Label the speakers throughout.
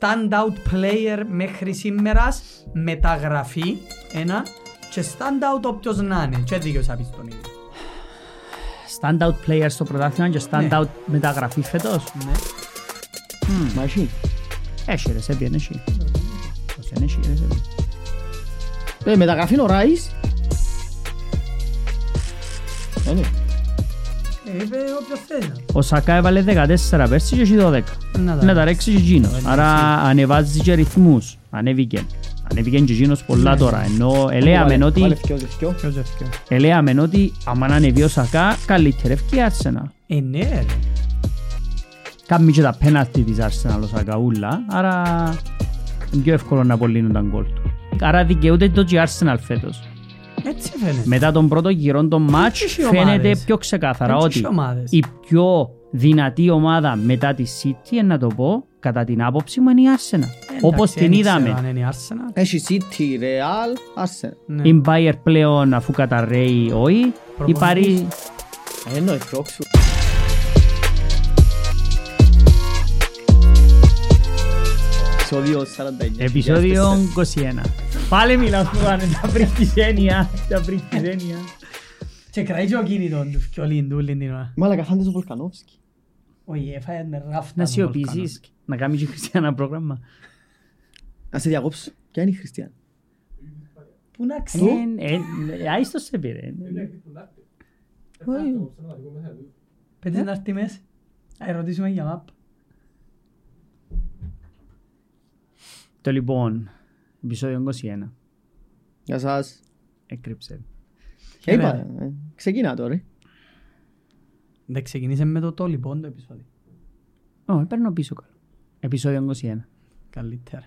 Speaker 1: Standout player μέχρι σήμερας, μεταγραφή ένα και standout όποιος να είναι. Και δίκιο θα πεις τον ίδιο.
Speaker 2: Standout player στο πρωτάθλημα και standout
Speaker 3: Ναι.
Speaker 2: μεταγραφή φέτος.
Speaker 1: Ναι.
Speaker 2: Μμμ, Μα εσύ. Έχει ρε, Σέμπιεν έχει. Πώς δεν έχει ρε, Σέμπιεν.
Speaker 3: Ε, μεταγραφή είναι ο Ράις. Ε, ναι.
Speaker 1: Ε, είπε όποιος θέλει. να.
Speaker 2: Ο Σακά έβαλε 14 πέρσι και έχει 12.
Speaker 1: Να τα
Speaker 2: Να Ναι, τα
Speaker 1: ρίξει.
Speaker 2: ρέξει και εκείνος.
Speaker 1: Εντάξει.
Speaker 2: Άρα ανεβάζει και ρυθμούς. Ανέβηκε. Ανέβηκε και εκείνος πολλά τώρα. Ενώ ελέαμε
Speaker 3: Ναι. Βάλε-
Speaker 2: ότι
Speaker 3: βάλε δυο, δυο.
Speaker 1: Ποιος έφυγε.
Speaker 2: Ελέαμε ότι άμα ανεβεί ο Σακά καλύτερευκεί η Arsenal.
Speaker 1: Ε, ναι ρε.
Speaker 2: Κάμει και τα πέναλτι της Arsenal ο Σακά ούλα, άρα είναι πιο εύκολο να απολύνουν τα γκολ του. Άρα δικαιούται το και η Arsenal φέτος.
Speaker 1: Έτσι φαίνεται.
Speaker 2: Μετά τον πρώτο γύρο των μάτς
Speaker 1: έχει
Speaker 2: φαίνεται
Speaker 1: ομάδες.
Speaker 2: πιο ξεκάθαρα
Speaker 1: Δεν
Speaker 2: ότι
Speaker 1: έχει ομάδες.
Speaker 2: η πιο δυνατή ομάδα μετά τη City, ε, να το πω, κατά την άποψη μου είναι η Arsenal.
Speaker 1: Εντάξει,
Speaker 2: Όπως
Speaker 1: δεν
Speaker 2: την είδαμε.
Speaker 1: ξέρω αν είναι η Arsenal.
Speaker 3: Έχει City, Real, Arsenal.
Speaker 1: Ναι.
Speaker 2: Η Bayer πλέον αφού καταρρέει όχι, η
Speaker 1: Προπονητής.
Speaker 2: Παρί...
Speaker 3: Ε, εννοεί πρόξου. Επεισόδιο 49.
Speaker 2: Επεισόδιο 21. Πάλι μιλάω που πάνε τα πριν της έννοια. Τα πριν της έννοια.
Speaker 1: Και κρατάει και ο κινητόν τους φκιολίν του όλη την ώρα.
Speaker 3: Μαλακα φάντες ο Βολκανόφσκι.
Speaker 1: Όχι, έφαγε με ράφτα.
Speaker 2: Να
Speaker 1: τον
Speaker 2: σιωπήσεις,
Speaker 1: Βολκανό.
Speaker 2: να κάνεις και χριστιανά πρόγραμμα.
Speaker 3: Να σε διακόψω. Ποια είναι η Χριστιαν.
Speaker 1: Πού να ξέρεις.
Speaker 2: Ε, ε, ε, Άιστος σε πήρε.
Speaker 3: ναι,
Speaker 1: Πέντε να έρθει μέσα. Να ρωτήσουμε για μαπ.
Speaker 2: Το λοιπόν, επεισόδιο 21.
Speaker 3: Γεια σας.
Speaker 2: Έκρυψε.
Speaker 3: Ε,
Speaker 1: Χαίρετε.
Speaker 3: Είπα, ε, ξεκινά τώρα.
Speaker 1: Δεν ξεκινήσε με το το λοιπόν το επεισόδιο.
Speaker 2: Ω, παίρνω πίσω καλό. Επεισόδιο 21.
Speaker 1: Καλύτερα.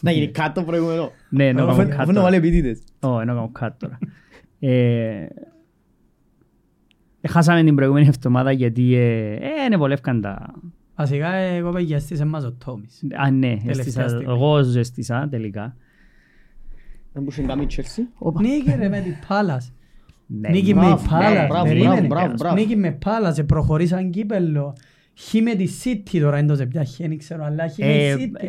Speaker 3: Να γίνει κάτω προηγούμενο.
Speaker 2: Ναι, ενώ κάνω
Speaker 3: Αφού
Speaker 2: κάτω.
Speaker 3: να βάλει επιτήτες.
Speaker 2: Ω, ενώ κάνω κάτω τώρα. Ε, ε, Χάσαμε την προηγούμενη εβδομάδα γιατί ε, ε, ανεβολεύκαν τα...
Speaker 1: Βασικά εγώ παγιαστήσε μας ο Τόμις.
Speaker 2: Α, ναι,
Speaker 1: Τελευταία
Speaker 2: αίσθησα,
Speaker 1: στιγμή.
Speaker 2: εγώ ζεστήσα τελικά.
Speaker 3: Δεν μπορούσε να κάνει η Chelsea.
Speaker 1: Νίκη ρε με την Πάλας.
Speaker 2: Ναι,
Speaker 1: Νίκη με
Speaker 3: μπράβο,
Speaker 1: η Πάλας.
Speaker 3: μπράβο,
Speaker 1: Περίμενε.
Speaker 3: μπράβο, μπράβο.
Speaker 1: Νίκη με Πάλας. ε, Προχωρήσαν κύπελλο. Χι με τη City τώρα είναι το σε ποια χένη ξέρω αλλά χι με
Speaker 2: Ε,
Speaker 1: τη City.
Speaker 2: ε,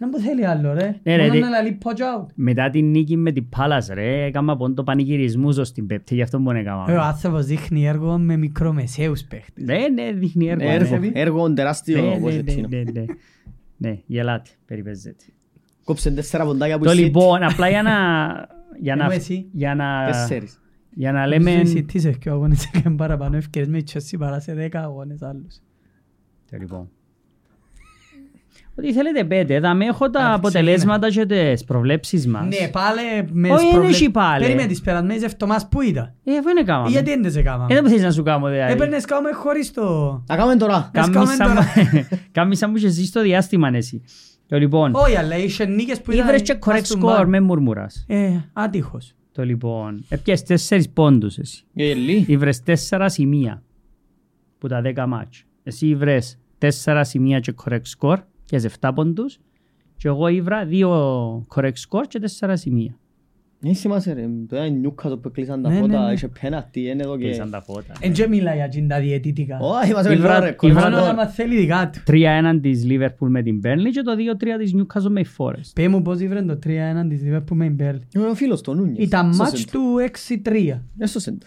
Speaker 1: Να μου θέλει άλλο ρε.
Speaker 2: Ναι, ρε,
Speaker 1: Μόνο
Speaker 2: τι-
Speaker 1: να λαλεί «Poach out».
Speaker 2: Μετά την νίκη με την Πάλας ρε, έκανα πόντο πανηγυρισμούς ως την Πέπτη, γι' αυτό μόνο
Speaker 1: Ε, Ο
Speaker 2: έκανα.
Speaker 1: άνθρωπος δείχνει έργο με μικρομεσαίους παίχτες.
Speaker 2: Ναι, ναι, δείχνει έργο. ναι.
Speaker 3: Έργο,
Speaker 2: Ναι,
Speaker 3: έργο τεράστιο ο
Speaker 2: ναι, ναι,
Speaker 3: Ποζετίνο.
Speaker 2: ναι, ναι. Ναι, γελάτε, περιπέζετε.
Speaker 3: Κόψε τέσσερα ποντάκια από
Speaker 2: Το
Speaker 3: η City.
Speaker 2: λοιπόν, απλά για να... Για να,
Speaker 1: Εγώ εσύ.
Speaker 2: για να,
Speaker 3: Τέσσερις.
Speaker 2: για να
Speaker 1: Λέμε...
Speaker 2: λέμε...
Speaker 1: Εσύ τι σε πιο αγώνες έκανε παραπάνω ευκαιρίες με η Chelsea παρά σε δέκα αγώνες άλλους.
Speaker 2: Το λοιπόν. Ότι θέλετε πέντε, θα με έχω τα
Speaker 1: Α,
Speaker 2: αποτελέσματα και τις προβλέψεις μας.
Speaker 1: Ναι, πάλι με
Speaker 2: Όχι,
Speaker 1: τις
Speaker 2: δεν
Speaker 1: προβλε-
Speaker 2: έχει πάλι.
Speaker 1: Περίμενε τις περασμένες εβδομάδες που ήταν.
Speaker 2: Ε, αφού είναι
Speaker 1: Ή
Speaker 2: κάμαμε.
Speaker 1: Γιατί δεν τις
Speaker 2: Ε, δεν
Speaker 1: έκαναμε.
Speaker 2: θέλεις να σου κάνω, δηλαδή.
Speaker 1: Έπαιρνες κάμε χωρίς το...
Speaker 3: Να κάνουμε τώρα.
Speaker 1: Ας
Speaker 2: Κάμισα
Speaker 1: κάνουμε
Speaker 2: μου- Κάμισα μου και εσύ στο διάστημα, ναι, εσύ. Το λοιπόν,
Speaker 1: Όχι, αλλά είχε νίκες που ήταν...
Speaker 2: ήβρες και
Speaker 1: ας
Speaker 2: correct
Speaker 1: του
Speaker 2: score
Speaker 1: μπαν.
Speaker 2: με μουρμουράς.
Speaker 1: Ε, άτυχος.
Speaker 2: Το λοιπόν, έπιασες τέσσερις πόντους εσύ.
Speaker 3: Γελί.
Speaker 2: Ήβρες τέσσερα σημεία που τα δέκα μάτς. Εσύ ήβρες τέσσερα σημεία και correct score και εφτά πόντους και εγώ ήβρα δύο correct score και τέσσερα σημεία.
Speaker 3: Δεν σημασέ ρε, το ένα νιούκα το που κλείσαν τα
Speaker 1: Ναι, ναι,
Speaker 3: φώτα,
Speaker 1: ναι.
Speaker 3: είχε πέναλτι, είναι εδώ και...
Speaker 2: Κλείσαν τα φώτα.
Speaker 1: Εν και μιλά για τζιν τα διαιτητικά.
Speaker 3: Όχι, μας
Speaker 2: Η
Speaker 3: έλεγε
Speaker 2: βρα-
Speaker 3: ρε,
Speaker 2: η
Speaker 3: κορυφαίο.
Speaker 1: Μόνο να μας θέλει δικά του.
Speaker 2: 3-1 της Liverpool με την Burnley και το 2-3 της Newcastle με η Forest.
Speaker 1: Πέ μου πώς ήβρεν το 3-1 της Liverpool με η Μπέρλ.
Speaker 3: Ε, Ο φίλος του, ο Νούνιες.
Speaker 1: Ήταν
Speaker 3: Έσωσε
Speaker 1: μάτς
Speaker 3: το.
Speaker 1: του 6-3.
Speaker 3: Έσωσε το.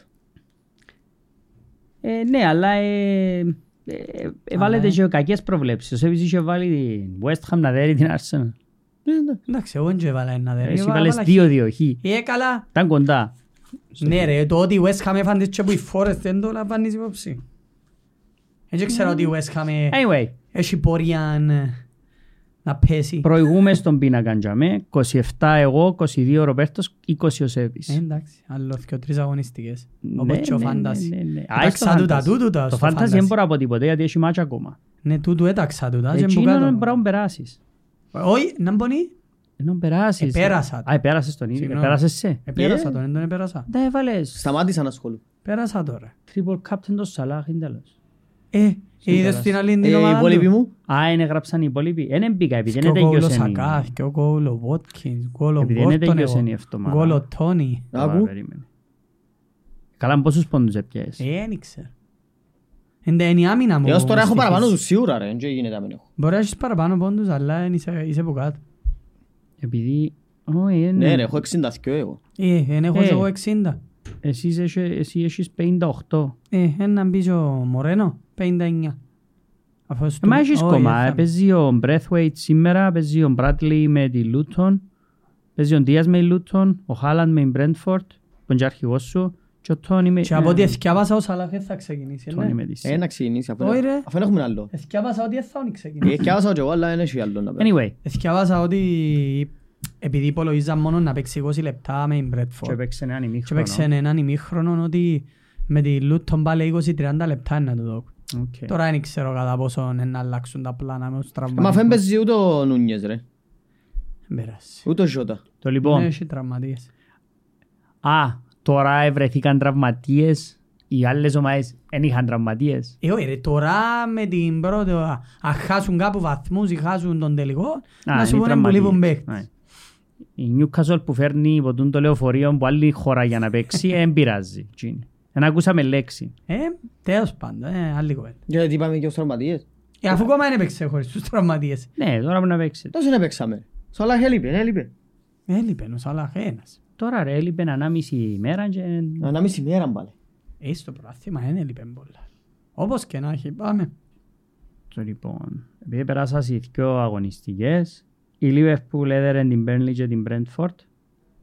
Speaker 2: Ε, ναι, αλλά ε, ε, ε, ε, βάλετε
Speaker 1: Αλλά,
Speaker 2: και κακές προβλέψεις. Επίσης είχε βάλει την West Ham να δέρει την Arsenal.
Speaker 3: Ναι, ναι.
Speaker 1: Εντάξει, εγώ δεν και έβαλα ένα δέρμα.
Speaker 2: Εσύ
Speaker 1: Έβαλα-
Speaker 2: βάλες
Speaker 1: έβαλα χ.
Speaker 2: 2-2 χ.
Speaker 1: Ε, καλά.
Speaker 2: Ήταν κοντά.
Speaker 1: Ναι ρε, το ότι η West Ham έφαντες και που η Forest δεν το λαμβάνεις υπόψη. Έτσι ξέρω ότι η West Ham ε,
Speaker 2: Anyway,
Speaker 1: έχει πορεία ε, να πέσει.
Speaker 2: προηγούμες στον πίνακα τζαμέ. 27 εγώ, 22 ο Ροπέρτος, 20 ο
Speaker 1: Ε,
Speaker 2: Σέβης.
Speaker 1: Εντάξει, άλλο δυο τρεις αγωνιστικές.
Speaker 2: Ναι,
Speaker 1: Όπως και ο
Speaker 2: ναι,
Speaker 1: Φάντας.
Speaker 2: ναι, ναι, ναι. Α, στο
Speaker 1: Έταξα τούτα,
Speaker 2: Fantasy.
Speaker 1: τούτου τα
Speaker 2: Το
Speaker 1: στο
Speaker 2: Fantasy
Speaker 1: Fantasy.
Speaker 2: δεν μπορώ να πω τίποτε γιατί έχει μάτσα ακόμα.
Speaker 1: Ναι, τούτου έταξα τούτα και μπου
Speaker 2: Εκείνο
Speaker 1: κάτω.
Speaker 2: είναι μπορώ να περάσεις.
Speaker 1: Όχι, να μπονεί.
Speaker 2: Ενώ περάσεις.
Speaker 1: Επέρασα
Speaker 2: ε.
Speaker 1: το.
Speaker 2: Α, επέρασες τον ίδιο.
Speaker 1: Συγγνώμη.
Speaker 2: Επέρασες σε.
Speaker 1: Επέρασα τον, Ε, δεν τον επέρασα.
Speaker 2: Τα έβαλες.
Speaker 3: Σταμάτησα να ασχολούμαι.
Speaker 1: Πέρασα τώρα.
Speaker 2: Triple captain το Σαλάχ είναι τέλος.
Speaker 1: Ε, είδες
Speaker 2: περάσα.
Speaker 1: την άλλη την
Speaker 3: Ε, Οι
Speaker 1: ομάδα
Speaker 3: υπόλοιποι
Speaker 1: του.
Speaker 3: μου,
Speaker 2: Α, είναι γράψαν οι υπόλοιποι. Δεν μπήκα επειδή
Speaker 1: Και ο
Speaker 2: δεν
Speaker 1: κόλλο
Speaker 2: τελειώσε. η-
Speaker 1: Σακά, και ο κόλλο Βότκινς, κόλλο
Speaker 2: Επειδή δεν
Speaker 1: Γκόρτον
Speaker 2: τελειώσε
Speaker 1: εγώ,
Speaker 2: η εβδομάδα.
Speaker 1: κόλλο Τόνι.
Speaker 2: Τώρα,
Speaker 3: Άκου.
Speaker 2: περίμενε. Καλά, πόσους πόντους έπιασες.
Speaker 1: Ε, δεν ήξερα. Είναι η άμυνα μου.
Speaker 3: Έως τώρα έχω
Speaker 1: στοιχείς.
Speaker 3: παραπάνω τους σίγουρα ρε, δεν γίνεται να μην έχω.
Speaker 1: Μπορεί να έχεις παραπάνω πόντους, αλλά εν είσαι, είσαι από κάτω.
Speaker 2: Επειδή... Όχι, ε,
Speaker 3: Ναι
Speaker 2: ναι.
Speaker 3: ρε, έχω 62 εγώ.
Speaker 1: Ε, εν έχω
Speaker 2: Ε.
Speaker 1: εγώ 60.
Speaker 2: Εσείς έχε- Εσύ έχεις 58.
Speaker 1: Ε, έναν πίσω Μορένο, 59. Αφούς
Speaker 2: Ε,
Speaker 1: στο-
Speaker 2: Μα έχεις
Speaker 1: Όχι,
Speaker 2: κόμμα.
Speaker 1: θα-
Speaker 2: ε, Παίζει ο Μπρέθουέιτ σήμερα, παίζει ο Μπράτλι με τη Λούτον, παίζει ο Ντίας με τη Λούτον, ο Χάλαντ με την Μπρέντφορτ, τον και αρχηγός σου, και ο Τόνι με...
Speaker 1: Και από ό,τι
Speaker 2: ε,
Speaker 1: εθιάβασα ο Σαλάχ δεν θα ξεκινήσει.
Speaker 2: Τόνι
Speaker 1: ναι.
Speaker 2: με τη Σι.
Speaker 3: Ε, να ξεκινήσει, αφού
Speaker 1: Όχι,
Speaker 3: δεν-
Speaker 1: ρε.
Speaker 3: αφού δεν έχουμε άλλο.
Speaker 1: Εθιάβασα ότι δεν θα όνει ξεκινήσει.
Speaker 3: Ε, και άβασα και εγώ, αλλά δεν έχει άλλο να παίρνω.
Speaker 2: Anyway,
Speaker 1: Εθιάβασα ότι επειδή υπολογίζα μόνο να παίξει 20 λεπτά με την
Speaker 2: και
Speaker 1: Μπρέτφορντ.
Speaker 2: παίξε έναν
Speaker 1: Και
Speaker 2: ημίχρονο.
Speaker 1: παίξε έναν ημίχρονο ότι με τη Λούτον πάλι 20-30 λεπτά να το δω.
Speaker 2: Οκ.
Speaker 1: Τώρα δεν ξέρω κατά πόσο είναι να αλλάξουν τα πλάνα με τους
Speaker 3: Ε, Μα αφού δεν
Speaker 1: τραυματισμούς.
Speaker 3: παίζει ούτε ο Νούνιες ρε,
Speaker 1: Δεν πειράζει.
Speaker 3: ούτε ο Ζώτα.
Speaker 2: Το
Speaker 1: Ναι,
Speaker 2: λοιπόν,
Speaker 1: έχει τραυματίες.
Speaker 2: α, τώρα ευρεθήκαν τραυματίες, οι άλλες ομάδες δεν είχαν τραυματίες.
Speaker 1: Ε, όχι ρε, τώρα με την πρώτη, α, αν χάσουν κάπου βαθμούς ή χάσουν τον τελικό,
Speaker 2: Α,
Speaker 1: να σου
Speaker 2: είναι
Speaker 1: πούνε που λείπουν
Speaker 2: τραυματίες.
Speaker 1: παίκτες.
Speaker 2: Ναι. Η Newcastle που φέρνει υπό τούτο το λεωφορείο που άλλη χώρα για να παίξει, ε, δεν πειράζει. Δεν ακούσαμε λέξη.
Speaker 1: Ε, τέλος πάντων, ε, άλλη κουβέντα.
Speaker 3: Γιατί είπαμε και ως τραυματίες.
Speaker 1: Ε, αφού ακόμα δεν έπαιξε χωρίς τους τραυματίες.
Speaker 2: Ναι, τώρα που να παίξει.
Speaker 3: Τόσο δεν παίξαμε. Σαλάχ έλειπε, έλειπε.
Speaker 1: Έλειπε ο Σαλάχ ένας.
Speaker 2: Τώρα ρε, έλειπε ανάμιση ημέρα και...
Speaker 3: Ανάμιση μέρα μπάλε.
Speaker 1: Ε, στο πράθυμα δεν έλειπε πολλά. Όπως και να έχει, πάμε.
Speaker 2: Το λοιπόν, επειδή περάσα οι δυο αγωνιστικές, η Liverpool έδερε την Burnley και την Brentford,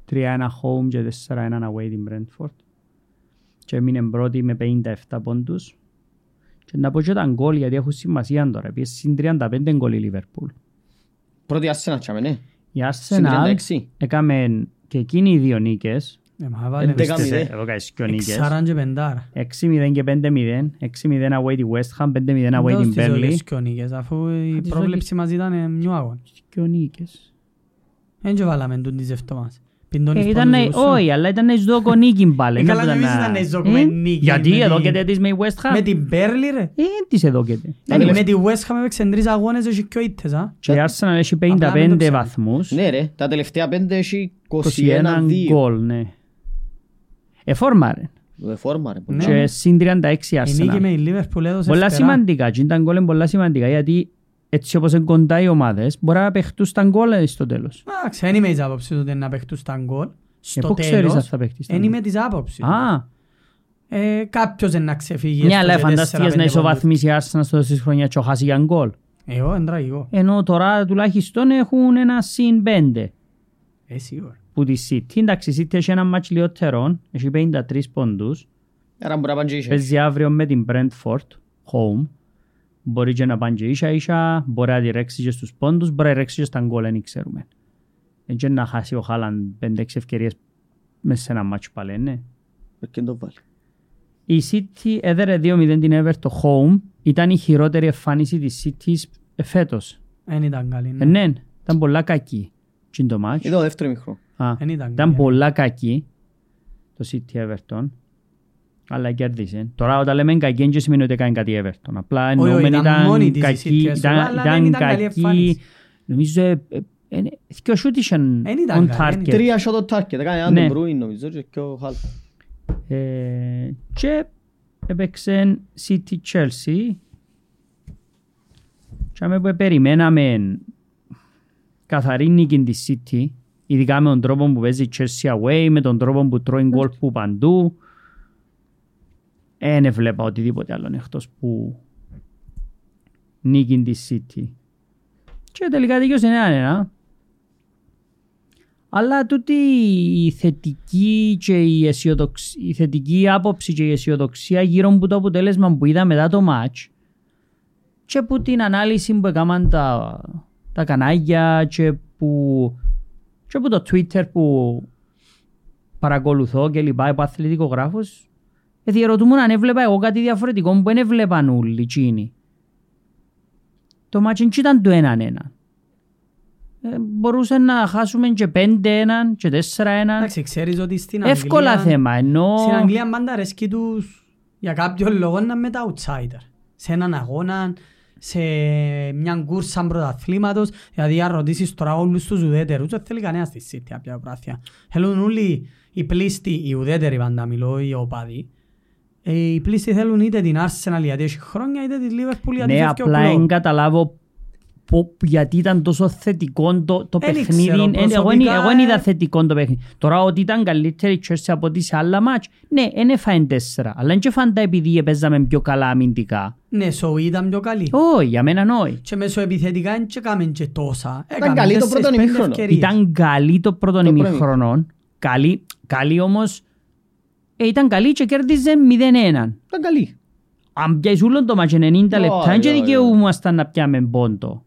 Speaker 2: 3-1 home και 4-1 away την Brentford και έμεινε πρώτη με 57 πόντους και να πω και τα γκολ γιατί έχουν σημασία τώρα, επειδή συν 35 γκολ η Liverpool.
Speaker 3: Πρώτη άσυνα τσάμε, ναι.
Speaker 2: Η
Speaker 3: Στην
Speaker 2: Arsenal
Speaker 3: 36.
Speaker 2: έκαμε και εκείνη οι δύο νίκες,
Speaker 1: Ε, μα βάλε
Speaker 3: Εντεκα-
Speaker 1: μες.
Speaker 2: Πίστες, ε,
Speaker 3: μηδέν.
Speaker 2: εδώ κάνεις δυο νίκες,
Speaker 1: Εξάραν και πεντάρα.
Speaker 2: 6-0 και 5-0, 6-0 away τη West Ham, 5-0 away
Speaker 1: Εντός
Speaker 2: την
Speaker 1: της
Speaker 2: Burnley,
Speaker 1: ζωής και ο νίκες, αφού η
Speaker 2: της
Speaker 1: πρόβλεψη μας ήταν ε, μιο αγώνα.
Speaker 2: δυο νίκες.
Speaker 1: Δεν και βάλαμε τον της ευτομάς.
Speaker 2: Ε,
Speaker 1: Πιντώνεις
Speaker 2: ήταν,
Speaker 1: πόντους δικούς σου.
Speaker 2: όχι, αλλά ήταν ζωκο νίκη μπάλε.
Speaker 1: Ε, καλά,
Speaker 2: Δεν
Speaker 1: κι εμείς
Speaker 2: να-
Speaker 1: ήταν ζωκο
Speaker 2: Ε,
Speaker 1: με νίκη, με
Speaker 2: Γιατί
Speaker 1: την-
Speaker 2: εδόκεται της με η West Ham.
Speaker 1: Με την Burnley, ρε.
Speaker 2: Ε, της εδόκεται.
Speaker 1: Ε, Με τη West Ham έπαιξε τρεις αγώνες, έχει και ο ήττες, α.
Speaker 2: Και η Arsenal έχει
Speaker 1: Απλά μην το
Speaker 2: 55
Speaker 1: ξέρεις.
Speaker 2: βαθμούς.
Speaker 3: Ναι ρε, τα τελευταία πέντε έχει
Speaker 2: 21
Speaker 3: 21-2.
Speaker 2: γκολ, ναι. Εφόρμαρε.
Speaker 3: Ε, Φόρμα ρε. πολλά.
Speaker 1: Ναι.
Speaker 2: Και συν 36 η
Speaker 1: Η νίκη
Speaker 2: Arsenal.
Speaker 1: με η Liverpool έδωσε
Speaker 2: Πολλά
Speaker 1: φτερά.
Speaker 2: σημαντικά. Και ήταν γκολ είναι πολλά σημαντικά γιατί έτσι όπως είναι κοντά οι ομάδες μπορεί να παίχτουν στα γκολ ε, στο τέλος.
Speaker 1: Εντάξει, δεν είμαι της άποψης ότι να παίχτουν στα γκολ.
Speaker 2: Ε,
Speaker 1: Στο
Speaker 2: Πού ξέρεις αν
Speaker 1: τέλος,
Speaker 2: θα παίχτεις. στα
Speaker 1: δεν
Speaker 2: γκολ?
Speaker 1: είμαι της άποψης.
Speaker 2: Α,
Speaker 1: Ε, Κάποιος δεν να ξεφύγει.
Speaker 2: ναι,
Speaker 1: έστω
Speaker 2: αλλά
Speaker 1: και
Speaker 2: φανταστείες να
Speaker 1: 4-5
Speaker 2: ισοβαθμίσει η Arsenal στο τέλος της χρονιάς και χάσει για γκολ.
Speaker 1: πόντους. Ε, Εγώ, είναι τραγικό.
Speaker 2: Ενώ τώρα τουλάχιστον έχουν ένα συν 5
Speaker 1: Ε, σίγουρα.
Speaker 2: που τη City. Εντάξει, η City έχει ένα μάτς λιότερο, έχει 53 πόντους.
Speaker 3: Άρα μπορεί να πάνε και ίσια.
Speaker 2: Παίζει αύριο με την Brentford, home. Μπορεί και να πάνε και ίσα ίσα, μπορεί να τη ρέξει και στους πόντους, μπορεί να ρέξει και στα γκολ, δεν ξέρουμε. Έτσι να χάσει ο Χάλαν 5-6 ευκαιρίες μέσα σε ένα μάτς πάλι, ναι.
Speaker 3: Ε, και το βάλει.
Speaker 2: Η City έδερε 2-0 την Everton home. Ήταν η χειρότερη εμφάνιση της City φέτος.
Speaker 1: Δεν ήταν καλή.
Speaker 2: Ε,
Speaker 1: ναι.
Speaker 2: ναι, ήταν πολλά κακή. Τι είναι το μάτς.
Speaker 3: Είδα το δεύτερο μικρό.
Speaker 2: Α,
Speaker 1: Δεν ήταν
Speaker 2: ήταν
Speaker 1: καλή.
Speaker 2: πολλά κακή το City Everton. Αλλά κέρδισε. Τώρα όταν λέμε κακή δεν σημαίνει ότι έκανε κάτι Everton. Απλά
Speaker 1: Όχι,
Speaker 2: εννοούμε
Speaker 1: ήταν μόνη
Speaker 2: ήταν
Speaker 1: της η
Speaker 2: κακή.
Speaker 1: City, αλλά δεν
Speaker 2: Ήταν, ήταν
Speaker 1: ήταν καλή
Speaker 2: κακή.
Speaker 1: εμφάνιση.
Speaker 2: Νομίζω ε, ε, ε, δυο σούτ είχαν
Speaker 1: Δεν ήταν
Speaker 2: on
Speaker 1: καλή,
Speaker 2: target.
Speaker 3: Τρία shot on target. Έκανε έναν
Speaker 2: Ναι.
Speaker 3: τον Μπρούιν νομίζω και ο Χάλ.
Speaker 2: Ε, και έπαιξε City Chelsea. Και άμε που περιμέναμε καθαρή νίκη της City, ειδικά με τον τρόπο που παίζει η Chelsea away, με τον τρόπο που τρώει γκολ που παντού. Δεν έβλεπα οτιδήποτε άλλο εκτός που νίκη της City. Και τελικά δικαιώσε έναν ένα. Αλλά τούτη η θετική, και η, αισιοδοξ... η θετική άποψη και η αισιοδοξία γύρω από το αποτέλεσμα που είδα μετά το match και που την ανάλυση που έκαναν τα, τα κανάλια και που, και που το Twitter που παρακολουθώ και λοιπά, υπό αθλητικογράφος ε, διερωτούμουν αν έβλεπα εγώ κάτι διαφορετικό που δεν έβλεπαν όλοι εκείνοι. Το match δεν ήταν το έναν έναν. Ε, μπορούσε να χάσουμε και πέντε έναν και τέσσερα έναν.
Speaker 1: Εντάξει, ξέρεις ότι στην Αγγλία...
Speaker 2: Εύκολα θέμα, ενώ...
Speaker 1: Στην Αγγλία πάντα αρέσκει τους για κάποιο λόγο να είναι τα outsider. Σε έναν αγώνα, σε μια κούρσα πρωταθλήματος, δηλαδή αν ρωτήσεις τώρα όλους τους ουδέτερους, δεν θέλει κανένας στη City κάποια πράθεια. Θέλουν όλοι οι πλήστοι, οι ουδέτεροι πάντα μιλώ, οι οπαδοί, ε, Ε, οι πλήστοι θέλουν είτε την Arsenal γιατί έχει χρόνια, είτε τη Liverpool γιατί
Speaker 2: Ναι,
Speaker 1: φεύγει ο
Speaker 2: απλά
Speaker 1: Klopp.
Speaker 2: δεν καταλάβω πο- γιατί ήταν τόσο θετικό το, το
Speaker 1: Εν
Speaker 2: παιχνίδι.
Speaker 1: ήξερα,
Speaker 2: Εν- εγώ, εν-
Speaker 1: προσωπικά,
Speaker 2: εγώ δεν είδα
Speaker 1: ε.
Speaker 2: θετικό το παιχνίδι. Τώρα ότι ήταν καλύτερη η Chelsea από ό,τι σε άλλα μάτς, ναι, δεν έφαγε τέσσερα. Αλλά δεν και έφαγε τα επειδή παίζαμε πιο καλά αμυντικά.
Speaker 1: Ναι, so ήταν πιο καλή.
Speaker 2: Όχι, για μένα όχι.
Speaker 1: Και μεσοεπιθετικά δεν και κάμεν και τόσα. Έκαμεν
Speaker 3: καλή το
Speaker 1: τέσσερις,
Speaker 3: πρώτο
Speaker 1: πέντε
Speaker 3: ημίχρονο.
Speaker 1: ευκαιρίες.
Speaker 2: Ήταν καλή το πρώτο
Speaker 3: πρώτο
Speaker 2: ημιχρονό. Καλή, καλή όμως, ε, ήταν καλή και κέρδιζε 0-1.
Speaker 3: Ήταν καλή.
Speaker 2: Αν πιάσεις όλο το μάτς 90 λεπτά,
Speaker 3: Όχι,
Speaker 2: δεν και
Speaker 3: όχι, όχι.
Speaker 2: δικαιούμασταν να πιάμε πόντο.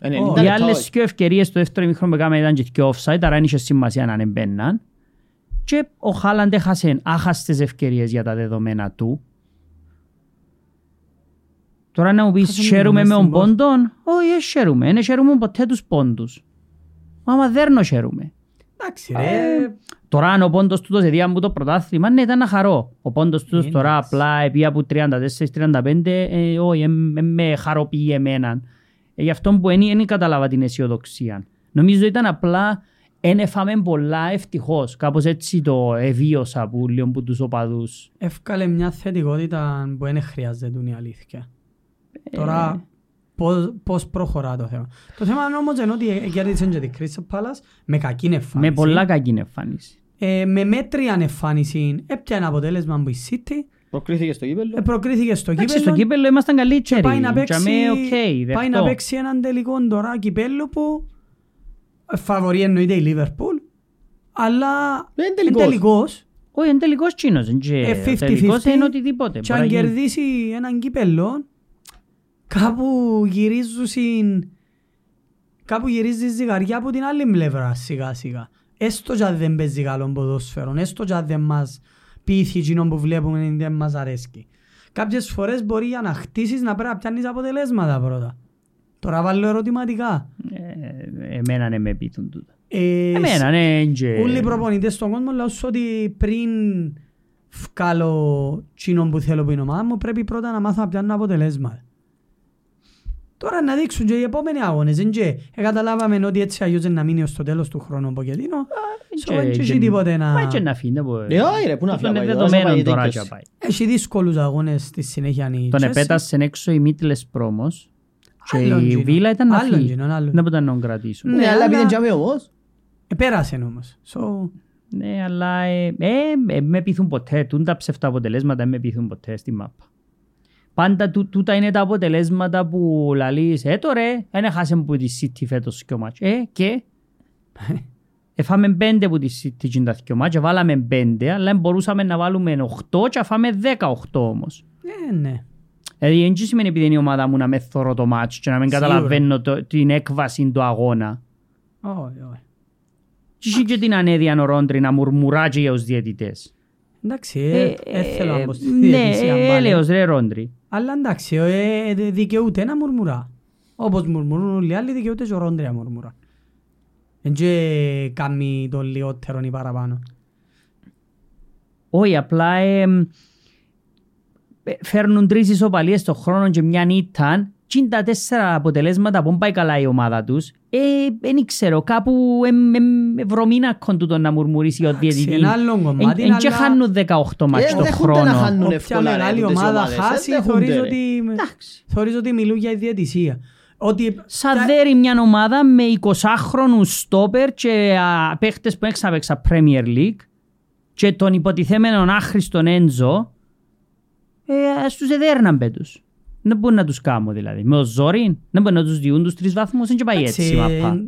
Speaker 3: Ε, ναι, ήταν
Speaker 2: Οι
Speaker 3: λεπτά,
Speaker 2: άλλες
Speaker 3: όχι.
Speaker 2: δύο ευκαιρίες στο δεύτερο ημίχρονο που έκαμε ήταν και πιο offside, άρα δεν είχες σημασία να μπαίναν. Και ο Χάλαντ έχασε άχαστες ευκαιρίες για τα δεδομένα του. Τώρα να μου πεις
Speaker 1: Χάσαμε
Speaker 2: «Χαίρομαι με
Speaker 1: μέσα
Speaker 2: τον
Speaker 1: στην πόρτα».
Speaker 2: πόντον». Όχι, δεν χαίρομαι. Δεν χαίρομαι ποτέ τους πόντους. Άμα δεν νο χαίρομαι.
Speaker 1: Εντάξει
Speaker 2: Ε,
Speaker 1: ρε,
Speaker 2: Τώρα αν ο πόντος τούτος εδία μου το πρωτάθλημα, ναι ήταν να χαρώ. Ο πόντος τούτος
Speaker 1: Είναι
Speaker 2: τώρα
Speaker 1: έτσι.
Speaker 2: απλά επί από 34-35, ε, όχι, ε, ε, με χαροποιεί εμέναν. Ε, γι' αυτό που δεν κατάλαβα την αισιοδοξία. Νομίζω ήταν απλά ένεφαμε πολλά ευτυχώς. Κάπως έτσι το εβίωσα που λίγο που τους οπαδούς.
Speaker 1: έφκαλε μια θετικότητα που δεν χρειάζεται είναι η αλήθεια.
Speaker 2: Ε.
Speaker 1: Τώρα, πώς- πώς προχωρά το θέμα. Το θέμα είναι όμως είναι ότι κέρδισαν και την Crystal Palace με κακή εμφάνιση.
Speaker 2: Με πολλά κακή εμφάνιση.
Speaker 1: Ε, με μέτρια εμφάνιση έπιανε αποτέλεσμα που η City,
Speaker 3: Προκρίθηκε στο
Speaker 1: ε,
Speaker 3: κύπελλο.
Speaker 1: προκρίθηκε στο
Speaker 2: Εντάξει,
Speaker 1: κύπελλο
Speaker 2: στο κύπελο ήμασταν
Speaker 1: και
Speaker 2: καλύτεροι.
Speaker 1: πάει να
Speaker 2: Για
Speaker 1: παίξει,
Speaker 2: μέ, οκ,
Speaker 1: πάει να
Speaker 2: δεχτώ.
Speaker 1: παίξει έναν τελικό τώρα κυπέλλου που ε, φαβορεί εννοείται η Λίβερπουλ, αλλά
Speaker 3: Δεν είναι
Speaker 1: εν
Speaker 3: Ε, τελικός.
Speaker 1: τελικός.
Speaker 2: Όχι, εν τελικός τσίνος. εν και-
Speaker 1: Ε,
Speaker 2: Ο
Speaker 1: 50-50
Speaker 2: τελικός είναι οτιδήποτε.
Speaker 1: Και
Speaker 2: Μπορεί να
Speaker 1: αν
Speaker 2: γίνει-
Speaker 1: κερδίσει έναν κύπελλο, κάπου γυρίζουν κάπου γυρίζει η ζυγαριά από την άλλη πλευρά σιγά σιγά. Έστω και αν δεν παίζει καλό ποδόσφαιρο, έστω και αν δεν μας πείθει εκείνο που βλέπουμε ή δεν μας αρέσκει. Κάποιες φορές μπορεί για να χτίσεις να πρέπει να πιάνεις αποτελέσματα πρώτα. Τώρα βάλω ερωτηματικά.
Speaker 2: Ε, εμένα ναι με πείθουν τούτα.
Speaker 1: Ε,
Speaker 2: Εμένα ναι, έντζε.
Speaker 1: Όλοι οι προπονητές στον κόσμο λαούς ότι πριν βγάλω τσίνον που θέλω που είναι ομάδα μου πρέπει πρώτα να μάθω να πιάνω αποτελέσμα. Τώρα να δείξουν και οι επόμενοι αγώνες. Εν και ε, καταλάβαμε ότι έτσι αλλιώς να μείνει ως το τέλος του χρόνου ο Ποκετίνο.
Speaker 2: Ε,
Speaker 1: So, εν και
Speaker 2: και-
Speaker 1: έχει τίποτε
Speaker 2: Μα έτσι
Speaker 1: να...
Speaker 2: να φύγει. δεν μπορεί.
Speaker 3: Ε, όχι ρε, πού να
Speaker 2: Τούτον
Speaker 3: φύγει,
Speaker 2: είναι
Speaker 3: πάει, τώρα σε
Speaker 2: δεδομένο
Speaker 3: πάει
Speaker 2: τώρα
Speaker 3: δίκαιος.
Speaker 2: και πάει.
Speaker 1: Έχει δύσκολους αγώνες στη συνέχεια η
Speaker 2: Τον
Speaker 1: Chelsea.
Speaker 2: επέτασαν έξω οι Μίτλες πρόμος και
Speaker 1: Άλλον
Speaker 2: η
Speaker 1: γίνον.
Speaker 2: Βίλα ήταν να
Speaker 1: Άλλον
Speaker 2: φύγει.
Speaker 1: γίνον, άλλον.
Speaker 2: Δεν μπορούν να τον κρατήσουν.
Speaker 1: Ναι,
Speaker 3: Ναι, αλλά
Speaker 1: αλλά-
Speaker 3: επειδή είναι τζάμε όμως.
Speaker 1: Επέρασε όμως. So,
Speaker 2: Ναι, αλλά ε, ε, ε, με πείθουν ποτέ. Τούν τα ψεύτα αποτελέσματα με πείθουν ποτέ στη μάπα. Πάντα του- τούτα είναι τα αποτελέσματα που λαλείς «Ε τώρα, ένα χάσαμε που τη City φέτος και ο μάτς». Ε, και Εφάμε πέντε που τη City και τα δυο μάτια, βάλαμε πέντε, αλλά μπορούσαμε να βάλουμε οχτώ και αφάμε δέκα οχτώ όμως.
Speaker 1: ναι, ναι.
Speaker 2: Δηλαδή, δεν σημαίνει επειδή είναι η ομάδα μου να με θωρώ το μάτς και να μην
Speaker 1: Σίγουρα.
Speaker 2: καταλαβαίνω το, την έκβαση του αγώνα.
Speaker 1: Όχι, όχι.
Speaker 2: Και είχε και την ανέδεια νορόντρη να μουρμουρά και για τους διαιτητές.
Speaker 1: Εντάξει, ε, ε, θέλω να μπω στη
Speaker 2: Ναι,
Speaker 1: διαιτησία,
Speaker 2: ε,
Speaker 1: πάλι.
Speaker 2: έλεος ρε ρόντρι.
Speaker 1: Αλλά εντάξει, ο- ε, δε- δικαιούται να μουρμουρά. Όπως μουρμουρούν όλοι οι άλλοι, δικαιούται και ο Ρόντρια να μουρμουρά. Εν και κάνει το λιγότερο ή παραπάνω.
Speaker 2: Όχι, απλά εμ, ε, φέρνουν τρεις ισοπαλίες το χρόνο και μια ήταν και είναι τα τέσσερα αποτελέσματα που πάει καλά η ομάδα τους. Ε, δεν ξέρω, κάπου ε, εμ, εμ, βρωμίνακον τούτον να μουρμουρήσει ο
Speaker 1: Εντάξει,
Speaker 2: διαιτητής.
Speaker 1: Ένα άλλο κομμάτι,
Speaker 2: Εν και
Speaker 1: αλλά
Speaker 2: χάνουν 18 μάτς
Speaker 3: Ε,
Speaker 2: το
Speaker 3: δεν δέχονται να
Speaker 2: χρόνο.
Speaker 3: χάνουν
Speaker 1: όποια
Speaker 3: εύκολα, ρε,
Speaker 1: μεγάλη
Speaker 3: τις
Speaker 1: ομάδα
Speaker 3: ομάδες.
Speaker 1: χάσει,
Speaker 3: Δεν
Speaker 1: θεωρείς
Speaker 3: δέχονται, ρε.
Speaker 1: ότι,
Speaker 2: Εντάξει.
Speaker 1: θεωρείς ότι μιλούν για διαιτησία. Ότι
Speaker 2: Σαν
Speaker 1: τα-
Speaker 2: δέρει μια ομάδα με 20χρονους στόπερ και α, παίχτες που έξα παίξα Premier League και τον υποτιθέμενον άχρηστον Έντζο ε, στους εδέρναν πέτους. Δεν μπορούν να τους κάνω δηλαδή. Με ο Ζόριν δεν μπορούν να τους διούν τους τρεις βαθμούς. Είναι και πάει έτσι η μαπά.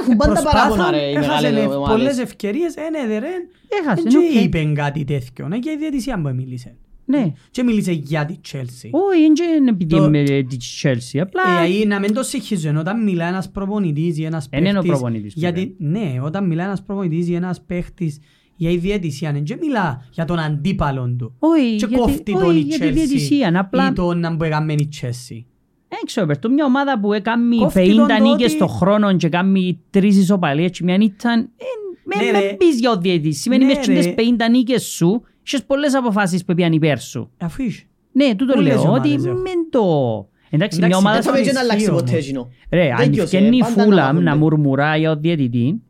Speaker 3: Έχουν πάντα παράπονα
Speaker 1: προσπάθουν,
Speaker 3: ρε οι
Speaker 1: έχασαν
Speaker 3: μεγάλες
Speaker 1: ευ- ε, πολλές
Speaker 3: ομάδες.
Speaker 1: ευκαιρίες, ε, εν έδερεν,
Speaker 2: Έχασε.
Speaker 1: εν
Speaker 2: είναι
Speaker 1: και
Speaker 2: οκ.
Speaker 1: είπεν κάτι τέτοιο. Ναι, και η διαιτησία μου μίλησε.
Speaker 2: Ναι.
Speaker 1: Και μίλησε για τη Chelsea.
Speaker 2: Όχι, είναι και επειδή
Speaker 1: Το-
Speaker 2: με τη Chelsea. Απλά
Speaker 1: Ε, Δηλαδή να μην το συγχύζουν όταν μιλά ένας προπονητής ή ένας
Speaker 2: Εν Ε, ναι, είναι ο
Speaker 1: παίχτης
Speaker 2: προπονητής που
Speaker 1: γιατί, Ναι, όταν μιλά ένας προπονητής ή ένας παίχτης για η διαιτησία ναι, και μιλά για τον αντίπαλον του
Speaker 2: όχι,
Speaker 1: και
Speaker 2: γιατί-
Speaker 1: κόφτει τον
Speaker 2: όχι,
Speaker 1: η
Speaker 2: για τη διαιτησία.
Speaker 1: Chelsea
Speaker 2: Απλά
Speaker 1: ή τον να που έκαμε η Chelsea
Speaker 2: Δεν Ε, ξέρω, Περτού, μια ομάδα που ε, έκαμε
Speaker 1: Κόφτει τον
Speaker 2: 50
Speaker 1: το
Speaker 2: νίκες
Speaker 1: ότι-
Speaker 2: το χρόνο και έκαμε τρεις ισοπαλίες και μια ήταν... ε,
Speaker 1: Ναι,
Speaker 2: Με, με
Speaker 1: ρε.
Speaker 2: πεις για ο διαιτητής. Σημαίνει
Speaker 1: Ναι,
Speaker 2: μες στις
Speaker 1: ρε.
Speaker 2: 50 νίκες σου είχες πολλές αποφάσεις που πήγαν υπέρ σου.
Speaker 1: Αφού είσαι.
Speaker 2: Ναι, τούτο
Speaker 1: Πολλές
Speaker 2: λέω, ότι
Speaker 1: ομάδες έχω.
Speaker 2: μην το... Εντάξει, μια
Speaker 1: Εντάξει,
Speaker 2: ομάδα...
Speaker 3: Δεν θα
Speaker 1: Παράπονα
Speaker 3: πήγαινε να αλλάξει
Speaker 1: ισχύει
Speaker 3: ποτέ
Speaker 1: όμως.
Speaker 3: εκείνο.
Speaker 2: Ρε, αν
Speaker 3: Δεν γιώσε,
Speaker 2: ευκαινεί η
Speaker 3: πάντα να
Speaker 2: Φούλαμ
Speaker 3: μάθονται.
Speaker 2: να μουρμουρά για ο διαιτητή,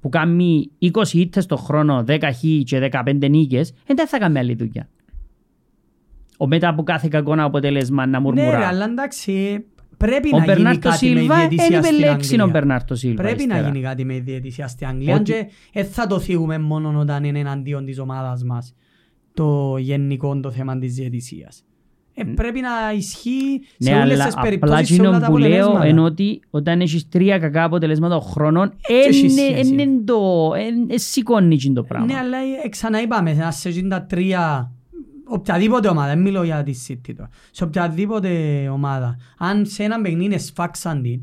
Speaker 2: που κάνει 20 ήττες το χρόνο, 10 χ και 15 νίκες, ε, δεν θα κάνει άλλη δουλειά. Ο μετά από κάθε κακό αποτέλεσμα να
Speaker 1: Ναι, ρε,
Speaker 2: μουρμουρά.
Speaker 1: αλλά εντάξει, πρέπει
Speaker 2: ο
Speaker 1: να γίνει
Speaker 2: Μπερνάρτο
Speaker 1: κάτι με
Speaker 2: Σίλβα
Speaker 1: η διαιτησία
Speaker 2: έλειπε
Speaker 1: στην
Speaker 2: λέξη ο
Speaker 1: Αγγλία.
Speaker 2: Μπερνάρτο Σίλβα.
Speaker 1: Πρέπει να
Speaker 2: ύστερα.
Speaker 1: γίνει κάτι με η διαιτησία στην Αγγλία
Speaker 2: Ότι-
Speaker 1: και δεν θα το θίγουμε μόνο όταν είναι εναντίον της ομάδας μας το γενικό το θέμα της διαιτησίας. Ε, πρέπει να ισχύει σε
Speaker 2: Ναι,
Speaker 1: όλες
Speaker 2: αλλά
Speaker 1: τις
Speaker 2: απλά
Speaker 1: περιπτώσεις, σε όλα
Speaker 2: εκείνο
Speaker 1: τα
Speaker 2: που λέω
Speaker 1: αποτελέσματα.
Speaker 2: είναι ότι όταν έχεις τρία κακά αποτελέσματα ο χρόνων,
Speaker 1: έχει σχέση.
Speaker 2: δεν το εν- εν σηκώνει εκείνο το πράγμα.
Speaker 1: Ναι, αλλά ε, ξανά είπαμε, να σε γίνει τα τρία, οποιαδήποτε ομάδα, δεν μιλώ για τη City τώρα, σε οποιαδήποτε ομάδα, αν σε έναν παιχνίδι σφάξαν την,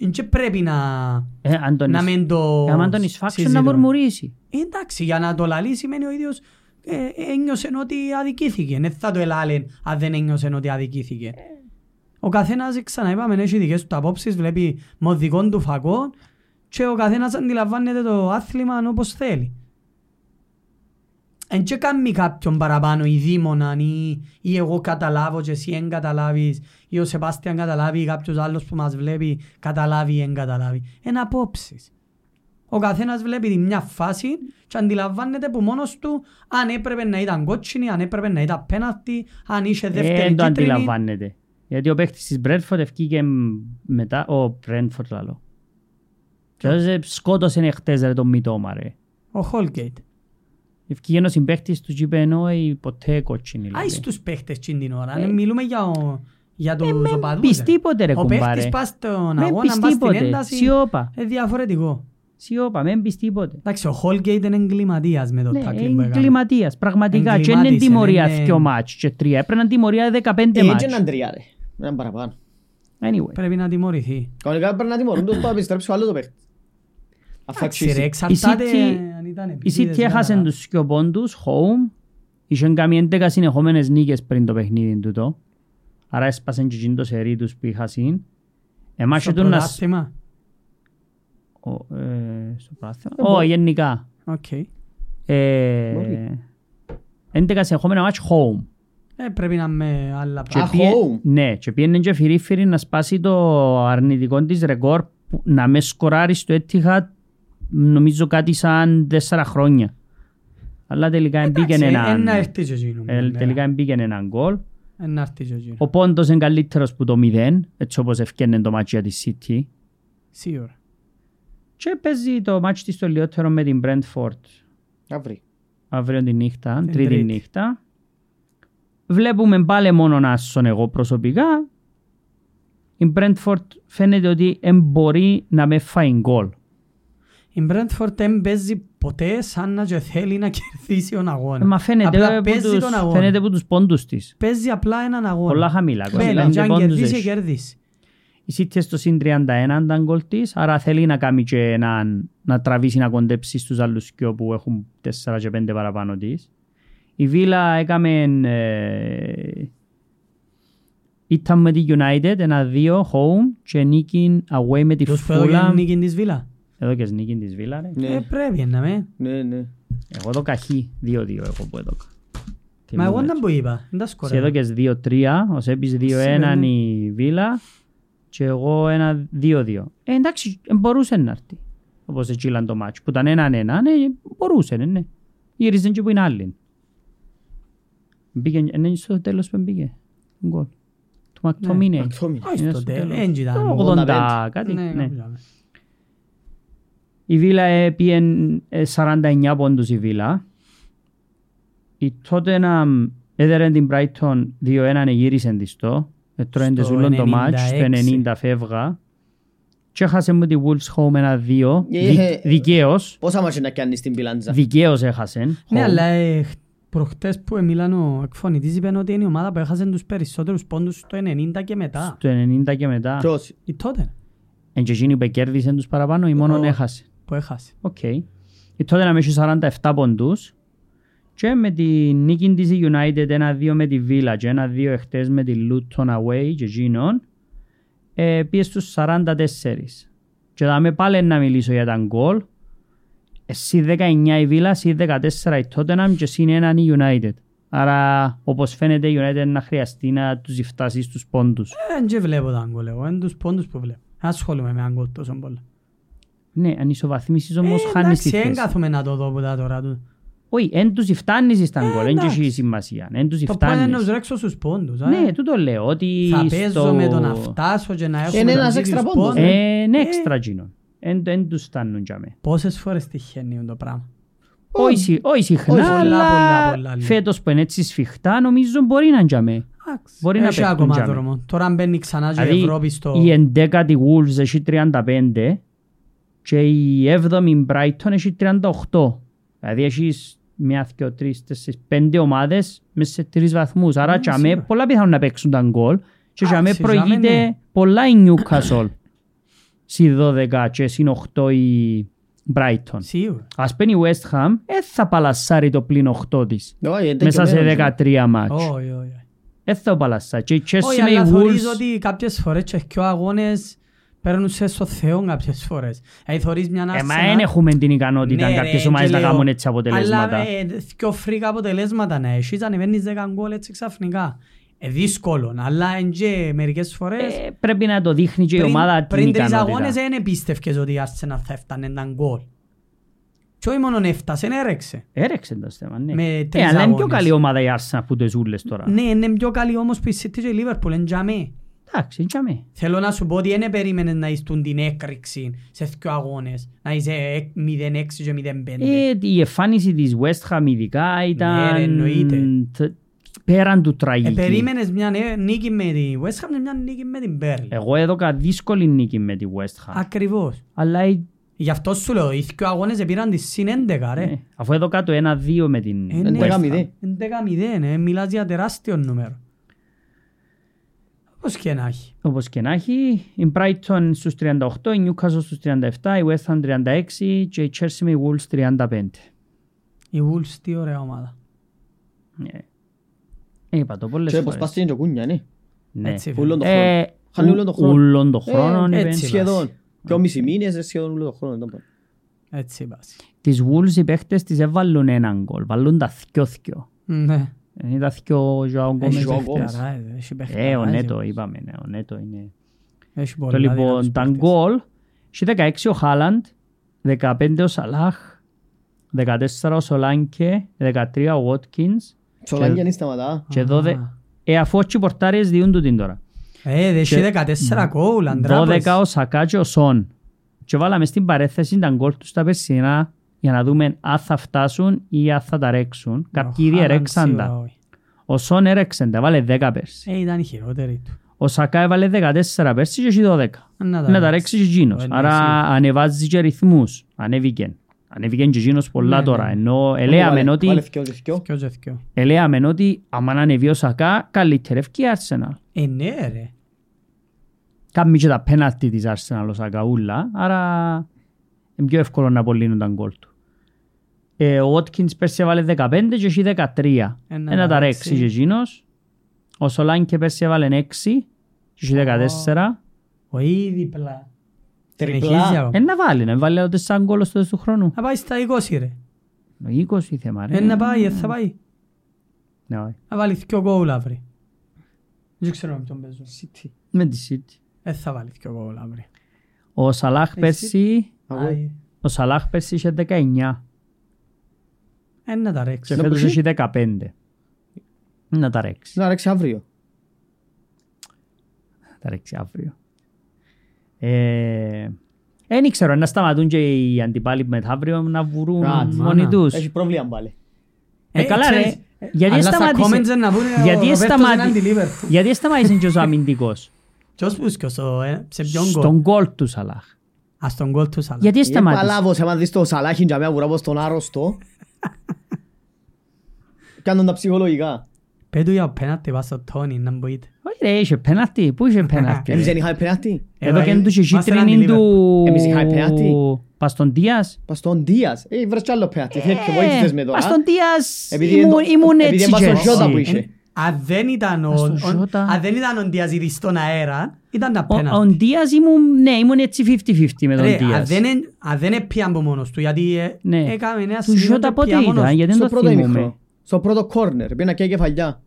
Speaker 1: ε, και πρέπει να,
Speaker 2: Ε, αν τον
Speaker 1: να
Speaker 2: εισ-
Speaker 1: μην το
Speaker 2: άμα τον εισφάξουν να
Speaker 1: συζητούμε.
Speaker 2: μουρμουρίσει.
Speaker 1: Ε, Εντάξει, για να το λαλείς σημαίνει ο ίδιος ε, ένιωσε ότι αδικήθηκε. Δεν θα το ελάλεν αν δεν ένιωσε ότι αδικήθηκε. Ο καθένας, ξαναείπαμε, έχει δικές του απόψεις, βλέπει μοδικών του φακών και ο καθένας αντιλαμβάνεται το άθλημα όπως θέλει. Εν και κάνει κάποιον παραπάνω ή δίμοναν ή, ή εγώ καταλάβω και εσύ εν καταλάβεις ή ο Σεπάστιαν καταλάβει ή κάποιος άλλος που μας βλέπει καταλάβει ή εν καταλάβει. Εν απόψεις. Ο καθένας βλέπει τη μια φάση και αντιλαμβάνεται που μόνος του αν έπρεπε να ήταν κότσινη, αν έπρεπε να ήταν πέναλτη, αν είχε
Speaker 2: Ε,
Speaker 1: δεύτερη
Speaker 2: Δεν το
Speaker 1: κίτρινη.
Speaker 2: αντιλαμβάνεται. Γιατί ο παίχτης της Brentford ευκήκε μ, μετά, ο Brentford λαλό. Και τότε σκότωσε χτες ρε τον Μητώμα ρε.
Speaker 1: Ο Χόλγκέιτ.
Speaker 2: Ευκήκε ο συμπαίχτης του και είπε «Εννοώ, ε, ποτέ κότσινη. λέει.
Speaker 1: Άι στους παίχτες τσιν την ώρα.
Speaker 2: Ε,
Speaker 1: Ε, Μιλούμε για, ο, για το
Speaker 2: Ε,
Speaker 1: ε,
Speaker 2: με πεις τίποτε ρε
Speaker 1: Ο παίχτης
Speaker 2: κουμπάρε.
Speaker 1: πας στον
Speaker 2: Με
Speaker 1: αγώνα, πας
Speaker 2: πεις
Speaker 1: στην
Speaker 2: τίποτε.
Speaker 1: ένταση.
Speaker 2: Σιώπα.
Speaker 1: Ε, διαφορετικό.
Speaker 2: Σιώπα, με πεις τίποτε.
Speaker 1: Εντάξει, ο Χόλγκέιτ είναι εγκληματίας με το
Speaker 2: Ναι,
Speaker 1: tackling που
Speaker 2: είναι
Speaker 1: έκανε.
Speaker 2: εγκληματίας, πραγματικά. Και
Speaker 1: Εγκλημάτισε,
Speaker 2: είναι τιμωρία
Speaker 1: είναι-
Speaker 2: δυο μάτς και τρία. Έπρεπε να τιμωρία 15
Speaker 3: Ε, έτσι είναι
Speaker 2: μάτς.
Speaker 3: αντριά, ρε. Έναν παραπάνω.
Speaker 2: Anyway.
Speaker 1: Πρέπει να τιμωρηθεί.
Speaker 3: Κανονικά πρέπει να τιμωρούν τους που θα επιστρέψει ο άλλος ο παίχτης. Αφού
Speaker 1: Εντάξει ρε,
Speaker 3: αξίζει.
Speaker 1: εξαρτάται
Speaker 2: City-
Speaker 1: ε, αν ήταν
Speaker 2: Η
Speaker 1: επίτηδες
Speaker 2: City
Speaker 1: ή
Speaker 2: έχασε
Speaker 1: καλά.
Speaker 2: τους δυο πόντους, home. Είχε κάνει 11 συνεχόμενες νίκες πριν το παιχνίδι τούτο. Άρα έσπασε και εκείνο το σερί τους που είχα συν. Εμάς
Speaker 1: Στο
Speaker 2: και τούν να... σ-
Speaker 1: πρωτάθλημα.
Speaker 2: Ο, ε, Στο πράθυμα.
Speaker 3: Δεν μπορεί.
Speaker 2: Ω, γενικά.
Speaker 1: Οκ.
Speaker 2: Ε,
Speaker 3: Μπορεί.
Speaker 2: 11 συνεχόμενα μάτς home.
Speaker 1: Ε, Πρέπει να με άλλα πράγματα.
Speaker 2: Και
Speaker 3: Α,
Speaker 2: πιέ-
Speaker 3: home.
Speaker 2: Ναι, και πήγαινε και φυρί-φυρί να σπάσει το αρνητικό της ρεκόρ που- να με σκοράρει στο έτυχα νομίζω κάτι σαν τέσσερα χρόνια. Αλλά τελικά
Speaker 1: Εντάξει,
Speaker 2: εμπήκε
Speaker 1: ε, Ναι. ε,
Speaker 2: έναν...
Speaker 1: να έρθει και εκείνο μια
Speaker 2: ε,
Speaker 1: μέρα.
Speaker 2: Τελικά εμπήκε έναν γκολ.
Speaker 1: Ε, να έρθει και εκείνο.
Speaker 2: Ο πόντος είναι καλύτερος που το 0, έτσι όπως ευκαινε το μάτσο για τη City.
Speaker 1: Σίγουρα.
Speaker 2: Και παίζει το μάτσο της το λιότερο με την Brentford
Speaker 3: Αύριο.
Speaker 2: αύριο τη νύχτα,
Speaker 1: Την
Speaker 2: τρίτη,
Speaker 1: Τρίτη.
Speaker 2: νύχτα. Βλέπουμε πάλι μόνον άσον εγώ προσωπικά. Η Brentford φαίνεται ότι εν μπορεί να με φάει γκολ.
Speaker 1: Η Μπρέντφορτ δεν παίζει ποτέ σαν να και θέλει να κερδίσει τον αγώνα.
Speaker 2: Ε, Μα φαίνεται
Speaker 1: Απλά
Speaker 2: που,
Speaker 1: παίζει
Speaker 2: τους,
Speaker 1: τον αγώνα.
Speaker 2: φαίνεται που τους πόντους της.
Speaker 1: Παίζει απλά έναν αγώνα.
Speaker 2: Πολλά χαμηλά.
Speaker 1: Μπαίνει,
Speaker 2: κοντά,
Speaker 1: και
Speaker 2: και
Speaker 1: αν
Speaker 2: πόντους
Speaker 1: κερδίσει,
Speaker 2: έχει.
Speaker 1: κερδίσει.
Speaker 2: Η City στο συν 31 ήταν γκολ της, άρα θέλει να κάνει και έναν- να τραβήσει να κοντέψει στους άλλους δυο που έχουν 4 και 5 παραπάνω της. Η Βίλα έκαμε ε, ήταν με τη United ένα-δύο home και νίκη away με τη
Speaker 1: Τους που έδωκε
Speaker 2: Φούλα.
Speaker 1: νίκη της Βίλα.
Speaker 2: Εδώ και νίκη της Βίλα ρε.
Speaker 1: Ε,
Speaker 3: Ναι,
Speaker 1: πρέπει να με.
Speaker 3: ναι, ναι.
Speaker 2: Εγώ το καχύ 2-2 εγώ που έδωκα.
Speaker 1: Μα εγώ
Speaker 2: Θυμούμαι.
Speaker 1: δεν που είπα. Δεν τα
Speaker 2: Σε εδώ
Speaker 1: σκορά.
Speaker 2: και 2-3, ο Σέμπης 2-1
Speaker 1: Σημαίνει.
Speaker 2: η Βίλα και εγώ ένα 2-2. Ε, εντάξει, ε, μπορούσε να έρθει. Όπως έτσι ήταν το μάτσο, που ήταν 1-1, ναι, μπορούσε, ναι, ναι. Γύριζε και που είναι άλλη. Μπήκε, ναι, στο τέλος που μπήκε. Γκολ. Του Μακτομίνε.
Speaker 3: Μακτόμινε.
Speaker 1: Όχι
Speaker 2: Είναι
Speaker 1: στο
Speaker 2: στο
Speaker 1: τέλος.
Speaker 2: τέλος.
Speaker 1: Εν κοιτάμε.
Speaker 2: Το 80 κάτι,
Speaker 1: Ναι,
Speaker 2: ναι.
Speaker 1: κάπου
Speaker 2: Η Βίλα ε, πήγε ε, 49 πόντους η Βίλα. Η τότε να έδερε την Brighton 2-1 γύρισε της το. Έτρωε
Speaker 1: Στο
Speaker 2: το ζούλον το μάτς, το
Speaker 1: 96.
Speaker 2: 90 φεύγα. Και έχασε μου τη Wolves Home ένα 2.
Speaker 3: Ε, ε,
Speaker 2: Δικαίως.
Speaker 3: Πόσα μάτια να κάνεις στην πιλάντζα.
Speaker 2: Δικαίως έχασε.
Speaker 1: Ναι,
Speaker 2: Home.
Speaker 1: αλλά ε, χ- προχτές που μιλάνε ο εκφωνητής είπαν ότι είναι η ομάδα που έχασε τους περισσότερους πόντους στο 90 και μετά.
Speaker 2: Το 90 και μετά.
Speaker 3: Ποιος.
Speaker 1: Η τότε
Speaker 2: Εν και εκείνη που κέρδισε τους παραπάνω ή μόνον
Speaker 1: Ω.
Speaker 2: έχασε.
Speaker 1: που έχασε.
Speaker 2: Οκ. Η τότε να έχει 47 ποντούς και με τη νίκη της η United 1-2 με τη Villa και 1-2 εχθές με τη Luton Away και εκείνον ε, πήγε στους 44. Και θα με πάλι να μιλήσω για τα γκολ. Εσύ 19 η Villa, εσύ 14 η Tottenham και εσύ 1 η United. Άρα όπως φαίνεται η United να χρειαστεί να τους φτάσει στους πόντους.
Speaker 1: Ε, Δεν και βλέπω τα γκολ εγώ, είναι τους πόντους που βλέπω. Δεν ασχολούμαι με γκολ τόσο πολλά.
Speaker 2: Ναι, αν ισοβαθμίσεις όμως
Speaker 1: Ε,
Speaker 2: χάνεις τη
Speaker 1: εντάξει,
Speaker 2: θέση.
Speaker 1: δεν κάθομαι να το δω που τα τώρα του.
Speaker 2: Όχι, εν τους φτάνεις στα γκολ, εν
Speaker 1: Ε,
Speaker 2: και
Speaker 1: εντάξει.
Speaker 2: έχεις σημασία. ναι, Εν τους
Speaker 1: Το πόδι να τους
Speaker 2: φτάνεις.
Speaker 1: ρέξω στους πόντους. ε.
Speaker 2: Ναι, τούτο λέω, ότι
Speaker 1: Θα
Speaker 2: στο-
Speaker 1: παίζω με το να φτάσω και να έχω
Speaker 3: Είναι
Speaker 1: τον
Speaker 3: ένας
Speaker 1: ίδιο
Speaker 3: έξτρα
Speaker 1: πόντο.
Speaker 3: πόντος,
Speaker 1: Ε,
Speaker 2: Ε, ναι, έξτρα γίνον. Εν εν τους φτάνουν για μέ.
Speaker 1: Πόσες φορές τυχαίνει το πράγμα.
Speaker 2: Όχι συ- όχι
Speaker 1: όχι,
Speaker 2: συχνά,
Speaker 1: πολλά, πολλά, πολλά,
Speaker 2: αλλά
Speaker 1: λίγο.
Speaker 2: φέτος που είναι έτσι σφιχτά, νομίζω μπορεί να είναι για μέ.
Speaker 1: Εντάξει,
Speaker 2: Μπορεί να
Speaker 1: έχει
Speaker 2: παίχνουν
Speaker 1: ακόμα
Speaker 2: τζάμε.
Speaker 1: δρόμο. Τώρα αν μπαίνει ξανά και η
Speaker 2: Δηλαδή,
Speaker 1: Ευρώπη στο...
Speaker 2: η εντέκατη Wolves έχει 35 και η έβδομη Brighton έχει 38. Δηλαδή έχεις μια, δυο, τρεις, τέσσερις, πέντε ομάδες μέσα σε τρεις βαθμούς. Άρα
Speaker 1: Ναι,
Speaker 2: για μέ
Speaker 1: σίγουρα.
Speaker 2: πολλά πιθανόν να παίξουν τα γκολ και για μέ
Speaker 1: Εντάξει, για μέ,
Speaker 2: προηγείται
Speaker 1: ναι.
Speaker 2: πολλά η Newcastle. Συ 12 και συν 8 η Brighton.
Speaker 1: Σίγουρα.
Speaker 2: Ας πένει η West Ham, ε, θα παλασσάρει το πλήν 8 της.
Speaker 3: Όχι, εν τέτοιο
Speaker 2: Μέσα
Speaker 3: μέρος,
Speaker 2: σε
Speaker 3: ε.
Speaker 2: 13 μάτς.
Speaker 1: Όχι, όχι, όχι.
Speaker 2: Ε, θα παλασσάρει. Και η Chelsea
Speaker 1: Όχι,
Speaker 2: με η
Speaker 1: αλλά θωρείς
Speaker 2: Wolves...
Speaker 1: ότι κάποιες φορές και πιο αγώνες παίρνουν σε στο Θεό κάποιες φορές. Δηλαδή θωρείς μια
Speaker 2: Ε, μα
Speaker 1: Arsenal-
Speaker 2: δεν έχουμε την ικανότητα
Speaker 1: Ναι,
Speaker 2: κάποιες
Speaker 1: ρε,
Speaker 2: ομάδες
Speaker 1: και
Speaker 2: να
Speaker 1: λέω,
Speaker 2: κάνουν έτσι αποτελέσματα.
Speaker 1: Αλλά ε, πιο φρικά αποτελέσματα να έχεις, ανεβαίνεις 10 γκολ έτσι ξαφνικά. Ε, δύσκολο, αλλά εν και μερικές φορές...
Speaker 2: Ε, πρέπει να το δείχνει και η
Speaker 1: πριν-
Speaker 2: ομάδα την
Speaker 1: Πριν τρεις αγώνες ε-
Speaker 2: ικανότητα.
Speaker 1: δεν επίστευκες ότι η Arsenal θα έφτανε έναν γκολ. Και όχι μόνον έφτασε, έρεξε.
Speaker 2: Έρεξε το θέμα, ναι.
Speaker 1: Με
Speaker 2: Ε,
Speaker 1: τρεις
Speaker 2: αλλά είναι πιο
Speaker 1: αγώνες.
Speaker 2: καλή ομάδα η Arsenal που το ζούλες τώρα.
Speaker 1: Ναι, είναι πιο καλή όμως που η City και η Liverpool, εν για μέ.
Speaker 2: Εντάξει, για μέ.
Speaker 1: Θέλω να σου πω ότι δεν περίμενες να είσαι την έκρηξη σε δύο αγώνες. Να είσαι εκ- 0-6 και 0-5.
Speaker 2: Ε, η εμφάνιση της West Ham ειδικά
Speaker 1: Ναι. ρε,
Speaker 2: ήταν
Speaker 1: εννοείται.
Speaker 2: τ- πέραν του
Speaker 1: Ε,
Speaker 2: τραγική.
Speaker 1: περίμενες μια νέ- νίκη με τη West Ham και μια νίκη με την Burnley.
Speaker 2: Εγώ έδωκα δύσκολη νίκη με τη West Ham.
Speaker 1: Ακριβώς.
Speaker 2: Αλλά η-
Speaker 1: Γι' αυτό σου λέω, οι δύο αγώνες επήραν τη συν 11 ρε.
Speaker 2: ναι, αφού έδωκα το 1-2 με την
Speaker 1: Ε, ναι.
Speaker 2: West Ham.
Speaker 3: 11-0.
Speaker 1: 11-0, ε, μιλάς για τεράστιο νούμερο. Πώς και να έχει.
Speaker 2: Όπως και να έχει, η Brighton στους 38, η Newcastle στους 37, η West Ham 36 και η Chelsea με η Wolves 35.
Speaker 1: Η Wolves τι ωραία ομάδα.
Speaker 2: Ναι. Ε, Είπα το πολλές
Speaker 3: Και πως πας
Speaker 2: φορές.
Speaker 3: στην Τζοκούνια, ναι.
Speaker 2: Ναι.
Speaker 1: Έτσι,
Speaker 3: Ούλον το χρόνο.
Speaker 2: Ε,
Speaker 3: Χάνει
Speaker 2: ου-
Speaker 3: ούλον το χρόνο.
Speaker 2: ούλον το
Speaker 3: Ε,
Speaker 2: χρόνο, ναι,
Speaker 1: έτσι
Speaker 2: είπε.
Speaker 1: βάζει.
Speaker 3: Σχεδόν. Πιο μισή μήνες, ε, σχεδόν όλο το χρόνο. ήταν πάνω.
Speaker 1: Έτσι πάση.
Speaker 2: Τις Wolves οι παίχτες τις έβαλουν έναν γκολ, βάλουν τα Ε, θκιο-θκιο.
Speaker 1: Ναι.
Speaker 2: Δεν ήταν θκιο ο Joao Gomez
Speaker 1: Έχει
Speaker 3: Joao
Speaker 2: εχθές.
Speaker 3: Ε, Gomez.
Speaker 1: παιχταράδες, έχει
Speaker 2: Ε, ο
Speaker 1: παιχταράδες.
Speaker 2: Νέτο είπαμε, ναι, ο Νέτο είναι.
Speaker 1: Έχει πολλά
Speaker 2: Το λοιπόν,
Speaker 1: δυνατούς
Speaker 2: τα
Speaker 1: παίκτες.
Speaker 2: γκολ, είχε 16 ο Χάλαντ, 15 ο Σαλάχ, 14 ο Σολάνκε, 13 ο Watkins,
Speaker 3: Τσολάνια είναι σταματά.
Speaker 2: Και
Speaker 1: Α.
Speaker 2: δώδε... Ε, αφού όχι οι πορτάρες διούν του την τώρα.
Speaker 1: Ε, δεν έχει 14 κόουλ, αντράπες.
Speaker 2: 12 ο Σακά και ο Σον. Και βάλαμε στην παρέθεση τα γκολ τους τα περσινά για να δούμε αν θα φτάσουν ή αν θα τα ρέξουν. Κάποιοι ήδη ρέξαν τα. Ο Σον έρεξε τα, βάλε 10 πέρσι.
Speaker 1: Ε, ήταν η χειρότερη του.
Speaker 2: Ο Σακά έβαλε 14 πέρσι και έχει 12.
Speaker 1: Να τα
Speaker 2: Να
Speaker 1: ρέξει.
Speaker 2: τα ρέξεις και
Speaker 1: Ο
Speaker 2: εκείνος.
Speaker 1: Ενέσης.
Speaker 2: Άρα ανεβάζει και ρυθμούς. Ανέβηκε. Ανέβηκε και εκείνος πολλά
Speaker 1: Ναι,
Speaker 2: τώρα.
Speaker 1: ναι.
Speaker 2: Ενώ
Speaker 3: Βάλε-
Speaker 2: ελέαμε
Speaker 3: βάλε
Speaker 2: Ε, ότι,
Speaker 3: δυο, δυο, δυο.
Speaker 1: Θκυο και θκυο.
Speaker 2: ελέαμε ότι άμα ανεβεί ο Σακά καλύτερευκεί η Arsenal.
Speaker 1: Ε, ναι ρε.
Speaker 2: Κάμει και τα πέναλτι της Arsenal ο Σακαούλα, άρα είναι πιο εύκολο να απολύνουν τα γκολ του. Ε, ο Watkins πέρσι έβαλε 15 και έχει 13.
Speaker 1: Ένα
Speaker 2: Ένα Ε, τα
Speaker 1: ταρέξι.
Speaker 2: ρέξει και εκείνος. Ο Σολάνκε πέρσι έβαλε 6 και έχει 14.
Speaker 1: Ο ήδη πλά.
Speaker 3: Τριπλά.
Speaker 1: Συνεχίζει ακόμα.
Speaker 2: Ε, να βάλει, να βάλει άλλο 4 γκολ στο τέλος του χρόνου.
Speaker 1: Να πάει στα 20 ρε.
Speaker 2: Ο 20 θέμα ρε.
Speaker 1: Ε, να πάει, ε, θα πάει.
Speaker 2: Ναι, όχι.
Speaker 1: Να βάλει δυο κόουλ αύριο. Δεν ξέρω με ποιον παίζουν.
Speaker 2: Με τη City.
Speaker 1: Ε, θα βάλει δυο κόουλ αύριο.
Speaker 2: Ο
Speaker 1: Ε,
Speaker 2: Σαλάχ πέρσι,
Speaker 3: Αγώ.
Speaker 1: Άι,
Speaker 2: ο Σαλάχ πέρσι είχε 19
Speaker 1: Ε, να τα
Speaker 2: και
Speaker 1: ρέξει.
Speaker 2: φέτος
Speaker 3: πού
Speaker 2: έχει 15. Να τα ρέξει.
Speaker 3: Να ρέξει αύριο.
Speaker 2: θα ρέξει αύριο. Ε, δεν ήξερα να σταματούν και οι αντιπάλοι μεθαύριο να βουρούν
Speaker 3: Α,
Speaker 2: μόνοι
Speaker 1: μάνα.
Speaker 2: τους.
Speaker 3: Έχει πρόβλημα πάλι.
Speaker 2: Ε, καλά ρε.
Speaker 1: ξέρεις, ε,
Speaker 2: Γιατί
Speaker 1: αλλά στα comments
Speaker 2: σταμάτησε...
Speaker 1: να πούνε, ο
Speaker 2: γιατί
Speaker 1: Ροβέρτος
Speaker 2: σταμάτη-
Speaker 1: είναι αντι-Liverpool.
Speaker 2: Γιατί σταμάτησε και ο αμυντικός.
Speaker 1: Ποιος πούσκιος, ο, ε, σε ποιον γκολ.
Speaker 2: Στον κόλ του Σαλάχ.
Speaker 1: Ας τον γκολ του Σαλάχ.
Speaker 2: Γιατί
Speaker 3: Είναι
Speaker 2: σταμάτησε.
Speaker 3: παλάβος, άμα δεις το σαλάχι για μένα βουρά πως τον άρρωστο. Κάνουν τα ψυχολογικά.
Speaker 1: Πέτου για πέναλτι πας στο Τόνι, να μποείτε.
Speaker 2: Όχι ρε, είχε πέναλτι. Πού είχε πέναλτι.
Speaker 3: Εμείς
Speaker 2: ρε.
Speaker 3: δεν είχαμε πέναλτι.
Speaker 2: Εδώ και
Speaker 1: Ε,
Speaker 2: του είχε
Speaker 1: είμαστε έναν
Speaker 2: τρίνη
Speaker 3: Εμείς είχαμε
Speaker 2: του...
Speaker 3: πέναλτι.
Speaker 2: Παστοντίας.
Speaker 3: Πας στον Δίας. Ε, βρες κι άλλο πέναλτι. Θέλει πιο
Speaker 2: Ε,
Speaker 3: βοήθητες με τώρα.
Speaker 2: Παστοντίας
Speaker 3: Επειδή
Speaker 2: ήμουν-
Speaker 3: εν-
Speaker 2: ήμουν
Speaker 3: επειδή
Speaker 2: έτσι
Speaker 3: εν
Speaker 2: και
Speaker 3: πάσω Γιώτα που
Speaker 2: έτσι.
Speaker 3: είχε.
Speaker 1: Ε, Αν δεν ήταν ο,
Speaker 2: Ας τον
Speaker 1: ο-
Speaker 2: Ζώτα.
Speaker 1: αν δεν ήταν ο Ντιαζίδης στον αέρα, ήταν τα
Speaker 2: Ο- Ο
Speaker 1: πέναλτι.
Speaker 2: Ντίας ήμουν, ναι, ήμουν έτσι 50-50 με τον
Speaker 1: Ρε, αν
Speaker 2: Ντίας.
Speaker 1: δεν εν- αν δεν έπιαν από μόνος του, γιατί ε,
Speaker 2: Ναι.
Speaker 1: έκαμε ένα
Speaker 2: Του
Speaker 1: σημείο
Speaker 2: Ζώτα
Speaker 1: και
Speaker 2: πότε
Speaker 1: πια μόνος
Speaker 2: ήταν,
Speaker 1: του.
Speaker 2: γιατί
Speaker 3: Στο
Speaker 2: δεν το
Speaker 3: πρώτο
Speaker 2: θυμούμαι.
Speaker 3: ημίχρονο. Στο πρώτο κόρνερ. Πήγαινα και κεφαλιά.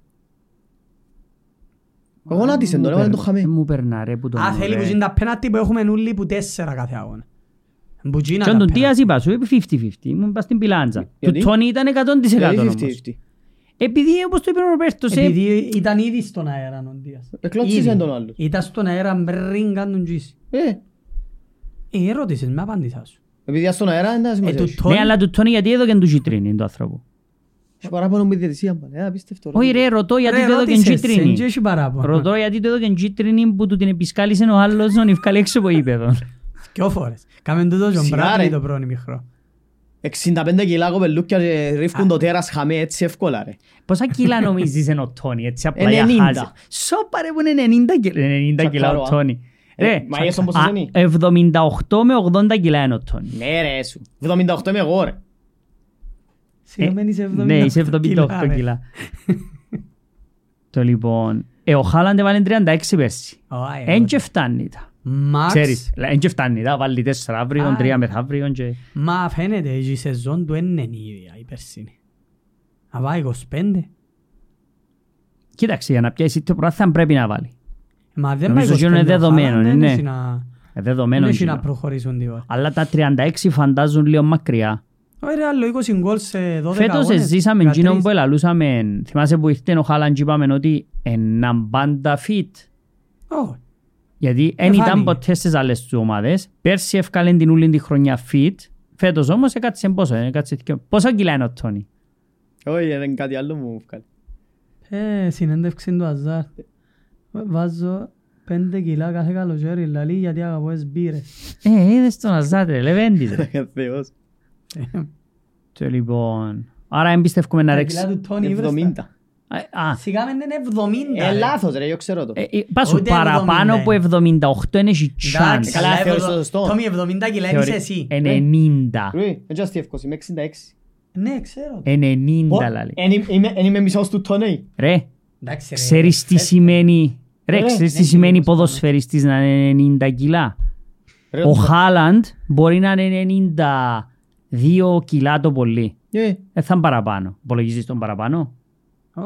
Speaker 3: Εγώ να
Speaker 2: Μου
Speaker 3: τον, έβαλε
Speaker 2: περ-
Speaker 3: το χαμέ.
Speaker 2: Μου περνά ρε που τον
Speaker 1: Α, θέλει που είναι τα πέναλτι που έχουμε νουλί που τέσσερα κάθε αγώνα. Μπουτζίνα
Speaker 2: Και
Speaker 1: τα
Speaker 2: τον
Speaker 1: πέναλτι.
Speaker 2: Τίας είπα σου, είπε 50-50, ήμουν πας στην πιλάντζα. Του
Speaker 3: Γιατί?
Speaker 2: Τόνι ήταν 100%
Speaker 3: Δηλαδή
Speaker 2: όμως.
Speaker 3: 50-50.
Speaker 2: Επειδή όπως το είπε ο Ρομπέρτο, Ναι, σε-
Speaker 1: Επειδή ήταν ήδη στον αέρα ο Ντίας.
Speaker 3: Εκλώτσισε
Speaker 1: Ήδη.
Speaker 3: τον άλλον.
Speaker 1: Ήταν στον αέρα πριν κάνουν τζίση.
Speaker 3: Ε,
Speaker 1: Ε, ερώτησες, με απάντησάς σου.
Speaker 3: επειδή ας στον αέρα δεν
Speaker 1: Ε,
Speaker 3: σημασία.
Speaker 1: του
Speaker 3: έχει.
Speaker 1: Τόνι-
Speaker 2: ναι αλλά του Τόνι γιατί έδωκεν του κίτρινη του άνθρωπου.
Speaker 3: Έχει παράπονο με τη διαιτησία, μπαλέ, ε, απίστευτο. ρε.
Speaker 2: Όχι ρε, ρωτώ γιατί
Speaker 1: Ρε,
Speaker 2: το έδωκεν
Speaker 1: ρώτησες, εν τζ'
Speaker 2: κίτρινη.
Speaker 1: έχει παράπονο.
Speaker 2: Ρωτώ γιατί το έδωκεν κίτρινη που του την επισκάλισε ο άλλος να νυφκάλει έξω από γήπεδο.
Speaker 1: Δυο φορές. Κάμεν τούτο τον
Speaker 3: Σιγά,
Speaker 1: Bradley
Speaker 3: ρε.
Speaker 1: το πρώην ημίχρονο.
Speaker 3: 65 κιλά κοπελούκια και ρίφκουν το τέρας χαμέ έτσι εύκολα ρε.
Speaker 2: Πόσα κιλά νομίζεις είναι ο Τόνι, έτσι απλά για
Speaker 3: 90.
Speaker 2: χάζει. Σώπα ρε που είναι 90 κιλά, 90 κιλά ο
Speaker 3: Τσακάρο, α.
Speaker 2: Τόνι.
Speaker 3: Ε,
Speaker 2: Ρε,
Speaker 3: μα είσαι όπως
Speaker 2: α,
Speaker 3: είναι.
Speaker 2: 78 με 80 κιλά είναι ο Τόνι.
Speaker 3: Ναι ρε σου. 78 είμαι εγώ ρε.
Speaker 1: Συγγνώμη, είσαι
Speaker 2: Ε,
Speaker 1: 78
Speaker 2: Ναι, είσαι 78
Speaker 1: κιλά, ρε.
Speaker 2: κιλά. Το λοιπόν, ε, ο Χάλαντ έβαλε 36 πέρσι.
Speaker 1: Ωα, ε,
Speaker 2: Εν και φτάνει τα.
Speaker 1: Μαξ,
Speaker 2: Ξέρεις, λέ, εν και φτάνει τα, βάλει 4 αύριο,
Speaker 1: Α.
Speaker 2: 3 μεθαύριο και...
Speaker 1: Μα φαίνεται η σεζόν του είναι ίδια η περσίνη. Να πάει 25.
Speaker 2: Κοίταξε, για να πιάσει το πράθυμα πρέπει να βάλει.
Speaker 1: Μα δεν πάει
Speaker 2: Νομίζω
Speaker 1: 25.
Speaker 2: ότι είναι
Speaker 1: ο
Speaker 2: δεδομένο,
Speaker 1: Χάλαντ
Speaker 2: ναι.
Speaker 1: έχει να-
Speaker 2: Ε,
Speaker 1: Δεν
Speaker 2: Δεδομένο
Speaker 1: έχει
Speaker 2: είναι.
Speaker 1: να προχωρήσουν τίποτα.
Speaker 2: Αλλά τα 36 φαντάζουν λίγο μακριά.
Speaker 1: Ωραία, άλλο 20 γκολ σε 12
Speaker 2: Φέτος
Speaker 1: αγώνες.
Speaker 2: ζήσαμε
Speaker 1: 13.
Speaker 2: εκείνον που ελαλούσαμε, θυμάσαι που ήρθε ο Χάλαντ και είπαμε ότι έναν πάντα fit.
Speaker 1: Ω,
Speaker 2: Γιατί δεν ήταν
Speaker 1: φάνηκε.
Speaker 2: ποτέ στις άλλες τους ομάδες. Πέρσι έφκαλε την όλη τη χρονιά fit. Φέτος όμως έκατσε πόσο, ε, έκατσε δυο- πόσο κιλά είναι ο Τόνι. ναι.
Speaker 3: Όχι ρε, είναι κάτι άλλο μου βγάλει.
Speaker 1: Ε, συνέντευξη του Αζάρ. Βάζω 5 κιλά κάθε καλοκαίρι, λαλή, γιατί αγαπώ τις μπύρες.
Speaker 2: Ε, είδες τον Αζάτρε, λεβέντης. ρε.
Speaker 3: Ε, Θεός.
Speaker 1: Ε,
Speaker 2: Και λοιπόν, άρα εμπιστεύκουμε να
Speaker 1: Τα
Speaker 2: ρέξει.
Speaker 1: κιλά του Τόνι, βρες τα.
Speaker 3: 70.
Speaker 2: Α, α,
Speaker 1: Σιγά μεν είναι 70.
Speaker 3: Ε,
Speaker 1: ρε.
Speaker 3: λάθος ρε, εγώ ξέρω το.
Speaker 2: ε, ε, Πάσου,
Speaker 1: Ούτε
Speaker 2: παραπάνω
Speaker 1: 70.
Speaker 2: από 78 είναι η
Speaker 1: Εντάξει,
Speaker 2: chance.
Speaker 3: Καλά,
Speaker 1: αλλά
Speaker 3: θεωρείς
Speaker 1: εβδο-
Speaker 3: το σωστό.
Speaker 1: Τόμι, 70 κιλά
Speaker 2: Θεωρεί- Ε-
Speaker 1: είσαι εσύ.
Speaker 2: 90.
Speaker 3: Ρουί, δεν ξέρω τι εύκολο, είμαι 66.
Speaker 1: Ναι, ξέρω.
Speaker 2: 90 λαλή.
Speaker 3: Εν είμαι- είμαι- εν είμαι μισός του Τόνεϊ.
Speaker 2: Ρε,
Speaker 1: Εντάξει, ρε.
Speaker 2: Ξέρεις τι
Speaker 1: Φέτος.
Speaker 2: σημαίνει... Ρε,
Speaker 1: Ε,
Speaker 3: Ρε,
Speaker 2: ξέρεις τι
Speaker 3: ναι,
Speaker 2: σημαίνει
Speaker 3: ναι,
Speaker 2: ποδοσφαιριστής να είναι 90 κιλά.
Speaker 3: Ρε,
Speaker 2: Ο Χάλαντ μπορεί να είναι 92 κιλά το πολύ.
Speaker 3: ε,
Speaker 2: Δεν θα είναι παραπάνω. Υπολογίζεις τον παραπάνω.
Speaker 1: Ω,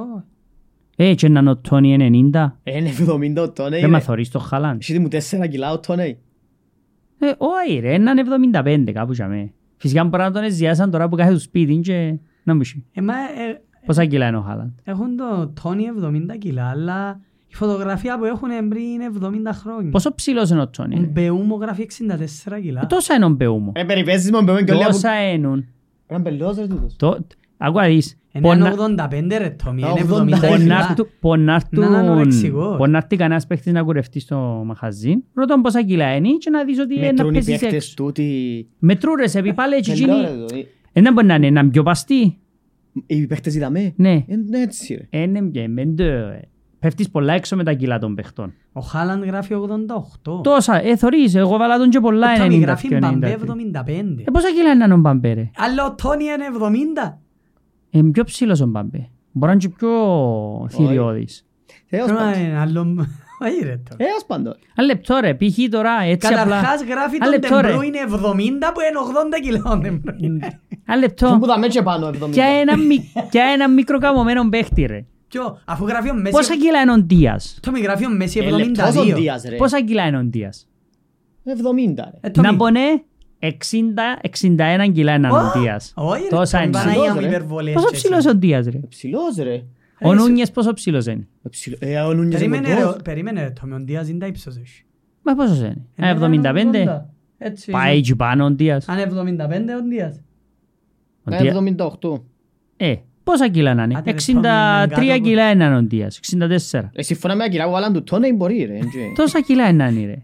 Speaker 2: Ε, και έναν ο Τόνι 90.
Speaker 3: Είναι 70 ο Τόνεϊ.
Speaker 2: Δεν
Speaker 3: ρε.
Speaker 2: μαθωρείς τον Χάλαντ.
Speaker 3: Έχει μου 4 κιλά ο Τόνεϊ.
Speaker 2: Ε, όχι ρε, έναν 75 κάπου για μέ. Φυσικά μπορεί να τον εζιάσαν τώρα που κάθε του σπίτι και να μου πει.
Speaker 1: ε, μα, ε,
Speaker 2: Πόσα κιλά είναι ο Χάλαντ.
Speaker 1: Έχουν το Τόνι 70 κιλά, αλλά η φωτογραφία που έχουν πριν είναι 70 χρόνια.
Speaker 2: Πόσο ψηλός είναι ο Τόνι.
Speaker 1: Ο
Speaker 2: ρε.
Speaker 1: Μπεούμο γράφει 64
Speaker 2: Ε,
Speaker 1: κιλά.
Speaker 2: Τόσα είναι ο Μπεούμο.
Speaker 3: Ε, περιπέζεις μου, μπαίνουμε και όλοι από...
Speaker 2: Τόσα είναι.
Speaker 3: Ρε, μπελός ρε τούτος.
Speaker 2: Το- Ακούω δεις.
Speaker 1: Είναι
Speaker 2: Πονά-
Speaker 1: 85 ρε Τόμι,
Speaker 3: Α,
Speaker 1: είναι
Speaker 3: 80
Speaker 1: 70 κιλά.
Speaker 2: Πονάρτου- πονάρτουν-
Speaker 1: Να είναι ανορεξικός.
Speaker 2: Πονάρτει κανένας παίχτης να κουρευτεί στο μαχαζί. Ρωτώ πόσα κιλά είναι και να δεις ότι είναι Ε, να
Speaker 3: Μετρούν Ε, οι
Speaker 2: πέσεις
Speaker 3: παίκτες
Speaker 2: έξω.
Speaker 3: τούτοι.
Speaker 2: Μετρούρες επί πάλι έτσι
Speaker 3: Μπελό, ρε,
Speaker 2: γίνει.
Speaker 3: το. Ε,
Speaker 2: Δεν μπορεί να είναι έναν πιο παστή.
Speaker 3: Οι παίκτες είδαμε.
Speaker 2: Ναι.
Speaker 3: Είναι έτσι ρε.
Speaker 2: Είναι μια μεντό. Πέφτεις πολλά έξω με τα κιλά των παίχτων.
Speaker 1: Ο Χάλαντ γράφει 88.
Speaker 2: Τόσα. Ε, θωρείς. Εγώ βάλα τον και πολλά
Speaker 1: Ο Τόμι
Speaker 2: 90
Speaker 1: γράφει
Speaker 2: και 90.
Speaker 1: Ε, Μπαμπέ 75.
Speaker 2: Ε, πόσα κιλά είναι ο Μπαμπέ ρε.
Speaker 1: Αλλά ο Τόνι είναι 70.
Speaker 2: Ε, πιο ψηλός ο Μπαμπέ. Μπορεί να είναι και
Speaker 3: ε.
Speaker 2: πιο θηριώδης.
Speaker 3: Θεός
Speaker 1: Θέλω να
Speaker 3: Ε,
Speaker 2: ε.
Speaker 3: πάντων.
Speaker 1: είναι άλλο... Όχι ρε Τόμι.
Speaker 3: Θεός πάντων.
Speaker 2: Ένα λεπτό ρε. Π.χ. τώρα έτσι απλά.
Speaker 1: Καταρχάς γράφει
Speaker 2: Άλλε
Speaker 1: τον
Speaker 2: τώρα.
Speaker 1: Τεμπρού είναι 70 που είναι 80 κιλά ο De Bruyne.
Speaker 2: Ένα λεπτό.
Speaker 3: Αφού που τα μέτια πάνω 70.
Speaker 2: Ποια ένα μι- ποια ένα μικρό καμωμένο παίχτη ρε.
Speaker 1: Ποιο, αφού γράφει ο Μέση...
Speaker 2: Πόσα κιλά είναι ο Ντίας.
Speaker 1: Τόμι γράφει ο Μέση
Speaker 3: Ε, λεπτός ο
Speaker 1: 72.
Speaker 3: Δίας, ρε.
Speaker 2: Πόσα κιλά είναι ο Ντίας.
Speaker 3: 70 ρε.
Speaker 1: Ε, Ναι. Τόμι,
Speaker 2: Να πονέ 60-61 κιλά είναι ο Ντίας.
Speaker 1: Όχι ρε
Speaker 2: Τόσα
Speaker 1: Τόμι,
Speaker 2: είναι.
Speaker 1: Παναγία μου
Speaker 3: Ρε.
Speaker 1: υπερβολές.
Speaker 2: Πόσο
Speaker 1: και εσύ.
Speaker 2: ψηλός ο Ντίας ρε.
Speaker 3: Ε, Ψηλός ρε.
Speaker 2: Ο Νούνιες πόσο ψηλός είναι.
Speaker 3: Ε, ψηλό- Ε, ο Νούνιες είναι
Speaker 1: Περίμενε ρε,
Speaker 3: κοντός.
Speaker 1: περίμενε ρε Τόμι, ο Ντίας είναι τα ύψος έχει.
Speaker 2: Μα πόσος είναι.
Speaker 1: Ε, ναι,
Speaker 2: ένα 75.
Speaker 1: 80. Έτσι.
Speaker 2: Πάει και πάνω ο Ντίας.
Speaker 1: Αν είναι 75 ο Ντίας.
Speaker 2: Ο
Speaker 3: Ε,
Speaker 2: Ντίας-
Speaker 3: 78.
Speaker 2: Ε, πόσα κιλά να είναι.
Speaker 1: Άντε, ρε, Τόμι, είναι
Speaker 2: 63
Speaker 1: κάτω
Speaker 2: κιλά είναι ο Ντίας. 64.
Speaker 3: Ε, Σύμφωνα με τα κιλά που βάλαν του Τόνεϊ μπορεί ρε. εντζέ.
Speaker 2: Τόσα κιλά είναι αν είναι, ρε.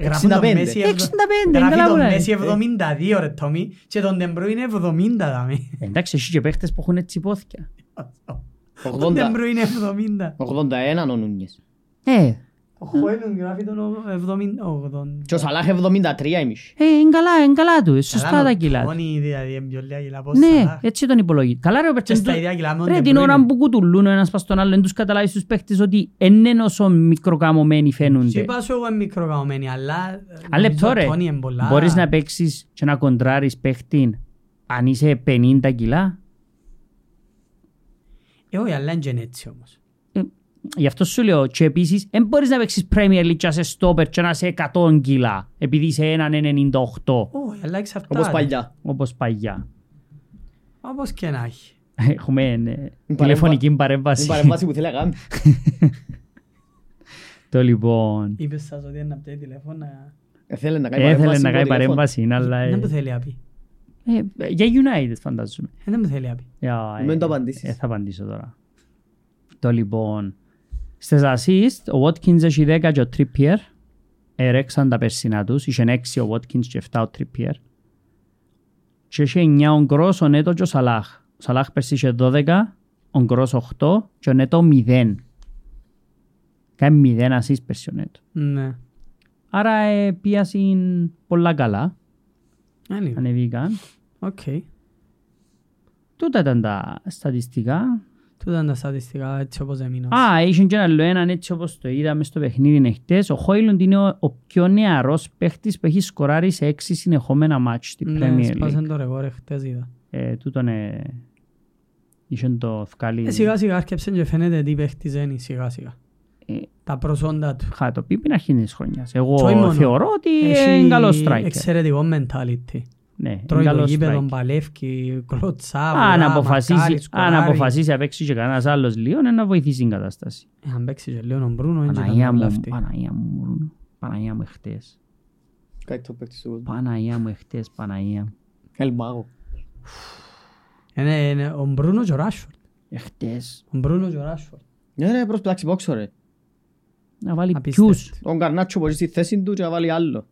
Speaker 1: Γράφουν τον
Speaker 3: 65.
Speaker 1: Μέση 70.
Speaker 2: 65,
Speaker 1: Γράφει
Speaker 2: καλά που
Speaker 1: τον
Speaker 2: λέει.
Speaker 1: Μέση 72 ρε Τόμι και τον Τεμπρού είναι 70 δάμε.
Speaker 2: Ε, Εντάξει, εσύ και παίχτες που έχουν έτσι πόθηκια.
Speaker 1: Ο
Speaker 3: 80.
Speaker 1: Τεμπρού είναι 70.
Speaker 3: 81 ο Νούνιες.
Speaker 2: Ε,
Speaker 1: Ο Χουέλουν γράφει τον oh, 70.
Speaker 3: Και ο Σαλάχ 73 εμείς.
Speaker 2: ε, είναι καλά, είναι καλά τους. ε, Σωστά τα κιλά του.
Speaker 1: Τόνι δηλαδή είναι πιο λίγα κιλά πώς
Speaker 2: Ναι,
Speaker 1: θα
Speaker 2: έτσι τον υπολογίζει. Καλά ρε ο
Speaker 1: Και στα
Speaker 2: Περτσέντου-
Speaker 1: ίδια κιλά με τον
Speaker 2: Ρε
Speaker 1: De
Speaker 2: την
Speaker 1: Bruyne.
Speaker 2: ώρα που κουτουλούν ο ένας πας στον άλλο, δεν τους καταλάβεις τους παίχτες ότι είναι όσο μικροκαμωμένοι
Speaker 1: Και
Speaker 2: φαίνονται.
Speaker 1: είπα σου εγώ είμαι μικροκαμωμένη, αλλά... ε,
Speaker 2: Αν λεπτό
Speaker 1: νομίζω
Speaker 2: ρε,
Speaker 1: ο Τόνι είναι πολλά.
Speaker 2: μπορείς να παίξεις και να κοντράρεις παίχτη αν είσαι 50 κιλά.
Speaker 1: Ε, όχι, αλλά είναι και έτσι όμως.
Speaker 2: Ε, Γι' αυτό σου λέω και επίσης δεν μπορείς να παίξεις Premier League και να είσαι στόπερ και να είσαι 100 κιλά επειδή είσαι έναν 98
Speaker 1: Όχι, αλλά εξαρτάται.
Speaker 3: Όπως παλιά.
Speaker 2: όπως παλιά.
Speaker 1: Όπως και να έχει.
Speaker 2: Έχουμε ε, τηλεφωνική
Speaker 3: Την
Speaker 2: παρέμβαση.
Speaker 3: παρεμβάση που θέλει να κάνει.
Speaker 2: Το λοιπόν.
Speaker 1: Είπες σας ότι είναι από τα τηλέφωνα.
Speaker 3: Ε, Θέλει να κάνει
Speaker 2: Έθελε
Speaker 3: παρέμβαση.
Speaker 2: να
Speaker 3: με
Speaker 2: κάνει
Speaker 3: το τηλέφωνο.
Speaker 2: παρέμβαση, είναι, αλλά... ε,
Speaker 1: Δεν μου θέλει να πει.
Speaker 2: ε, Για United φαντάζομαι.
Speaker 1: Ε, Δεν μου θέλει να πει.
Speaker 2: Για,
Speaker 3: Μην
Speaker 2: ε,
Speaker 3: το απαντήσεις.
Speaker 2: ε, θα απαντήσω τώρα. Το λοιπόν. Στις assist, ο Watkins έχει 10 και ο Trippier. Ερέξαν τα περσινά τους. Είχε 6 ο Watkins και 7 ο Trippier. Και είχε 9 ο Γκρός, ο Νέτο και ο Σαλάχ. Ο Σαλάχ πέρσι είχε 12, ο Γκρός 8 και ο Νέτο 0. Κάνει 0 assist πέρσι ο Νέτο.
Speaker 1: Ναι.
Speaker 2: Άρα ε, πιάσαν πολλά καλά.
Speaker 1: Anyway,
Speaker 2: Ανεβήκαν.
Speaker 1: Οκ.
Speaker 2: Τούτα ήταν τα στατιστικά.
Speaker 1: Τούτα είναι τα στατιστικά έτσι όπως Ναι, έμεινα.
Speaker 2: Α, είχε και ένα άλλο έναν έτσι όπως το είδαμε στο παιχνίδι εχθές. Ο Χόιλουντ είναι ο, ο πιο νεαρός παίχτης που έχει σκοράρει σε έξι συνεχόμενα μάτς στην
Speaker 1: Ναι,
Speaker 2: Premier League.
Speaker 1: σπάσαν το ρεγόρ χτες είδα.
Speaker 2: Ε, τούτον ε, είχε το
Speaker 1: Ε,
Speaker 2: ευκάλει.
Speaker 1: Σιγά σιγά άρχεψε και φαίνεται τι παίχτης είναι σιγά σιγά.
Speaker 2: Ε.
Speaker 1: Τα προσόντα του.
Speaker 2: Χα, το πει πριν αρχήν της χρονιάς.
Speaker 1: Και όχι
Speaker 2: Εγώ
Speaker 1: μόνο.
Speaker 2: θεωρώ ότι ε, είναι καλός striker.
Speaker 1: εξαιρετικό mentality.
Speaker 2: Ναι, είναι
Speaker 1: Τρώει το
Speaker 2: καλός
Speaker 1: γήπεδο,
Speaker 2: striker.
Speaker 1: παλεύκει, κλωτσά,
Speaker 2: Αν
Speaker 1: βουλά, μακάρι,
Speaker 2: αποφασίσει, αν
Speaker 1: σκοράρει.
Speaker 2: αποφασίσεις να παίξεις και κανένας άλλος λίγο, είναι να βοηθήσει την κατάσταση.
Speaker 1: Ε, Αν παίξεις και λίγο ο Μπρούνο, είναι και
Speaker 2: Παναγία
Speaker 1: καλά
Speaker 2: μου,
Speaker 1: αυτή.
Speaker 2: Παναγία μου, Μουρούν. Παναγία μου εχθές.
Speaker 3: Κάτι το παίκτης του κόσμου.
Speaker 2: Παναγία μου εχθές, Παναγία μου.
Speaker 3: Ελ μάγο.
Speaker 1: Είναι- είναι Ε, ναι, ο Μπρούνο και ο Ράσφορντ.
Speaker 2: Εχθές.
Speaker 1: Ο Μπρούνο και ο Ράσφορντ.
Speaker 3: Ναι ρε προς πλάξη πόξο ρε.
Speaker 2: Να βάλει
Speaker 1: Απίστευτο.
Speaker 2: ποιους.
Speaker 3: Τον Καρνάτσο μπορεί στη θέση του και να βάλει άλλο.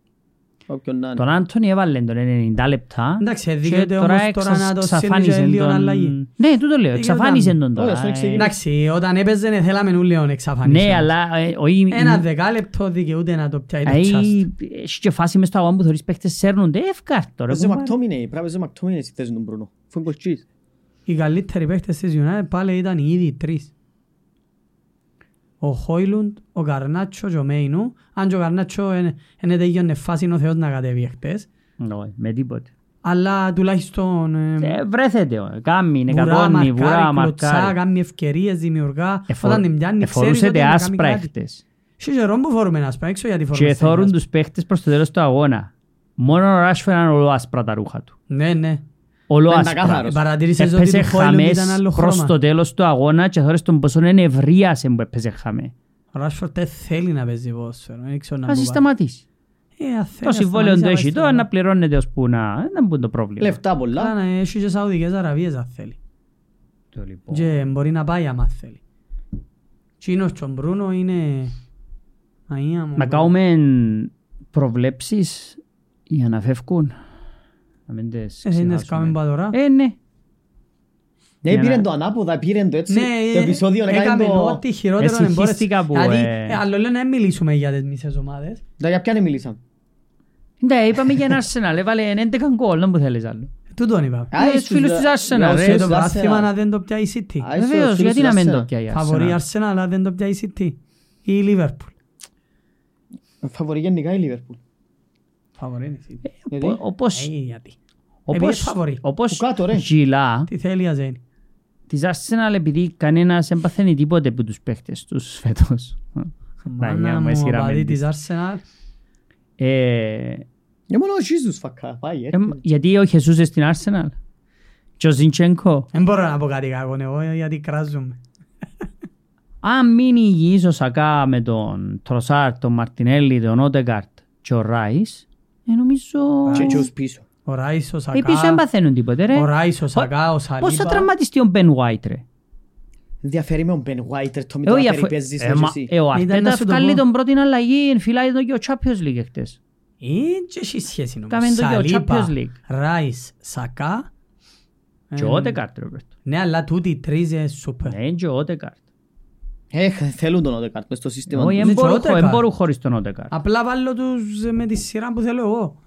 Speaker 3: Όποιον να είναι.
Speaker 2: Τον Άντωνη έβαλε τον 90 λεπτά.
Speaker 1: Εντάξει,
Speaker 2: και
Speaker 1: δικαιούται όμως τώρα
Speaker 2: εξα-
Speaker 1: να το
Speaker 2: εξαφάνισε
Speaker 1: σύνδεσαι λίγο
Speaker 2: τον-
Speaker 1: αλλαγή.
Speaker 2: Ναι, τούτο λέω. Εξαφάνισε τον
Speaker 3: Όχι,
Speaker 2: τώρα.
Speaker 3: αυτό
Speaker 2: ε.
Speaker 3: εξηγεί.
Speaker 1: Εντάξει, όταν έπαιζε ναι, θέλαμε ούλιον εξαφανίσεων.
Speaker 2: Ναι, αλλά ε, ο Ι-
Speaker 1: Ένα δεκάλεπτο δικαιούται να το πιάει το
Speaker 2: Αϊ,
Speaker 1: τσάστ.
Speaker 2: Έχει και φάση μες στο αγώνα που θεωρείς παίχτες σέρνονται. Ευκάρτο ρε.
Speaker 3: Παίζει
Speaker 2: κουμπάρε.
Speaker 3: Μακτόμινε, πρέπει να παίζει Μακτόμινε στη θέση του Μπρούνο. Αφού είναι κολτσής.
Speaker 1: Οι καλύτεροι παίχτες της United πάλι ήταν οι ίδιοι τρεις. Ο Χόιλουντ, ο Καρνάτσο και ο Μέινου. Αν και ο Καρνάτσο είναι- είναι τέτοιον φάση είναι ο Θεός να κατέβει χτες.
Speaker 2: Ναι, Με τίποτε.
Speaker 1: Αλλά τουλάχιστον ε,
Speaker 2: Ε, Βρέθετε. ο, Κάμι,
Speaker 1: βουρά,
Speaker 2: νεκατόνι, βουρά,
Speaker 1: μαρκάρει, κλωτσά,
Speaker 2: μαρκάρι. Ε,
Speaker 1: κάνει ευκαιρίες, δημιουργά.
Speaker 2: Εφορ-
Speaker 1: Όταν την πιάνει, ξέρεις ότι
Speaker 2: Εφορούσεται
Speaker 1: να κάνει
Speaker 2: άσπρα
Speaker 1: κάτι.
Speaker 2: έχτες.
Speaker 1: Σε καιρό που φορούμε να σπάει, έξω γιατί φορούμε
Speaker 2: Και
Speaker 1: στα
Speaker 2: θεωρούν
Speaker 1: άσπρα.
Speaker 2: τους παίχτες προς το τέλος του αγώνα. Μόνο ο Ράσφορντ ήταν όλο άσπρα τα ρούχα του.
Speaker 1: Ναι, ναι.
Speaker 2: Όλο άσπρα.
Speaker 3: Πεντακάθαρος.
Speaker 1: Παρατηρήσεις ότι
Speaker 2: Έπαιζε
Speaker 1: το Χόιλουντ
Speaker 2: χαμές
Speaker 1: ήταν άλλο
Speaker 2: προς
Speaker 1: χρώμα.
Speaker 2: το τέλος του αγώνα και θεωρείς τον πόσο είναι ευρίασε που έπαιζε χαμέ.
Speaker 1: Ο Ράσφορτ δεν θέλει να παίζει ποδόσφαιρο. Δεν ξέρω να
Speaker 2: Ας
Speaker 1: μου πάει.
Speaker 2: σταματήσει.
Speaker 1: Ε, αν θέλει,
Speaker 2: Το
Speaker 1: ας
Speaker 2: συμβόλαιο
Speaker 1: σταματήσει
Speaker 2: το
Speaker 1: να
Speaker 2: έχει
Speaker 1: πάει
Speaker 2: τώρα
Speaker 1: στο-
Speaker 2: να πληρώνεται ως που να να μπουν το πρόβλημα.
Speaker 3: Λεφτά πολλά.
Speaker 2: Ναι,
Speaker 1: Καλά, να έχει και Σαουδικές Αραβίες αν θέλει.
Speaker 2: Το λοιπόν.
Speaker 1: Και μπορεί να πάει άμα θέλει. Τσίνος και ο Μπρούνο είναι... Αία μου.
Speaker 2: Να κάνουμε προβλέψεις για να φεύγουν. Να μην τις
Speaker 1: Ε, δεν τις
Speaker 2: ξεχάσουμε.
Speaker 1: κάνουμε πα τώρα.
Speaker 2: Ε, ναι.
Speaker 3: Ναι,
Speaker 2: Για να-
Speaker 3: πήρε το ανάποδα, πήρε το έτσι.
Speaker 1: Ναι,
Speaker 3: Το επεισόδιο
Speaker 2: ε,
Speaker 3: να κάνει
Speaker 1: έκαμε
Speaker 3: το...
Speaker 1: ό,τι χειρότερο να μπορείς.
Speaker 2: Εσυχίστηκα που,
Speaker 1: Δηλαδή,
Speaker 2: ε,
Speaker 1: ε, άλλο λέω να μην μιλήσουμε για τις μισές ομάδες.
Speaker 3: Τα για ποια δεν μιλήσαμε.
Speaker 2: Ναι, είπαμε για ένα Arsenal, έβαλε 11 γκολ, δεν μου θέλεις άλλο.
Speaker 1: Τούτον είπα.
Speaker 2: Ε, τους φίλους της Arsenal,
Speaker 3: Ναι,
Speaker 2: ρε,
Speaker 3: στους
Speaker 1: Και το
Speaker 3: Arsenal.
Speaker 1: πράθυμα να δεν το πιάει η
Speaker 3: Α,
Speaker 1: City.
Speaker 3: ε,
Speaker 2: Βεβαίως,
Speaker 3: στους φίλους
Speaker 2: γιατί
Speaker 3: της
Speaker 2: να μην
Speaker 3: Arsenal.
Speaker 2: το πιάει η
Speaker 1: Φαβορεί η
Speaker 2: Arsenal.
Speaker 1: Arsenal αλλά δεν το πιάει η City. Ή η Liverpool.
Speaker 3: Φαβορεί γενικά η Λίβερπουλ.
Speaker 1: Φαβορεί είναι η City.
Speaker 3: Γιατί?
Speaker 2: Οπο- Όπως
Speaker 1: Ε, γιατί. Επειδή είναι
Speaker 2: όπως
Speaker 1: φαβορή.
Speaker 2: όπως
Speaker 3: Που κάτω, ρε.
Speaker 2: γυλά
Speaker 1: Τι θέλει η Αζένη.
Speaker 2: της Arsenal επειδή κανένας δεν παθαίνει τίποτε από τους παίχτες τους φέτος.
Speaker 1: Μάνα μου, ο παδί της Arsenal.
Speaker 2: Ε,
Speaker 3: Είναι μόνο ο Ζήσους φακά, πάει. ε.
Speaker 2: εμ, γιατί ο Χεσούς είναι στην Arsenal. Και ο Ζιντσέγκο.
Speaker 1: Δεν μπορώ να πω κάτι κακό εγώ γιατί κράζομαι.
Speaker 2: Αν μείνει υγιής ο Σακά με τον Τροσάρ, τον Μαρτινέλη, τον Όντεγκαρτ και ο Ράις, ε, νομίζω...
Speaker 3: Και τσιούς πίσω.
Speaker 1: Ο Ράις, ο
Speaker 2: Οι πίσω δεν
Speaker 1: Σακά.
Speaker 2: παθαίνουν τίποτε ρε.
Speaker 1: Ο Ράις, ο Σακά, ο
Speaker 2: Πώς θα
Speaker 1: Σαλίμπα.
Speaker 2: τραυματιστεί ο Μπεν Βάιτ ρε.
Speaker 3: Διαφέρει με τον Μπεν Γουάιτερ, το
Speaker 2: Ε,
Speaker 3: μητέρα
Speaker 2: όχι, αφού-
Speaker 3: περιπέζεις
Speaker 2: ε, μα- ε, ο
Speaker 1: Ήταν να
Speaker 2: Αρτέτα
Speaker 1: σου το
Speaker 2: βγάλει
Speaker 1: πω.
Speaker 2: τον πρώτη αλλαγή, φυλάει τον και ο Champions League χτες.
Speaker 1: Ή Ε, και έχει σχέση
Speaker 2: Κάμε
Speaker 1: νομίζω.
Speaker 2: το και ο
Speaker 1: Σαλίμπα,
Speaker 2: Champions League.
Speaker 1: Ράις, Σακά.
Speaker 2: Και
Speaker 1: Ε,
Speaker 2: ο Όντεγκαρτ ρε. Ρόμπερτ.
Speaker 1: Ναι, Ε. αλλά τούτοι οι τρεις είναι σούπερ.
Speaker 2: Ναι, και ο Όντεγκαρτ.
Speaker 3: Έχ, Ε, θέλουν τον Οδεκάρτ μες στο σύστημα.
Speaker 2: Όχι, ε,
Speaker 3: του.
Speaker 1: εμ-
Speaker 2: δεν
Speaker 1: Ζήτησε ο Odegaard.
Speaker 2: μπορούν χωρίς τον Όντεγκαρτ.
Speaker 1: Απλά βάλω τους ε, με τη σειρά που θέλω εγώ.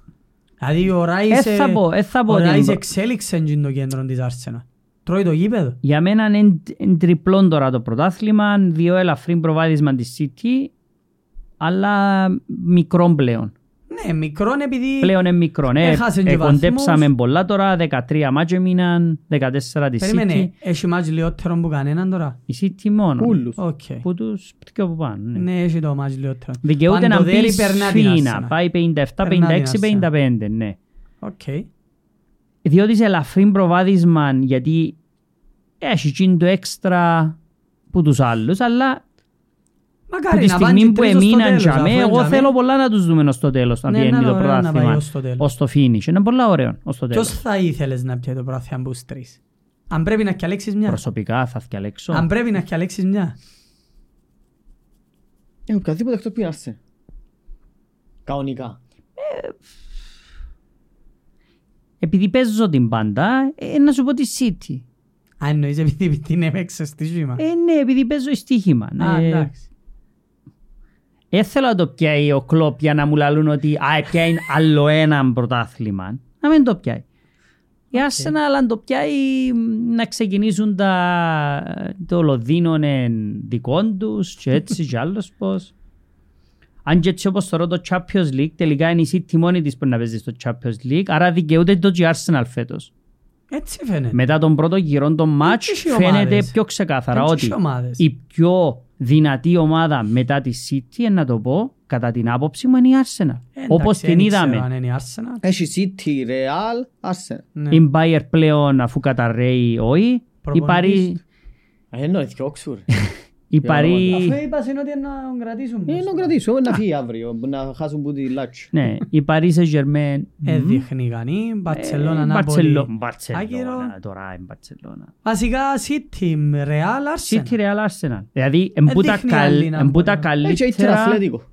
Speaker 1: Δηλαδή ο Ράις...
Speaker 2: Ε, θα πω, ε, θα πω
Speaker 1: Ο
Speaker 2: ότι
Speaker 1: Ράις
Speaker 2: είναι-
Speaker 1: εξέλιξε εντός το κέντρο της Arsenal. Τρώει το γήπεδο.
Speaker 2: Για μένα είναι εν τριπλόν τώρα το πρωτάθλημα, δύο ελαφρύ προβάδισμα της City, αλλά μικρό πλέον.
Speaker 1: Ναι, Ναι, μικρόν επειδή...
Speaker 2: Πλέον είναι μικρό. ναι.
Speaker 1: Έχασε και
Speaker 2: Ε,
Speaker 1: βαθμούς.
Speaker 2: κοντέψαμε πολλά τώρα. 13 μάτια μείναν, 14 τη City.
Speaker 1: Περίμενε, έχει μάτς λιότερο που κανέναν τώρα.
Speaker 2: Η City μόνο.
Speaker 3: Ούλους.
Speaker 1: Οκ.
Speaker 2: Που τους πιο από πάνω. ναι.
Speaker 1: Ναι, έχει το μάτς λιότερο.
Speaker 2: Δικαιούται να
Speaker 1: Παντοδέρη
Speaker 2: μπει
Speaker 1: περνά την
Speaker 2: σφήνα.
Speaker 1: Arsenal.
Speaker 2: Πάει 57,
Speaker 1: Περνά την
Speaker 2: 56, 55, ναι.
Speaker 1: Οκ.
Speaker 2: Διότι σε ελαφρύ προβάδισμα, γιατί έχει εκείνο το έξτρα που τους άλλους, αλλά από
Speaker 1: Μακάρι
Speaker 2: τη
Speaker 1: να πάνε
Speaker 2: στιγμή
Speaker 1: και
Speaker 2: που
Speaker 1: τρεις ως το
Speaker 2: έμειναν
Speaker 1: τέλος.
Speaker 2: για μέ,
Speaker 1: αφού
Speaker 2: εγώ
Speaker 1: είναι
Speaker 2: θέλω
Speaker 1: για
Speaker 2: πολλά να τους δούμε ως το τέλος, να
Speaker 1: Ναι,
Speaker 2: πιένει
Speaker 1: να
Speaker 2: το
Speaker 1: το- να πάει
Speaker 2: πρόθυμα,
Speaker 1: ως το τέλος.
Speaker 2: ως το finish. Είναι πολλά ωραίο ως το
Speaker 1: μέ. Ποιος
Speaker 2: τέλος.
Speaker 1: θα ήθελες να πιάει το πρόθυμα από τους τρεις. Αν πρέπει να διαλέξεις μια.
Speaker 2: Προσωπικά θα διαλέξω.
Speaker 1: Αν πρέπει να διαλέξεις μια.
Speaker 3: Ε, οποιαδήποτε εκτός που είναι Arsenal. Κανονικά.
Speaker 2: Επειδή παίζω την πάντα, ε, να σου πω τη City.
Speaker 1: Αν εννοείς επειδή την έπαιξες στη ζήμα.
Speaker 2: Ε, ναι, επειδή παίζω στοίχημα.
Speaker 1: Α,
Speaker 2: Ε,
Speaker 1: εντάξει.
Speaker 2: Έθελα να το πιάει ο Κλόπ για να μου λαλούν ότι α, πιάει άλλο ένα πρωτάθλημα. Να μην το πιάει. Η Arsenal αν το πιάει μ, να ξεκινήσουν τα... το Λονδίνο εν δικών τους και έτσι κι άλλος πως. Αν και έτσι όπως θεωρώ το Champions League τελικά είναι η City μόνη της που να παίζει στο Champions League άρα δικαιούται το και η Arsenal φέτος.
Speaker 1: Έτσι φαίνεται.
Speaker 2: Μετά τον πρώτο γύρο των μάτς
Speaker 1: Εντός οι
Speaker 2: φαίνεται
Speaker 1: ομάδες.
Speaker 2: πιο ξεκάθαρα
Speaker 1: Εντός
Speaker 2: ότι
Speaker 1: οι ομάδες.
Speaker 2: η πιο δυνατή ομάδα μετά τη City, ε, να το πω, κατά την άποψη μου είναι η Arsenal.
Speaker 1: Ε, Εντάξει,
Speaker 2: Όπως
Speaker 1: δεν
Speaker 2: την
Speaker 1: ξέρω
Speaker 2: είδαμε.
Speaker 1: αν είναι η Arsenal.
Speaker 3: Έχει City, Real, Arsenal.
Speaker 1: Ναι.
Speaker 2: Η Bayer πλέον αφού καταρρέει όχι, η
Speaker 1: Προπονητής.
Speaker 2: Παρή...
Speaker 3: Ε, ενώ είναι Oxford.
Speaker 2: Η
Speaker 3: Ποιο
Speaker 2: Παρή...
Speaker 1: Αφού είπας είναι ότι να τον κρατήσουν.
Speaker 3: Ε, να κρατήσω, να φύγει αύριο, να χάσουν που τη λάτσου.
Speaker 2: Ναι, η Παρή σε Γερμέν.
Speaker 1: Ε, Έδειχνει κανεί,
Speaker 2: Ε,
Speaker 1: Μπαρτσελώνα, Νάπολη. Άκυρο.
Speaker 2: Μπαρτσελώνα, τώρα είναι Μπαρτσελώνα.
Speaker 1: Βασικά City, Real,
Speaker 2: City
Speaker 1: Arsenal.
Speaker 2: Real Arsenal. Δηλαδή, εμπούτα
Speaker 1: Ε, δείχνει άλλη να μπορεί να-
Speaker 3: Ε, και ήταν
Speaker 2: καλύτερα...
Speaker 3: αθλητικό.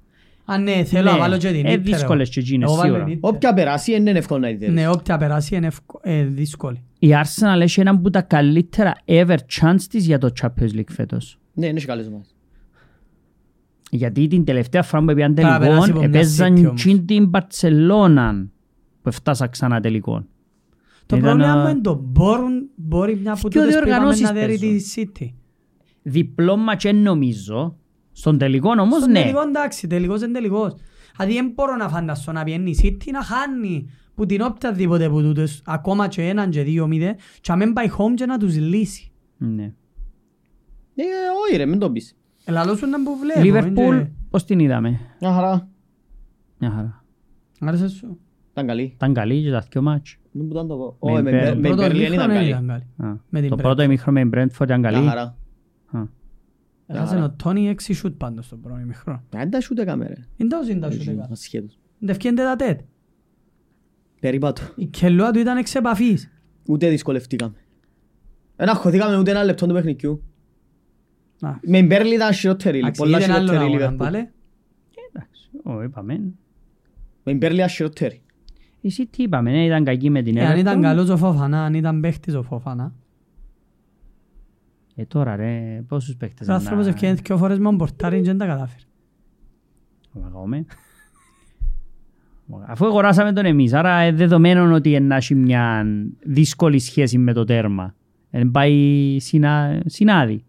Speaker 1: Α, ναι, θέλω να
Speaker 2: Ναι,
Speaker 1: βάλω και την Inter,
Speaker 2: ε,
Speaker 1: εγώ.
Speaker 2: δύσκολες και εκείνες,
Speaker 1: Εγώ βάλω
Speaker 2: σίγουρα.
Speaker 1: την Inter.
Speaker 3: Όποια περάσει ε, είναι εύκολο να
Speaker 1: Ναι,
Speaker 3: ιδέες.
Speaker 1: όποια περάσει είναι ευκο- ε, δύσκολη.
Speaker 2: Η Arsenal έχει έναν από τα καλύτερα ever chance της για το Champions League φέτος.
Speaker 3: Ναι, είναι καλές ομάδες.
Speaker 2: Γιατί την τελευταία φορά που πήγαν
Speaker 1: Τώρα περάσει από
Speaker 2: τελικών
Speaker 1: μια
Speaker 2: επέζαν
Speaker 1: City όμως.
Speaker 2: τσιν την Μπαρτσελώνα που έφτασα ξανά τελικών.
Speaker 1: Το
Speaker 2: Ήταν,
Speaker 1: πρόβλημα
Speaker 2: α,
Speaker 1: μου είναι το μπορούν, μπορεί μια από
Speaker 2: Ποιο
Speaker 1: τούτες που είπαμε
Speaker 2: διοργανώσεις
Speaker 1: να δέρει τη
Speaker 2: παίζουν.
Speaker 1: City.
Speaker 2: Διπλό ματς εν νομίζω. Στον τελικό όμως
Speaker 1: Στον
Speaker 2: ναι.
Speaker 1: τελικό εντάξει, τελικός είναι τελικός. Δηλαδή δεν μπορώ να φανταστώ να πιένει η City να χάνει που την οποιαδήποτε που τούτες, ακόμα και έναν και δύο μηδέ, και να μην πάει home και να τους λύσει.
Speaker 2: ναι.
Speaker 3: Ε, όχι ρε, μην το πεις.
Speaker 1: Ελαλό σου να που βλέπω.
Speaker 2: Λίβερπουλ
Speaker 1: είναι
Speaker 2: πώς την είδαμε.
Speaker 3: Μια χαρά.
Speaker 2: Μια χαρά.
Speaker 1: και- Άρεσες σου.
Speaker 3: Ήταν καλή.
Speaker 2: Ήταν καλή και τα δυο ματς.
Speaker 3: Δεν μπορώ να το πω.
Speaker 2: Με
Speaker 3: Όχι, με
Speaker 2: Μπέρ-
Speaker 3: Μπέρ- με
Speaker 1: Πρώτο
Speaker 3: Μπερλίν ήταν
Speaker 1: ημίχρονο
Speaker 3: καλή.
Speaker 1: ήταν καλή.
Speaker 2: Α,
Speaker 1: Με την
Speaker 2: Το
Speaker 1: Brentford.
Speaker 2: πρώτο ημίχρονο με την Brentford ήταν
Speaker 3: Μια
Speaker 2: καλή.
Speaker 3: χαρά.
Speaker 2: Α. Ε,
Speaker 1: Έχασε ο Τόνι έξι σούτ πάντως στο πρώτο ημίχρονο.
Speaker 3: Ε, Δεν τα σούτε έκαμε, ρε.
Speaker 1: Είναι τόσο είναι τα σούτ
Speaker 3: Ε,
Speaker 1: έκανα.
Speaker 3: ασχέτως.
Speaker 1: Δεν ευκένεται τα τέτ.
Speaker 3: Περίπατο.
Speaker 1: Η κελούα του ήταν εξ επαφής.
Speaker 3: Ούτε δυσκολευτήκαμε. Δεν αγχωθήκαμε ούτε ένα λεπτό του παιχνιδιού.
Speaker 1: Να.
Speaker 3: Με την Μπέρλι ήταν χειρότερη,
Speaker 1: Εντάξει,
Speaker 3: πολλά
Speaker 1: είδε ένα άλλο
Speaker 3: χειρότερη η
Speaker 1: αγώνα,
Speaker 3: Λίβερπουλ.
Speaker 1: πάλι.
Speaker 2: Εντάξει, ω, είπαμε.
Speaker 3: Με την Μπέρλι ήταν χειρότερη.
Speaker 2: Η City είπαμε, ναι, Ναι. ήταν κακή με την
Speaker 1: Ε, Αν ήταν
Speaker 2: Everton.
Speaker 1: καλός ο Φόφανα, αν ήταν παίχτης ο Φόφανα.
Speaker 2: Ε, τώρα ρε, πόσους παίχτες
Speaker 1: Ο άνθρωπος ευκαιρίνει δύο φορές με τον πορτάρι και δεν τα κατάφερε.
Speaker 2: Βαγάμε. Αφού αγοράσαμε τον εμείς, άρα ε, δεδομένον ότι εν να έχει μια δύσκολη σχέση με το τέρμα. Εν πάει συνα... συνάδει.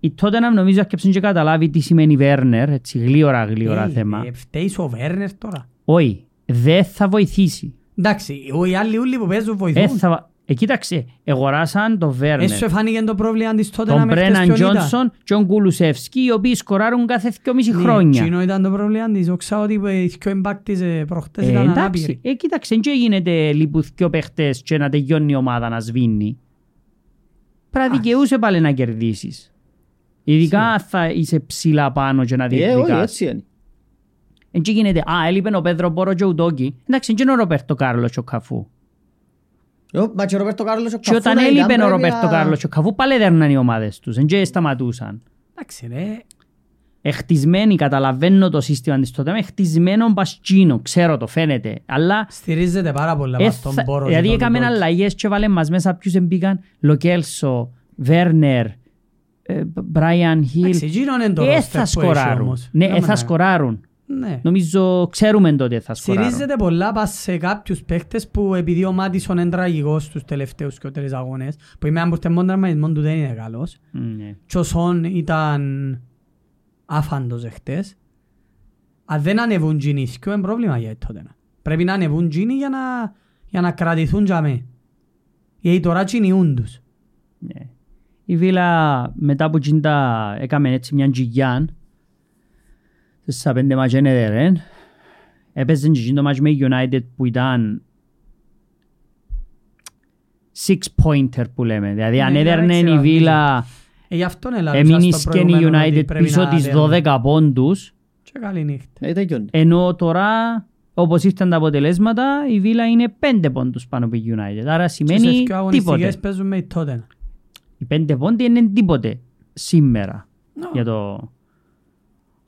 Speaker 2: Η τότε να νομίζω αρκεψαν και καταλάβει τι σημαίνει Βέρνερ, έτσι γλύωρα γλύωρα
Speaker 1: Ε,
Speaker 2: θέμα.
Speaker 1: ε, Φταίει ο Βέρνερ τώρα.
Speaker 2: Όχι, δεν θα βοηθήσει.
Speaker 1: Εντάξει, ο- οι άλλοι ούλοι που παίζουν
Speaker 2: Ε,
Speaker 1: βοηθούν.
Speaker 2: θα... βα- ε, κοίταξε, αγοράσαν τον Βέρνερ,
Speaker 1: Έσου εφάνηκε το πρόβλημα της τότε να
Speaker 2: τον
Speaker 1: με χτες
Speaker 2: Μπρέναν
Speaker 1: ποιον ήταν.
Speaker 2: Τζόνσον και τον Κουλουσεύσκι, οι οποίοι σκοράρουν κάθε 2,5
Speaker 1: Ναι,
Speaker 2: χρόνια.
Speaker 1: Εκείνο ήταν το πρόβλημα της. Όξα ότι οι πιο impact της ε, προχτές
Speaker 2: Ε,
Speaker 1: ήταν
Speaker 2: εντάξει,
Speaker 1: ανάπηροι.
Speaker 2: ε, κοίταξε, και γίνεται λείπουν δυο παίχτες και να τελειώνει η ομάδα να σβήνει. Πρέπει να δικαιούσε πάλι να κερδίσεις. Ειδικά αν θα είσαι ψηλά πάνω και να
Speaker 3: Ε, όχι,
Speaker 2: διεκδικάς.
Speaker 3: έτσι είναι.
Speaker 2: Ε, και γίνεται, α, έλειπε ο Πέδρο Μπόρο και ο Ουτόκι. Εντάξει, και ο Ροπέρτο Κάρλος και ο Καφού.
Speaker 3: Ε, Μα και ο Ροπέρτο Κάρλος ο
Speaker 2: Και όταν
Speaker 3: Καφούνα ήταν
Speaker 2: έλειπε ο
Speaker 3: πρέπει
Speaker 2: Ροπέρτο
Speaker 3: να-
Speaker 2: Κάρλος και ο Καφού, πάλι δέρναν οι ομάδες τους. Εν και σταματούσαν.
Speaker 1: Εντάξει ρε,
Speaker 2: Εχτισμένοι, καταλαβαίνω το σύστημα της τότε, χτισμένο μπασκίνο, ξέρω το, φαίνεται. Αλλά
Speaker 1: στηρίζεται πάρα πολλά από τον
Speaker 2: Έθα-
Speaker 1: Μπόρο.
Speaker 2: Δηλαδή
Speaker 1: και τον
Speaker 2: έκαμε
Speaker 1: Ντόι.
Speaker 2: αλλαγές και βάλε μας μέσα ποιους εμπήκαν Λοκέλσο, Βέρνερ, ε, Μπράιαν
Speaker 1: Εντάξει,
Speaker 2: Χίλ.
Speaker 1: εκείνον είναι το
Speaker 2: Ε,
Speaker 1: roster
Speaker 2: θα
Speaker 1: που έχει
Speaker 2: σκοράρουν.
Speaker 1: όμως.
Speaker 2: Ναι,
Speaker 1: Να
Speaker 2: ε,
Speaker 1: μην
Speaker 2: θα
Speaker 1: τα-
Speaker 2: σκοράρουν.
Speaker 1: Ναι.
Speaker 2: Νομίζω ξέρουμε τότε θα σκοράρουν.
Speaker 1: Στηρίζεται πολλά πας σε κάποιους παίχτες που επειδή ο Μάτισον είναι τραγικός στους τελευταίους και τρεις αγώνες που είμαι αμπορτεμόν τραυματισμόν του δεν είναι καλός
Speaker 2: Ναι.
Speaker 1: και ο Σον ήταν άφαντος εχθές Αν δεν ανεβούν τζινοί, είναι πρόβλημα για τότε. Πρέπει να ανεβούν τζινοί για να, για να κρατηθούν για μέ. Γιατί τώρα τσινιούν τους.
Speaker 2: Ναι. Η Βίλα μετά που τζιντα έκαμε έτσι μια τζιγιάν στα πέντε μάτς δεν έδερεν. Έπαιζε τζιγιν το μάτς με η United που ήταν six pointer που λέμε. Δηλαδή αν
Speaker 1: Ναι,
Speaker 2: έδερνε
Speaker 1: εντάξει,
Speaker 2: η Βίλα
Speaker 1: Ε, γι' αυτόν ελάβησα
Speaker 2: έμεινε
Speaker 1: στο
Speaker 2: και η
Speaker 1: προηγούμενο ότι
Speaker 2: United
Speaker 1: πρέπει
Speaker 2: πίσω
Speaker 1: να
Speaker 2: τις
Speaker 1: δέρνουν.
Speaker 2: 12 πόντους
Speaker 1: Και καλή νύχτα.
Speaker 3: Ε, τέτοιον.
Speaker 2: ενώ τώρα όπως ήρθαν τα αποτελέσματα η Βίλα είναι 5 πόντους πάνω από η United. Άρα
Speaker 1: Και σε
Speaker 2: σημαίνει
Speaker 1: δύο αγωνιστικές
Speaker 2: τίποτε.
Speaker 1: παίζουν με τότε.
Speaker 2: Οι πέντε πόντοι είναι τίποτε σήμερα. Για το...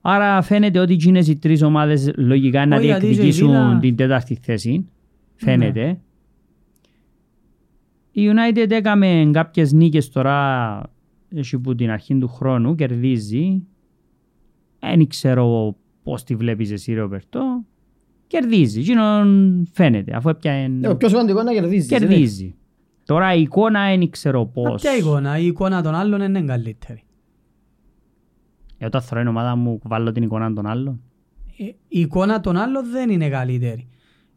Speaker 2: Άρα φαίνεται ότι εκείνες οι τρεις ομάδες λογικά να
Speaker 1: Όχι, γιατί
Speaker 2: διεκδικήσουν
Speaker 1: η Ναι. Βίλα-
Speaker 2: την τέταρτη θέση. Φαίνεται. Η United έκαμε κάποιες νίκες τώρα έχει που την αρχή του χρόνου, κερδίζει. Δεν ξέρω πώς τη βλέπεις εσύ Ροπερτό. Κερδίζει, εκείνον φαίνεται, αφού
Speaker 1: Ε,
Speaker 3: Ναι, Το
Speaker 2: έπιαν...
Speaker 3: πιο σημαντικό είναι να κερδίζεις. ε, ναι.
Speaker 2: Κερδίζει. Τώρα η εικόνα δεν ξέρω
Speaker 1: Μα
Speaker 2: πώς.
Speaker 1: Ε, ποια εικόνα, η εικόνα των άλλων είναι καλύτερη.
Speaker 2: Ε, όταν θωρώ την ομάδα μου, βάλω την εικόνα των άλλων.
Speaker 1: Ε, Η εικόνα των άλλων δεν είναι καλύτερη.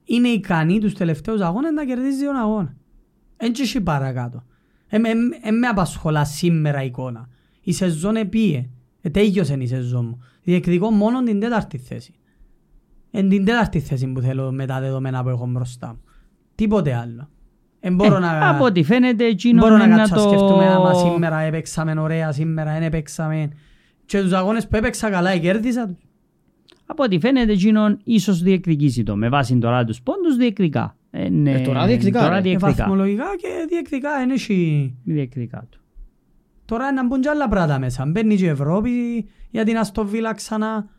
Speaker 1: Είναι ικανή τους τελευταίους αγώνες να κερδίζει τον αγώνα. Εν και έχει παρακάτω. Ε, με- ε, με απασχολά σήμερα η εικόνα. Η σεζόν επίε. Ε, τέλειωσε η σεζόν μου. Διεκδικώ μόνο την τέταρτη θέση. Εν την τέταρτη θέση που θέλω με τα δεδομένα που έχω μπροστά μου. Τίποτε άλλο. Ε, μπορώ
Speaker 2: Ε,
Speaker 1: να...
Speaker 2: Από ό,τι φαίνεται, εκείνο
Speaker 1: Μπορώ να
Speaker 2: είναι
Speaker 1: κάτσω να
Speaker 2: το...
Speaker 1: σκεφτούμε άμα σήμερα έπαιξαμε ωραία, σήμερα δεν έπαιξαμε. Και τους αγώνες που έπαιξα καλά ε, κέρδισα τους.
Speaker 2: Από ό,τι φαίνεται, εκείνο ίσως διεκδικήσει το. Με βάση τώρα τους πόντους, διεκδικά. Ε, ναι,
Speaker 3: Ε, τώρα διεκδικά,
Speaker 2: Τώρα
Speaker 3: ρε.
Speaker 1: Ε,
Speaker 2: διεκδικά.
Speaker 1: Βαθμολογικά και διεκδικά εν έχει...
Speaker 2: διεκδικά του.
Speaker 1: Τώρα να μπουν και άλλα πράγματα μέσα. Μπαίνει και η Ευρώπη για την Αστοβίλα ξανά.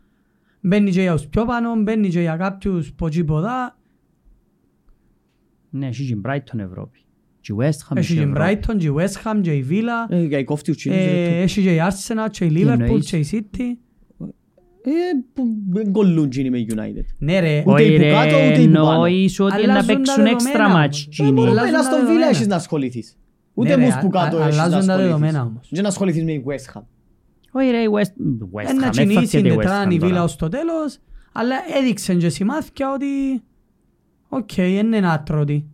Speaker 1: Μπαίνει και για τους πιο πάνω, μπαίνει και για κάποιους ποτσίποδα.
Speaker 2: Ναι, έχει και η Brighton Ευρώπη. Και η West Ham
Speaker 1: Έχει και η
Speaker 2: Ευρώπη.
Speaker 1: Ε, Brighton, και η West Ham, και η Villa.
Speaker 3: Ε, Για η κόφτη του Chile,
Speaker 1: Ε,
Speaker 3: ε,
Speaker 1: Έχει και η Arsenal, και η Liverpool,
Speaker 2: εννοείς?
Speaker 1: και η City.
Speaker 3: ε, που δεν κολλούν τζίνοι με η United.
Speaker 1: Ναι ρε,
Speaker 3: ούτε
Speaker 2: Όχι,
Speaker 3: η
Speaker 2: ρε,
Speaker 3: Bukato, ούτε η Bubano.
Speaker 2: εννοείς ότι
Speaker 1: Αλλάζουν
Speaker 2: να
Speaker 1: τα
Speaker 2: παίξουν
Speaker 1: δεδομένα
Speaker 2: έξτρα
Speaker 1: όμως.
Speaker 2: μάτς,
Speaker 1: Ε,
Speaker 2: Τζίνι.
Speaker 1: μπορεί
Speaker 3: Πολλά
Speaker 1: Αλλάζουν
Speaker 3: μένα
Speaker 1: τα
Speaker 3: στον Βίλα
Speaker 1: δεδομένα. Ναι,
Speaker 3: έχεις να ασχοληθείς. Ούτε
Speaker 1: ρε,
Speaker 3: μους
Speaker 1: α-
Speaker 3: που κάτω
Speaker 1: α-
Speaker 3: έχεις να
Speaker 1: αλλάζουν τα
Speaker 3: ασχοληθείς.
Speaker 1: δεδομένα όμως.
Speaker 3: Δεν ασχοληθείς με η West Ham.
Speaker 2: Όχι ρε, η West West Ham.
Speaker 1: Ένα
Speaker 2: έφτασε
Speaker 1: κινήσει
Speaker 2: η
Speaker 1: την
Speaker 2: West
Speaker 1: τετράνη
Speaker 2: Ham
Speaker 1: βίλα
Speaker 2: τώρα.
Speaker 1: ως το τέλος, αλλά έδειξαν και σημάδια ότι οκ, είναι άτρωτη.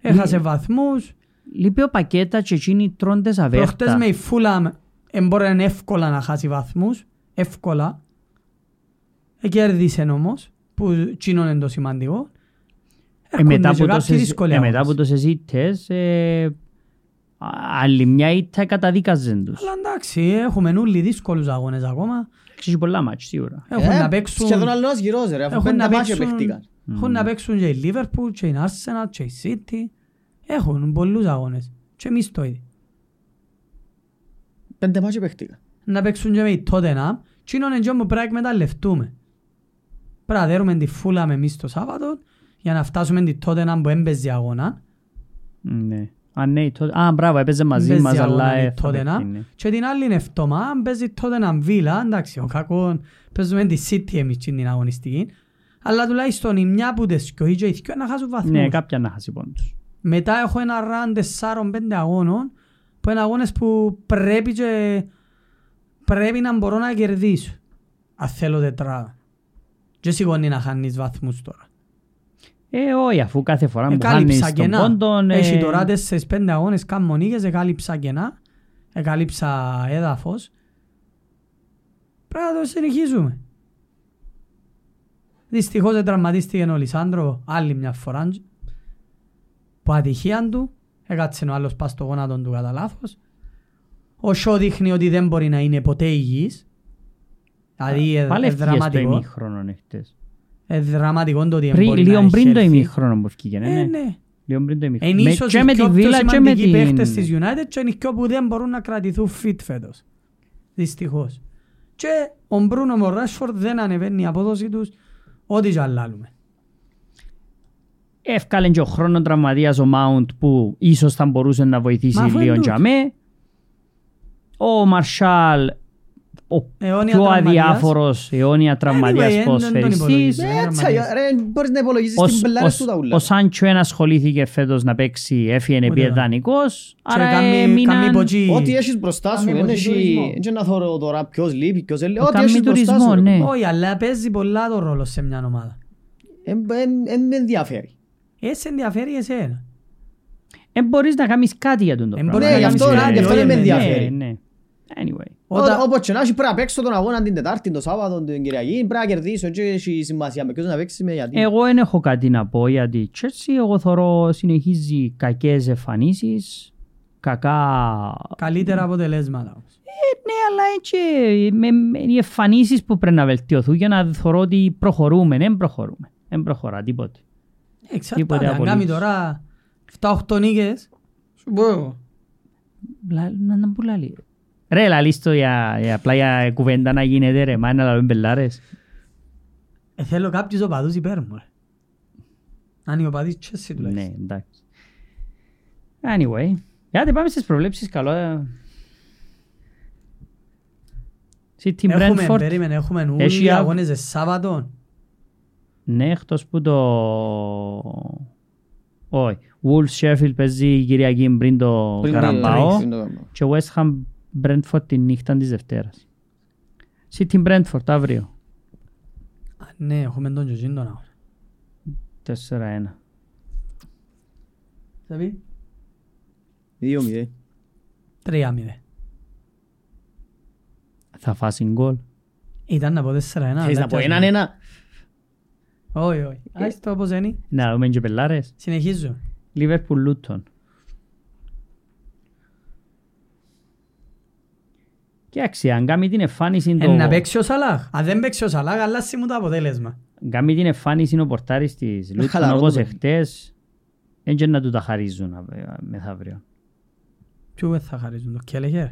Speaker 1: Έχασε βαθμούς.
Speaker 2: Λείπει ο Πακέτα και εκείνοι τρώνται αβέρτα.
Speaker 1: Προχτές με η Φούλαμ εμπόρεν εύκολα να χάσει βαθμούς. Εύκολα. Εκέρδισε όμως, που τσίνον είναι το σημαντικό.
Speaker 2: Ε, μετά,
Speaker 1: Έρχονται και
Speaker 2: που
Speaker 1: κάποιοι
Speaker 2: τόσες,
Speaker 1: δύσκολοι
Speaker 2: ε, μετά
Speaker 1: αγώνες.
Speaker 2: από τόσες ήττες, ε, α- άλλη μια ήττα καταδίκαζε τους.
Speaker 1: Αλλά εντάξει, έχουμε όλοι δύσκολους αγώνες ακόμα.
Speaker 2: Έχεις πολλά μάτς, σίγουρα.
Speaker 1: Έχουν
Speaker 3: Ε,
Speaker 1: να παίξουν...
Speaker 3: Σχεδόν άλλος ένας γυρός ρε, αφού
Speaker 1: Έχουν
Speaker 3: πέντε
Speaker 1: να
Speaker 3: μάτια
Speaker 1: παίξουν,
Speaker 3: παίχτηκαν.
Speaker 1: έχουν να παίξουν και η Liverpool, και η Arsenal, και η City. Έχουν πολλούς αγώνες. Και εμείς το ίδιο.
Speaker 3: Πέντε μάτια παίχτηκαν.
Speaker 1: Να παίξουν και με η Tottenham. Τι είναι ο που πρέπει να εκμεταλλευτούμε. Πρέπει να δέρουμε τη φούλα με εμείς το Σάββατο για να φτάσουμε τη Tottenham που έμπαιζε αγώνα.
Speaker 2: Ναι. Α, ναι, τότε. Α, μπράβο, έπαιζε μαζί
Speaker 1: Έμπαιζε
Speaker 2: μας,
Speaker 1: αγώνα
Speaker 2: αλλά
Speaker 1: η
Speaker 2: ε, θα
Speaker 1: Tottenham.
Speaker 2: παιχτεί, ναι.
Speaker 1: Και την άλλη είναι φτωμά, αν παίζει η Tottenham Villa, εντάξει, ο κακόν, παίζουμε τη City εμείς στην αγωνιστική. Αλλά τουλάχιστον η μια που τις και οι δυο, οι δυο να χάσουν βαθμούς.
Speaker 2: Ναι, κάποια να χάσει πόντους.
Speaker 1: Μετά έχω ένα ραν τεσσάρων πέντε αγώνων που είναι αγώνες που πρέπει και πρέπει να μπορώ να κερδίσω αν θέλω τετράδα. Και σηκώνει να χάνεις βαθμούς τώρα.
Speaker 2: Ε, όχι, αφού κάθε φορά
Speaker 1: Ε,
Speaker 2: που χάνεις
Speaker 1: κάλυψα
Speaker 2: τον
Speaker 1: κενά.
Speaker 2: πόντον... ε,
Speaker 1: Έχει τώρα τέσσερις πέντε αγώνες κάνω νίκες, ε, εκάλυψα κενά, εκάλυψα Ε, έδαφος. Πρέπει να το συνεχίζουμε. Δυστυχώς δεν τραυματίστηκε ο Λισάνδρο άλλη μια φορά που ατυχία του έκατσε ο άλλος πας στο γόνατο του κατά λάθος. Ο Σο δείχνει ότι δεν μπορεί να είναι ποτέ υγιής. Δηλαδή ε,
Speaker 2: Πάλι
Speaker 1: ε,
Speaker 2: ευκήγε στο
Speaker 1: δραματικό.
Speaker 2: ημίχρονο νύχτες.
Speaker 1: Ε, δραματικό το ότι δεν
Speaker 2: Πριν-
Speaker 1: μπορεί να
Speaker 2: Λίγο
Speaker 1: έχει
Speaker 2: πριν το
Speaker 1: έλθει.
Speaker 2: ημίχρονο που ευκήγε,
Speaker 1: Ε,
Speaker 2: ναι, ναι.
Speaker 1: ναι.
Speaker 2: Λίγο πριν το ημίχρονο.
Speaker 1: Είναι
Speaker 2: Με-
Speaker 1: ίσως
Speaker 2: και
Speaker 1: οι
Speaker 2: με τη
Speaker 1: πιο
Speaker 2: Βίλα και με
Speaker 1: σημαντικοί παίχτες
Speaker 2: την...
Speaker 1: της United και είναι οι πιο που δεν μπορούν να κρατηθούν fit φέτος. Δυστυχώς. Και ο Μπρούνο με ο Rashford δεν ανεβαίνει η απόδοση τους ό,τι και αλλάλουμε.
Speaker 2: Εύκαλεν και ο χρόνος τραυματίας ο Mount που ίσως θα μπορούσε να βοηθήσει
Speaker 1: Μα αφού
Speaker 2: λίγο
Speaker 1: είναι
Speaker 2: για με. Ο Μαρσάλ ο
Speaker 1: Αιώνια
Speaker 2: πιο
Speaker 1: τραυματίας.
Speaker 2: αδιάφορος αιώνια
Speaker 1: Anyway,
Speaker 2: τραυματίας
Speaker 1: δεν τον
Speaker 2: ποδοσφαιριστής.
Speaker 1: υπολογίζω.
Speaker 3: Ναι, έτσι,
Speaker 2: ε,
Speaker 3: ρε, μπορείς να υπολογίζεις
Speaker 2: Ως-
Speaker 3: την πλάτη
Speaker 2: ως-
Speaker 3: σου τα ούλα.
Speaker 2: Ο Σάντσο ένα ασχολήθηκε φέτος να παίξει έφυγε
Speaker 1: Ούτε
Speaker 2: επί
Speaker 1: εγώ.
Speaker 2: δανεικός,
Speaker 1: Και
Speaker 2: άρα
Speaker 1: κάμει- κάμει
Speaker 2: έμειναν...
Speaker 1: ποτζή.
Speaker 3: Ό,τι έχεις μπροστά σου,
Speaker 1: Κάμει
Speaker 3: δεν έχει...
Speaker 1: πολιτισμό.
Speaker 3: Δεν ξέρω να θωρώ τώρα ποιος λείπει, ποιος δεν λέει.
Speaker 2: Ο
Speaker 3: Ό,τι
Speaker 2: κάμει
Speaker 3: έχεις μπροστά σου.
Speaker 2: τουρισμό,
Speaker 3: ρε.
Speaker 2: ναι.
Speaker 1: Όχι, αλλά παίζει πολλά το ρόλο σε μια ομάδα.
Speaker 3: Εν- εν- εν με ενδιαφέρει.
Speaker 1: Ε, σε ενδιαφέρει εσένα.
Speaker 2: Δεν μπορείς να κάνεις κάτι για τον το
Speaker 1: Εν
Speaker 2: πράγμα.
Speaker 1: μπορείς
Speaker 2: να
Speaker 1: να
Speaker 2: κάνεις
Speaker 1: κάνεις
Speaker 2: κάτι.
Speaker 1: κάτι, γι' αυτό δεν με
Speaker 2: Ναι,
Speaker 3: ενδιαφέρει.
Speaker 2: ναι. Anyway.
Speaker 1: Όταν-
Speaker 3: Ό, Όπως και να έχει πρέπει να παίξω τον αγώνα την Τετάρτη, τον Σάββατο, την Κυριακή, πρέπει να κερδίσω και έχει σημασία με ποιος να παίξει με γιατί.
Speaker 2: Ε, Εγώ δεν έχω κάτι να πω γιατί η Chelsea εγώ θωρώ συνεχίζει κακές εμφανίσεις, κακά...
Speaker 1: Καλύτερα αποτελέσματα. όμως.
Speaker 2: Ε, ναι, αλλά έτσι ε, με, με, οι εμφανίσεις που πρέπει να βελτιωθούν για να θωρώ ότι προχωρούμε, δεν προχωρούμε. Δεν προχωρά τίποτε.
Speaker 1: Ε, Εξαρτάται.
Speaker 2: Τίποτε
Speaker 1: Αν κάνει
Speaker 2: απολύτως.
Speaker 1: τώρα 7-8 νίκες, σου πω εγώ.
Speaker 2: Λα- Να να που λαλεί. Ρε, λαλείς το για, για απλά για κουβέντα να γίνεται ρε, μα να λαλούν μπελάρες.
Speaker 1: Ε, θέλω κάποιους οπαδούς υπέρ μου. ρε. Αν οι οπαδοί Chelsea
Speaker 2: Ναι,
Speaker 1: τουλάχιστον.
Speaker 2: εντάξει. Anyway, γιατί πάμε στις προβλέψεις, καλό. ε. City
Speaker 1: Έχουμε,
Speaker 2: Brentford.
Speaker 1: περίμενε, έχουμε
Speaker 2: Έχει
Speaker 1: όλοι
Speaker 2: α-
Speaker 1: αγώνες σε Σάββατο.
Speaker 2: Ναι, εκτός που το... Όχι. Wolves Sheffield παίζει Κυριακή πριν το
Speaker 3: Πριν το-
Speaker 2: Καραμπάο
Speaker 3: πριν το Καραμπάο.
Speaker 2: και West Ham Brentford τη νύχτα της Δευτέρας. City Brentford αύριο.
Speaker 1: Α, Ναι, έχουμε τον Τζοζίν τον αγώνα.
Speaker 2: 4-1.
Speaker 1: Θα πει
Speaker 3: Δύο ε. μηδέν.
Speaker 1: 3-0.
Speaker 2: Θα φάσει γκολ.
Speaker 1: Ήταν να πω 4-1.
Speaker 3: Θέλεις
Speaker 1: αλλά
Speaker 3: να πω
Speaker 1: πιάσαμε.
Speaker 3: έναν Ε, ένα.
Speaker 1: Όχι, όχι. Ας το πώς είναι.
Speaker 2: Να δούμε και πελάρες.
Speaker 1: Συνεχίζω.
Speaker 2: Liverpool Luton. Κοιτάξτε, αν κάνει την εμφάνιση
Speaker 1: Ε,
Speaker 2: το...
Speaker 1: να παίξει ο Σαλάχ. Αν δεν παίξει ο Σαλάχ, αλλάζει μου το αποτέλεσμα.
Speaker 2: Κάνει την εμφάνιση ο πορτάρης
Speaker 1: Ε,
Speaker 2: της Λούτων
Speaker 3: χαλαρό το
Speaker 2: όπως
Speaker 3: παιδί.
Speaker 2: εχθές. Δεν και να του τα χαρίζουν α- ε, μεθαύριο.
Speaker 1: Ποιο δεν θα χαρίζουν το Κέλεχερ.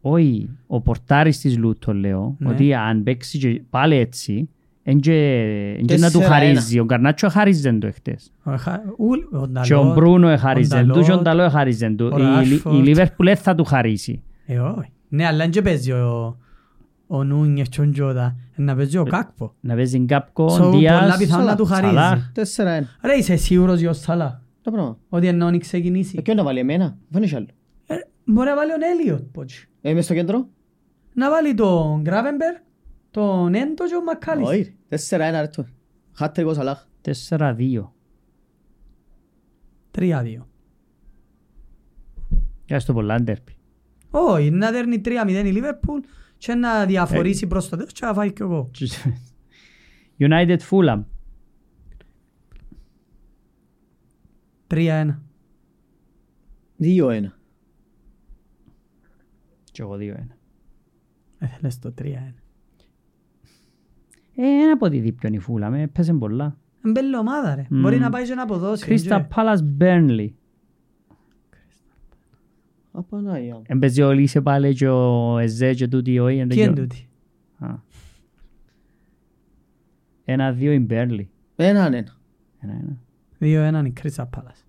Speaker 2: Όχι, ο πορτάρης της Λούτων λέω,
Speaker 1: Ναι.
Speaker 2: ότι αν παίξει και πάλι έτσι, δεν και εν και να του
Speaker 3: 4-1.
Speaker 2: χαρίζει. Ο Καρνάτσο εχάριζεν το εχθές.
Speaker 1: Ο Χα- Ουλ- ο
Speaker 2: Και ο
Speaker 1: Νταλότ.
Speaker 2: Μπρούνο εχάριζεν
Speaker 1: Νταλότ.
Speaker 2: του και ο Νταλό εχάριζεν του.
Speaker 1: ο
Speaker 2: Η- Η
Speaker 1: Ράσφορντ.
Speaker 2: Λίβερπουλ δεν θα του χαρίσει.
Speaker 1: Ε, όχι. Ναι, αλλά δεν παίζει ο, ο Νούνιες και ο Τζότα. Να παίζει
Speaker 3: Ε.
Speaker 1: ο Κάκπο.
Speaker 2: Να παίζει Γκάπκο,
Speaker 1: So, πολλά
Speaker 2: Ντίας,
Speaker 1: πιθανόν να του χαρίζει.
Speaker 2: Σαλάχ.
Speaker 3: Τέσσερα ένα.
Speaker 1: Ρε, είσαι σίγουρος για ο Σαλάχ.
Speaker 3: Το πράγμα.
Speaker 1: Ότι ενώ να
Speaker 3: Ε,
Speaker 1: ξεκινήσει.
Speaker 3: ποιον να βάλει εμένα. Δεν έχει άλλο.
Speaker 1: Ε, Μπορεί να βάλει ο Έλιοτ, πότσι.
Speaker 3: Ε, μες στο κέντρο.
Speaker 1: Να βάλει τον Γκράβενμπερ, τον Έντο και ο Μακάλιστερ.
Speaker 3: Όχι, ρε. Τέσσερα ένα ρε το. Χάτρικο ο Σαλάχ.
Speaker 2: 4-2.
Speaker 1: Τρία-δύο.
Speaker 2: Για στο πολλά ντέρπι.
Speaker 1: Όχι, να δέρνει 3-0 η Λίβερπουλ και να
Speaker 2: Eh.
Speaker 1: διαφορήσει προς το τέλος και να φάει και εγώ.
Speaker 2: United Fulham.
Speaker 1: 3-1.
Speaker 3: Δύο ένα.
Speaker 2: Και εγώ 2-1.
Speaker 1: Έθελες το 3-1.
Speaker 2: Ε, ένα από τη δίπιον η Fulham. ε, Παίζουν πολλά.
Speaker 1: Μπέλη ομάδα ρε.
Speaker 2: Μμμ.
Speaker 1: Μπορεί να πάει Ε, και να αποδώσει.
Speaker 2: Mm. Crystal Palace Burnley.
Speaker 3: Απανάγια. μου.
Speaker 2: Εν παίζει ο Λίσε πάλι και ο Εζέ και τούτοι όχι. εν
Speaker 1: Τι είναι
Speaker 2: τελειώ-
Speaker 1: τούτη.
Speaker 2: Α. Ένα-δύο η Burnley.
Speaker 3: Έναν ένα.
Speaker 2: Ένα-ένα.
Speaker 1: 2-1 η Crystal Palace.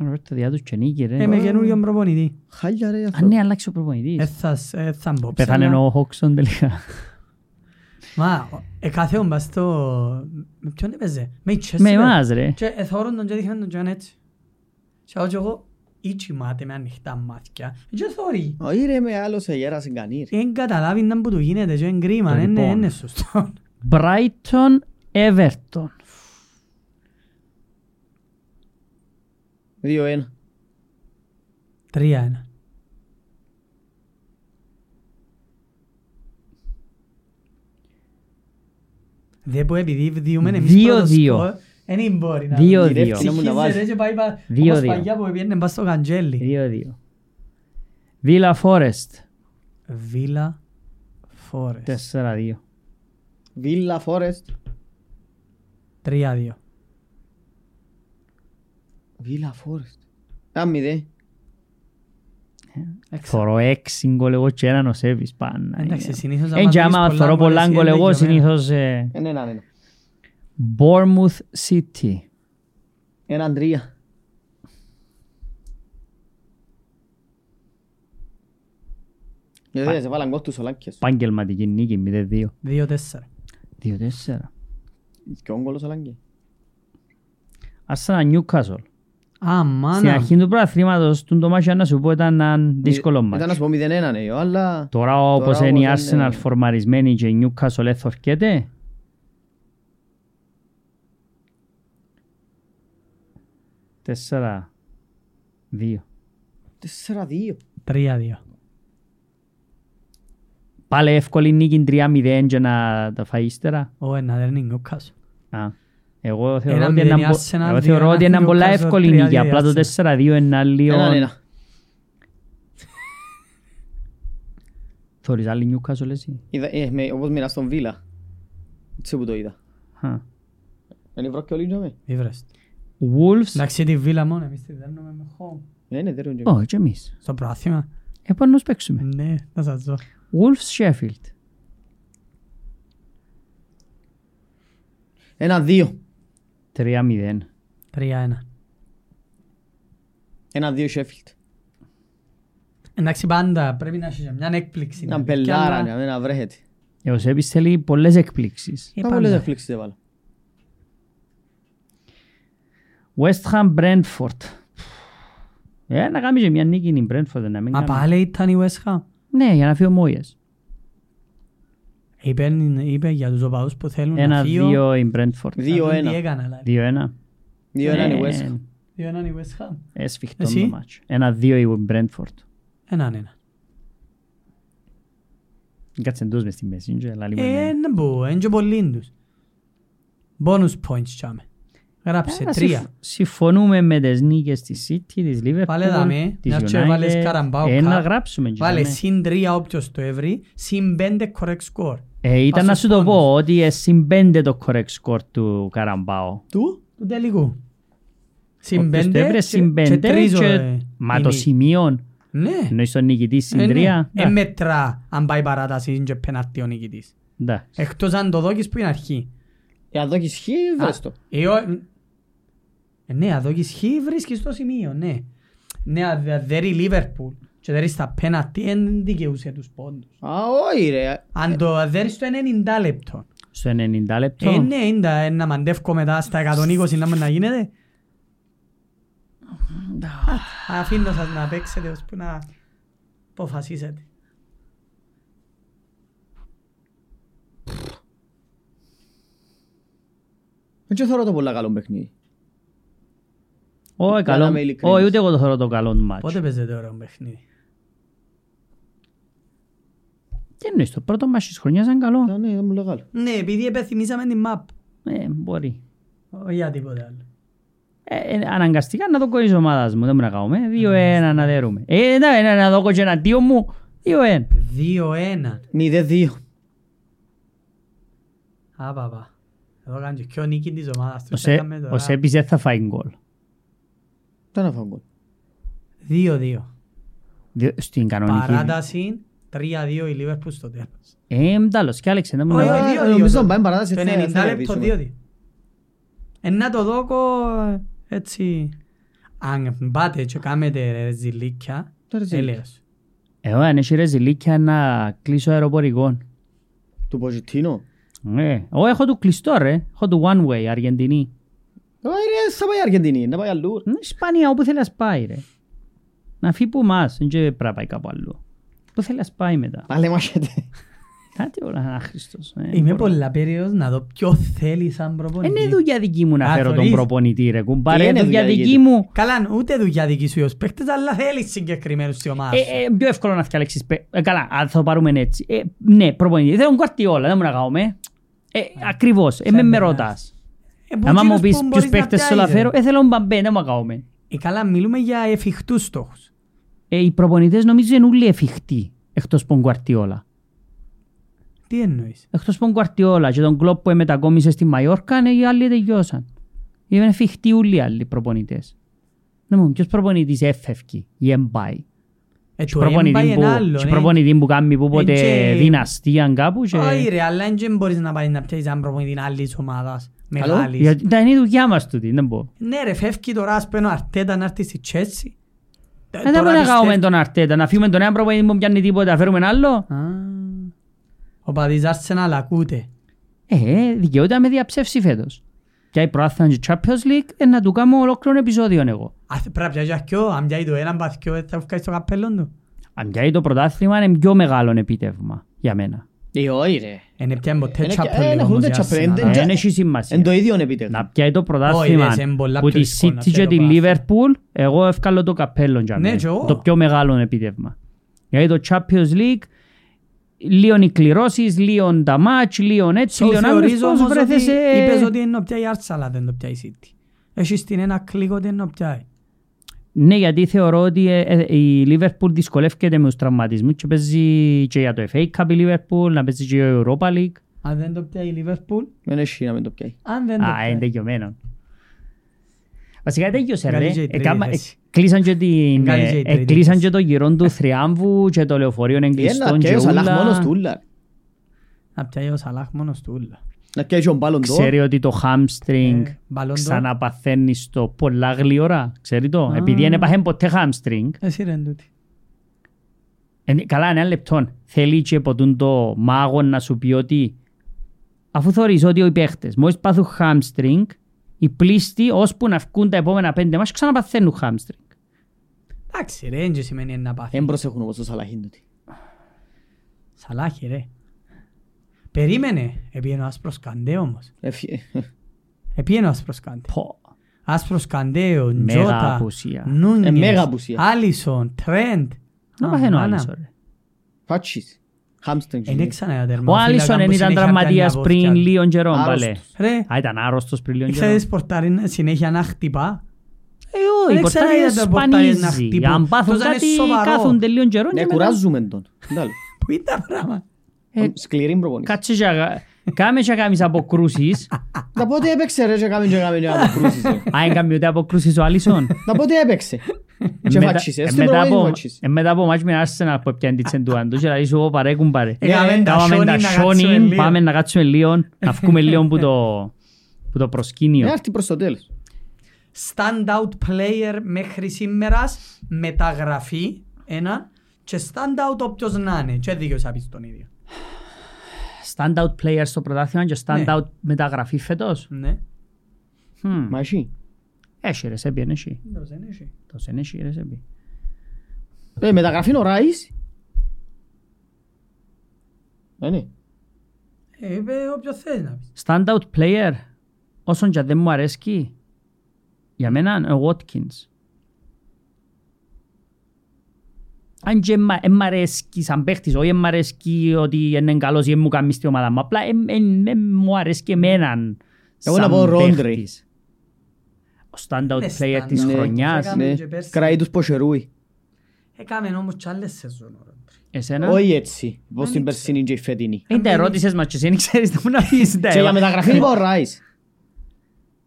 Speaker 2: Ωραία, τα διά τους και νίκη ρε.
Speaker 1: Ε, με καινούριον προπονητή.
Speaker 3: Χάλια ρε.
Speaker 2: Α, ναι, αλλάξει ο προπονητής.
Speaker 1: Ε, θα σ- ε, θα μπω ψέμα.
Speaker 2: Πέθανε ο Χόξον τελικά.
Speaker 1: Μα, ο- ε, κάθε όμπα στο... Με ποιον έπαιζε. Με η Chelsea,
Speaker 2: Με
Speaker 1: ρε.
Speaker 2: εμάς ρε.
Speaker 1: Και εθώρουν τον και δείχναν τον και αν έτσι. Και εγώ και εγώ ή κοιμάται με ανοιχτά μάτια. Και θωρεί.
Speaker 3: Όχι ρε με άλλο σε γέρασε κανεί ρε.
Speaker 1: Δεν καταλάβει να που του γίνεται και είναι κρίμα.
Speaker 2: Λοιπόν.
Speaker 1: Είναι είναι σωστό.
Speaker 2: Brighton Everton.
Speaker 3: Δύο ένα.
Speaker 1: 3-1. Δεν μπορεί επειδή διούμε εμείς
Speaker 2: Δύο-δύο.
Speaker 1: πρώτο σκορ, δεν μπορεί να
Speaker 2: Δύο-δύο.
Speaker 1: Ρε,
Speaker 3: Να μου τα βάζει.
Speaker 1: ψυχίζεται και πάει πα-
Speaker 2: Δύο-δύο.
Speaker 1: όπως παλιά που έπαιρνε πας στο Καντζέλη.
Speaker 2: Δύο-δύο. Villa Forest.
Speaker 1: Βίλα Φόρες.
Speaker 2: Τέσσερα-δύο.
Speaker 3: Βίλα Φόρεστ.
Speaker 1: Τρία-δύο.
Speaker 3: Βίλα Φόρεστ. Ένα μηδέ.
Speaker 2: Θωρώ έξι γκολ εγώ και έναν ο Σέβης πάνω.
Speaker 1: Εντάξει, συνήθως
Speaker 2: Εν και άμα θωρώ πολλά γκολ εγώ συνήθως... ε,
Speaker 3: Έναν ένα.
Speaker 2: Bournemouth City.
Speaker 3: Έναν τρία. Γιατί σε βάλαν γκολ τους Σολάνκες.
Speaker 2: Επαγγελματική νίκη 0-2.
Speaker 1: 2-4.
Speaker 2: 2-4.
Speaker 3: Ποιον γκολ ο Σολάνκη.
Speaker 2: Άρσενα Νιούκασολ. Στην
Speaker 1: Αμάνα.
Speaker 2: αρχή του προαθλήματος, τον το μάτσο να σου πω ήταν
Speaker 1: Ε,
Speaker 2: ένα δύσκολο μάτσο.
Speaker 3: Ήταν να σου πω 0-1 ναι, αλλά...
Speaker 2: Τώρα όπως
Speaker 3: Τώρα
Speaker 2: είναι η
Speaker 3: όπως είναι-
Speaker 2: Arsenal φορμαρισμένη και η Newcastle εθορκέται. Τέσσερα. Δύο.
Speaker 3: 4-2.
Speaker 1: 3-2.
Speaker 2: Πάλι εύκολη νίκη 3-0 και να τα φάει ύστερα.
Speaker 1: Ω, ένα δεν είναι Newcastle.
Speaker 2: Α, Εγώ θεωρώ
Speaker 1: Ένα
Speaker 2: ότι
Speaker 1: μηδέν
Speaker 2: είναι
Speaker 1: η
Speaker 2: μπο-
Speaker 1: Arsenal,
Speaker 2: εγώ
Speaker 1: δύο
Speaker 2: θεωρώ
Speaker 1: ένα
Speaker 2: ότι είναι
Speaker 1: Newcastle,
Speaker 2: πολλά εύκολη
Speaker 1: τρία
Speaker 2: νίκη.
Speaker 1: δύο η
Speaker 2: Απλά το
Speaker 1: Arsenal.
Speaker 2: 4-2 είναι λίγο...
Speaker 3: Έναν ένα.
Speaker 2: Θωρείς άλλη Newcastle εσύ.
Speaker 3: Είδα- ε, με- Όπως μοιρά στον Βίλα. Τι που το είδα.
Speaker 2: Χα.
Speaker 3: Είναι βρόκι όλοι τζαμε.
Speaker 1: Ήβρες.
Speaker 2: Wolves.
Speaker 1: Εντάξει τη Βίλα μόνο, εμείς τη δέρνουμε με χώμ.
Speaker 3: Ε, ναι, δεν είναι τζαμε.
Speaker 2: Ω, και εμείς.
Speaker 1: Στο πρόθυμα.
Speaker 2: Επάνω να παίξουμε.
Speaker 1: Ναι, θα σας δω.
Speaker 2: Wolves Sheffield.
Speaker 3: Ένα δύο.
Speaker 2: 3-0.
Speaker 1: 3-1.
Speaker 3: Ένα δύο Sheffield.
Speaker 1: Εντάξει πάντα πρέπει να έχεις μια έκπληξη.
Speaker 3: Ένα
Speaker 1: ναι, παιδιά,
Speaker 3: μπελάρα,
Speaker 1: αλλά-
Speaker 3: ναι, ένα βρέχεται.
Speaker 2: Ο Σέπης θέλει πολλές εκπλήξεις.
Speaker 1: Ε,
Speaker 3: Μα
Speaker 1: πάντα.
Speaker 3: πολλές εκπλήξεις έβαλα.
Speaker 2: West Ham Brentford. Ε, να κάνει και μια νίκη η Brentford. Να μην
Speaker 1: Μα
Speaker 2: κάνει.
Speaker 1: πάλι ήταν η West Ham.
Speaker 2: Ναι, για να φύγει ο Μόιες.
Speaker 1: Είπε, είπε για τους οπαδούς που θέλουν να φύγουν.
Speaker 2: Ένα-δύο η Brentford.
Speaker 3: Δι- Δύο,
Speaker 1: να δουν
Speaker 3: ένα.
Speaker 1: τι έκανα, δηλαδή.
Speaker 2: Δύο-ένα.
Speaker 3: Δύο ένα είναι η West
Speaker 2: Ε,
Speaker 3: Ham.
Speaker 1: Δύο έναν η West Ham.
Speaker 2: Έσφιχτον
Speaker 1: Εσύ?
Speaker 2: ε, το μάτσο. Ένα-δύο η Brentford.
Speaker 1: Έναν ένα.
Speaker 2: Κάτσε εντός μες στη μέση. και λαλεί μου,
Speaker 1: Ε,
Speaker 2: ναι.
Speaker 1: δεν μπορώ, είναι και πολλοί τους. Bonus points τσάμε. Γράψε
Speaker 2: Άρα συμφ-
Speaker 1: τρία.
Speaker 2: Συμφωνούμε με τις νίκες της City, της Liverpool,
Speaker 1: Πάλε δάμε,
Speaker 2: της
Speaker 1: να και
Speaker 2: United.
Speaker 1: βάλες καραμπάου.
Speaker 2: Ε,
Speaker 1: κα-
Speaker 2: να γράψουμε. και
Speaker 1: Βάλε
Speaker 2: δάμε.
Speaker 1: συν τρία όποιος το έβρει, συν πέντε correct score.
Speaker 2: Ε, ήταν να
Speaker 1: Πάσος
Speaker 2: σου το
Speaker 1: πόνος.
Speaker 2: πω ότι ε, συμπέντε το correct score του Καραμπάου.
Speaker 3: Του.
Speaker 1: Του τελικού. Συν
Speaker 2: Όποιος το
Speaker 1: πέντε
Speaker 2: έβρε
Speaker 1: και-
Speaker 2: συν
Speaker 1: και
Speaker 2: πέντε
Speaker 1: τρεις,
Speaker 2: και-
Speaker 1: ε,
Speaker 2: Μα
Speaker 1: η
Speaker 2: το
Speaker 1: νίκη.
Speaker 2: σημείο
Speaker 1: Ναι.
Speaker 2: εννοείς τον νικητή συν
Speaker 1: Ε, ναι.
Speaker 2: τρία.
Speaker 1: Ε, μετρά αν πάει παράταση είναι και πέναρτι ο νικητής.
Speaker 2: εντάξει.
Speaker 1: Εκτός αν το δόκεις που είναι αρχή.
Speaker 3: Ε, αν δόκεις χ, βρες το.
Speaker 1: Ε, ο- ε, ναι, αν δόκεις χ βρίσκεις το σημείο, ναι. Ναι, αν δε- δέρει η Λίβερπουλ και δέρει στα πέναρτι δεν δικαιούσε τους πόντους.
Speaker 3: Α, όχι ρε.
Speaker 1: Αν το δέρει στο 90 λεπτό.
Speaker 2: Στο 90 λεπτό.
Speaker 1: Ε, ναι, είναι να μαντεύκω μετά στα 120 να μην να γίνεται. Α, Αφήνω σας να παίξετε ώσπου να αποφασίσετε.
Speaker 3: Δεν και θεωρώ το πολλά καλό παιχνίδι.
Speaker 2: Όχι,
Speaker 3: να
Speaker 2: ε, καλό.
Speaker 3: είμαι ειλικρινής.
Speaker 2: Όχι, ούτε εγώ το θεωρώ το καλό μάτσο.
Speaker 1: Πότε παίζετε ωραίο παιχνίδι.
Speaker 2: Τι εννοείς, το πρώτο μάτσο της χρονιάς ήταν καλό.
Speaker 3: Α, ναι, ήταν πολλά καλό.
Speaker 1: Ναι, επειδή επεθυμίσαμε την map.
Speaker 2: Ε, μπορεί.
Speaker 1: Όχι για τίποτε άλλο.
Speaker 2: Ε, ε, αναγκαστικά να το κολλήσω η ομάδας μου. Δεν μπορούμε να κάνουμε. Δύο-ένα να δέρουμε. Ε, εντάξει, να- να δω και ένα δύο μου. Δύο-ένα.
Speaker 1: 2-1.
Speaker 3: 0-2.
Speaker 1: Α, παπά. Εδώ κάνεις και πιο νίκης της ομάδας του.
Speaker 2: Ο Σε- Ο Σέπης δεν θα φάει γκολ.
Speaker 3: Τι να φάω γκολ.
Speaker 1: 2-2.
Speaker 2: Δι- Στην κανονική.
Speaker 1: Παράταση 3-2 η Λίβερπουλ στο τέλος.
Speaker 2: Ε, μπτάλος και Άλεξε, δεν μου
Speaker 1: Όχι,
Speaker 2: λέω.
Speaker 1: όχι.
Speaker 3: Α,
Speaker 1: δύο-δύο
Speaker 3: Ε, Νομίζω
Speaker 1: το-
Speaker 3: να πάμε παράταση.
Speaker 1: Το
Speaker 3: θα- θα
Speaker 1: 90 λεπτό
Speaker 3: κερδίσουμε.
Speaker 1: 2-2. Ε, να το δώκω ε, έτσι. Αν πάτε και κάμετε ρε ζηλίκια,
Speaker 3: Το ρεζιλίκια.
Speaker 1: έλεος.
Speaker 2: Ναι, Εγώ αν έχει ρεζιλίκια να κλείσω αεροπορικό.
Speaker 3: Του Ποζιτίνο.
Speaker 2: Ε, εγώ έχω του κλειστό ρε, έχω του one way Αργεντινή.
Speaker 3: Ε, ρε, θα πάει η Αργεντινή, να πάει αλλού.
Speaker 2: Ναι, Ισπανία όπου θέλει να πάει ρε. Να φύγει που μας, δεν πρέπει να πάει κάπου αλλού. Πού θέλει να πάει μετά.
Speaker 3: Πάλε μάχεται.
Speaker 2: Κάτι όλα να Χριστός. ε,
Speaker 1: Είμαι
Speaker 2: μπορώ.
Speaker 1: πολλά περίεργος να δω ποιο θέλει σαν
Speaker 2: Ε, Είναι
Speaker 1: προπονητή.
Speaker 2: δουλειά δική μου να
Speaker 1: Α,
Speaker 2: φέρω τον
Speaker 1: θωρείς.
Speaker 2: προπονητή ρε
Speaker 3: Τι
Speaker 2: κουμπάρε.
Speaker 3: είναι
Speaker 2: Είναι δουλειά
Speaker 3: δουλειά
Speaker 2: δική
Speaker 3: δική
Speaker 2: μου.
Speaker 1: Καλά, ούτε δουλειά δική σου ως παίχτες, αλλά θέλεις συγκεκριμένους στη ομάδας
Speaker 2: Ε,
Speaker 1: σου.
Speaker 2: ε, πιο εύκολο να φτιάξεις. παι- Ε, καλά, αν θα το πάρουμε έτσι. Ε, ναι, προπονητή. Θέλω κουαρτιόλα, δεν μου να κάνουμε. Ε, ακριβώς. Ε, με
Speaker 1: σαν
Speaker 2: με
Speaker 1: περνάς.
Speaker 2: ρωτάς.
Speaker 1: Ε, που
Speaker 2: Άμα μου
Speaker 1: εκείνος
Speaker 2: πεις
Speaker 1: που
Speaker 2: ποιους
Speaker 1: μπορείς να
Speaker 2: παίχτες θέλω να
Speaker 1: πιάσεις,
Speaker 2: φέρω,
Speaker 1: ρε.
Speaker 2: ε, θέλω μπαμπέ, δεν μου κάνουμε.
Speaker 1: Ε, καλά, μιλούμε για εφικτούς στόχους.
Speaker 2: Ε, οι προπονητές νομίζω είναι όλοι εφικτοί εκτός από τον Κουαρτιόλα.
Speaker 1: Τι εννοείς.
Speaker 2: Εκτός από τον Κουαρτιόλα και τον Κλόπ που μετακόμισε στη Μαϊόρκα, ναι, οι άλλοι τελειώσαν. Είναι εφικτοί όλοι οι άλλοι προπονητές. Ναι, μου, ποιος προπονητής έφευκε ή εμπάει.
Speaker 1: Ε,
Speaker 2: Και
Speaker 1: το έμπαει
Speaker 2: που,
Speaker 1: ένα άλλο,
Speaker 2: και
Speaker 1: ναι.
Speaker 2: προπονητή που κάνει που ποτέ
Speaker 1: Εν και-
Speaker 2: δυναστεία κάπου. Και...
Speaker 1: Όχι ρε, αλλά δεν μπορείς να πάει να πιάσεις έναν προπονητή άλλης ομάδας, μεγάλης.
Speaker 2: Γιατί ήταν η δουλειά μας τούτη, δεν μπορώ.
Speaker 1: Ναι ρε, φεύγει τώρα ας παίρνω αρτέτα να έρθει στη Chelsea. Ε, τώρα
Speaker 2: Δεν μπορούμε να
Speaker 1: πιστεύ-
Speaker 2: κάνουμε τον Αρτέτα, να αφήσουμε τον ένα προπονητή που πιάνει τίποτα, να φέρουμε άλλο.
Speaker 1: Α, Ο παδίς Arsenal ακούτε.
Speaker 2: Ε, δικαιούται να με διαψεύσει φέτος. Και η προάθλημα και Champions League, ε, να του κάνω ολόκληρο επεισόδιο εγώ.
Speaker 1: Α, θε- Πρέπει να πιάσεις δυο, αν πιάει το έναν πας δυο, θα βγάλεις το καπέλον του.
Speaker 2: Αν πιάει το πρωτάθλημα είναι πιο μεγάλο επίτευγμα για μένα.
Speaker 3: Ε, όχι ρε.
Speaker 1: Είναι πιάνει ναι, ποτέ
Speaker 3: Είναι και-
Speaker 1: Champions
Speaker 3: ε,
Speaker 1: League
Speaker 3: είναι
Speaker 1: όμως η
Speaker 3: ούτε Champions,
Speaker 1: Arsenal. ε.
Speaker 3: δεν-
Speaker 2: Δεν έχει σημασία.
Speaker 3: Εν το ίδιο επίτευγμα.
Speaker 2: Να πιάει το
Speaker 1: Όχι,
Speaker 2: πρωτάθλημα
Speaker 1: ρε, είναι πολλά
Speaker 2: που
Speaker 1: πιο
Speaker 2: τη
Speaker 1: δύσκολο να
Speaker 2: City και
Speaker 1: πιάει το
Speaker 2: τη
Speaker 1: πρωτάθλημα.
Speaker 2: Liverpool, εγώ έφκαλω το καπέλο για
Speaker 1: Ναι,
Speaker 2: μένα.
Speaker 1: και εγώ.
Speaker 2: Το πιο μεγάλο επίτευγμα. Γιατί το Champions League, λίον οι κληρώσεις, λίον τα μάτς, λίον έτσι,
Speaker 1: Το
Speaker 2: λίον άλλες,
Speaker 1: θεωρίζω
Speaker 2: πώς
Speaker 1: Ε, όμως ότι
Speaker 2: βρέθεσαι...
Speaker 1: είπες ότι ενώ πιάει η Arsenal, αλλά δεν το πιάει η City. Έχεις την ένα κλικ ότι ενώ πιάει.
Speaker 2: Ναι, γιατί θεωρώ ότι ε, ε, η Liverpool δυσκολεύεται με τους τραυματισμούς και παίζει και για το FA Cup η Liverpool, να παίζει και η Europa League.
Speaker 1: Αν δεν το πιάει η Liverpool,
Speaker 3: Δεν έχει να μην το πιάει.
Speaker 1: αν δεν το
Speaker 2: Α, ε. είναι
Speaker 1: πιάει.
Speaker 2: τελειωμένο. Βασικά τελειωσε ρε.
Speaker 1: Καλή και η τρίτη
Speaker 2: Εκάμα-
Speaker 1: θέση.
Speaker 2: Κλείσαν και, την,
Speaker 1: Καλή και η
Speaker 2: ε,
Speaker 1: τρίτη
Speaker 2: κλείσαν
Speaker 1: θέση.
Speaker 2: και το γυρό του θριάμβου και το λεωφορείο είναι
Speaker 3: Ε, Να
Speaker 2: κλειστό
Speaker 3: πιάει
Speaker 2: και
Speaker 3: ο Σαλάχ
Speaker 2: ούλα.
Speaker 3: μόνος του ούλα.
Speaker 1: Να πιάει ο Σαλάχ μόνος του ούλα.
Speaker 3: Να πιάει και ο Μπάλλον
Speaker 2: Ξέρει ότι το hamstring
Speaker 1: Ε, Ballon d'Or.
Speaker 2: ξαναπαθαίνει στο πολλά γλυόρα. Ξέρει το. Επειδή δεν έπαθε ποτέ hamstring.
Speaker 1: Εσύ ρε τούτη.
Speaker 2: Ε, καλά, ένα λεπτό. Θέλει και ποτούν το μάγο να σου πει ότι αφού θεωρείς ότι οι παίχτες μόλις πάθουν hamstring, οι πλήστοι ώσπου να βγουν τα επόμενα πέντε μας ξαναπαθαίνουν hamstring.
Speaker 1: Εντάξει ρε, δεν σημαίνει να πάθεις.
Speaker 2: Ε.
Speaker 3: Δεν προσέχουν όπως το Σαλάχ είναι τούτη.
Speaker 1: Σαλάχη ρε. Περίμενε, επίενε ο άσπρος καντέ όμως.
Speaker 3: Έφυγε.
Speaker 1: Επίενε ο άσπρος καντέ.
Speaker 2: Πω.
Speaker 1: Άσπρος καντέο,
Speaker 2: Μέγα
Speaker 1: Τζότα,
Speaker 2: απουσία.
Speaker 1: Νούνιες,
Speaker 3: Ε, μέγα απουσία.
Speaker 1: Άλισον, Τρέντ.
Speaker 2: Να
Speaker 1: Α,
Speaker 3: ναι,
Speaker 2: παθαίνω
Speaker 1: μάνα.
Speaker 2: Άλισον. ρε.
Speaker 3: Φάτσις.
Speaker 2: Ε,
Speaker 3: Χάμστρινγκ.
Speaker 1: Ε,
Speaker 2: ναι,
Speaker 1: Είναι ξανά ένα
Speaker 2: Ο
Speaker 1: τερματοφύλακα
Speaker 2: Άλισον
Speaker 1: που
Speaker 2: δεν ήταν
Speaker 1: συνέχεια
Speaker 2: τραυματίας
Speaker 1: πιάνει
Speaker 2: πριν
Speaker 1: απόφτια.
Speaker 2: λίγον καιρό,
Speaker 3: Άρρωστος.
Speaker 2: μπαλέ.
Speaker 1: Ρε,
Speaker 2: Α, ήταν άρρωστος πριν λίγον
Speaker 1: ήρθε
Speaker 2: καιρό.
Speaker 1: τις πορτάρινες συνέχεια να χτυπά.
Speaker 2: Ε, όχι,
Speaker 1: Δεν
Speaker 2: οι
Speaker 1: ξέρω γιατί
Speaker 2: πορτάρες
Speaker 1: τα πορτάρες να
Speaker 2: σπανίζει.
Speaker 1: χτυπούν.
Speaker 2: Αν πάθουν
Speaker 1: Τούτο είναι
Speaker 2: κάτι,
Speaker 1: σοβαρό.
Speaker 2: κάθονται λίγον καιρό. και
Speaker 3: Ναι,
Speaker 2: μετά-
Speaker 3: κουράζουμε τον. Ντάλλο.
Speaker 1: Πού είναι τα πράγματα.
Speaker 2: Ε,
Speaker 3: Σκληρή προπονήση.
Speaker 2: Κάτσε και αγα- κάμε και κάμεις αποκρούσεις.
Speaker 3: Να πότε έπαιξε ρε και κάμιν και κάμιν και αποκρούσεις. ρε.
Speaker 2: Α, δεν κάνει ούτε αποκρούσεις ο Άλισον.
Speaker 3: Να πότε έπαιξε. Και
Speaker 2: Μετά-
Speaker 3: φάτσις.
Speaker 2: ε,
Speaker 3: Έστω
Speaker 2: μετά
Speaker 3: προπονήση
Speaker 2: από-
Speaker 3: φάτσις.
Speaker 2: ε, Μετά από μάτς με Arsenal που έπιαν τη τσεντουάντου και λέει σου «Ω, παρέ κουμπάρε.
Speaker 1: Έκαμε Ε, τα
Speaker 2: Πάμε
Speaker 1: σόνι να
Speaker 2: τα
Speaker 1: κάτσουμε
Speaker 2: σόνι,
Speaker 1: λίγο.
Speaker 2: πάμε να κάτσουμε λίγο, να βγούμε λίγο που το- που το προσκήνιο.
Speaker 3: Ε, έρθει προς το τέλος.
Speaker 1: Standout player μέχρι σήμερας, μεταγραφή ένα και standout όποιος να είναι. Και δίκαιος θα πεις τον ίδιο.
Speaker 2: Standout player στο πρωτάθλημα και standout μεταγραφή φέτος.
Speaker 1: Ναι.
Speaker 2: Χμ. Ε,
Speaker 3: Μα εσύ.
Speaker 2: Έχει ρε Σέμπι, έχει.
Speaker 1: Εντός δεν έχει.
Speaker 2: Το σεν έχει ρε Σέμπι.
Speaker 3: Ε, μεταγραφή είναι ο Ράις. Ε, ναι.
Speaker 1: Ε, είπε όποιος θέλει να πεις.
Speaker 2: Standout player, όσον και αν δεν μου αρέσκει, για μένα είναι ο Watkins. Αν και μα- εν μ' αρέσκει σαν παίχτης, όχι εν μ' αρέσκει ότι είναι καλός ή εν μου κάνει στην ομάδα μου, απλά εν- εν εν μου αρέσκει εμέναν
Speaker 3: Εγώ να
Speaker 2: σαν
Speaker 3: πω Ρόντρι.
Speaker 2: παίχτης. Ο standout
Speaker 1: Είναι
Speaker 2: player της
Speaker 1: standout.
Speaker 3: Ναι.
Speaker 2: χρονιάς.
Speaker 1: Έκαμε
Speaker 3: Ναι.
Speaker 1: και πέρσι.
Speaker 3: Κραεί τους ποσερούι.
Speaker 1: Έκαμε Ε, όμως και άλλες σεζόν. ο Ρόντρι.
Speaker 2: Εσένα.
Speaker 3: Όχι έτσι. Πώς την περσίνη και η φετινή.
Speaker 2: Είναι τα ερώτησες μας και εσύ δεν ξέρεις τι μου να πεις. ναι, τα
Speaker 3: Και για
Speaker 2: ερώ-
Speaker 3: μεταγραφή
Speaker 2: ε.
Speaker 3: είπα ο Ράις.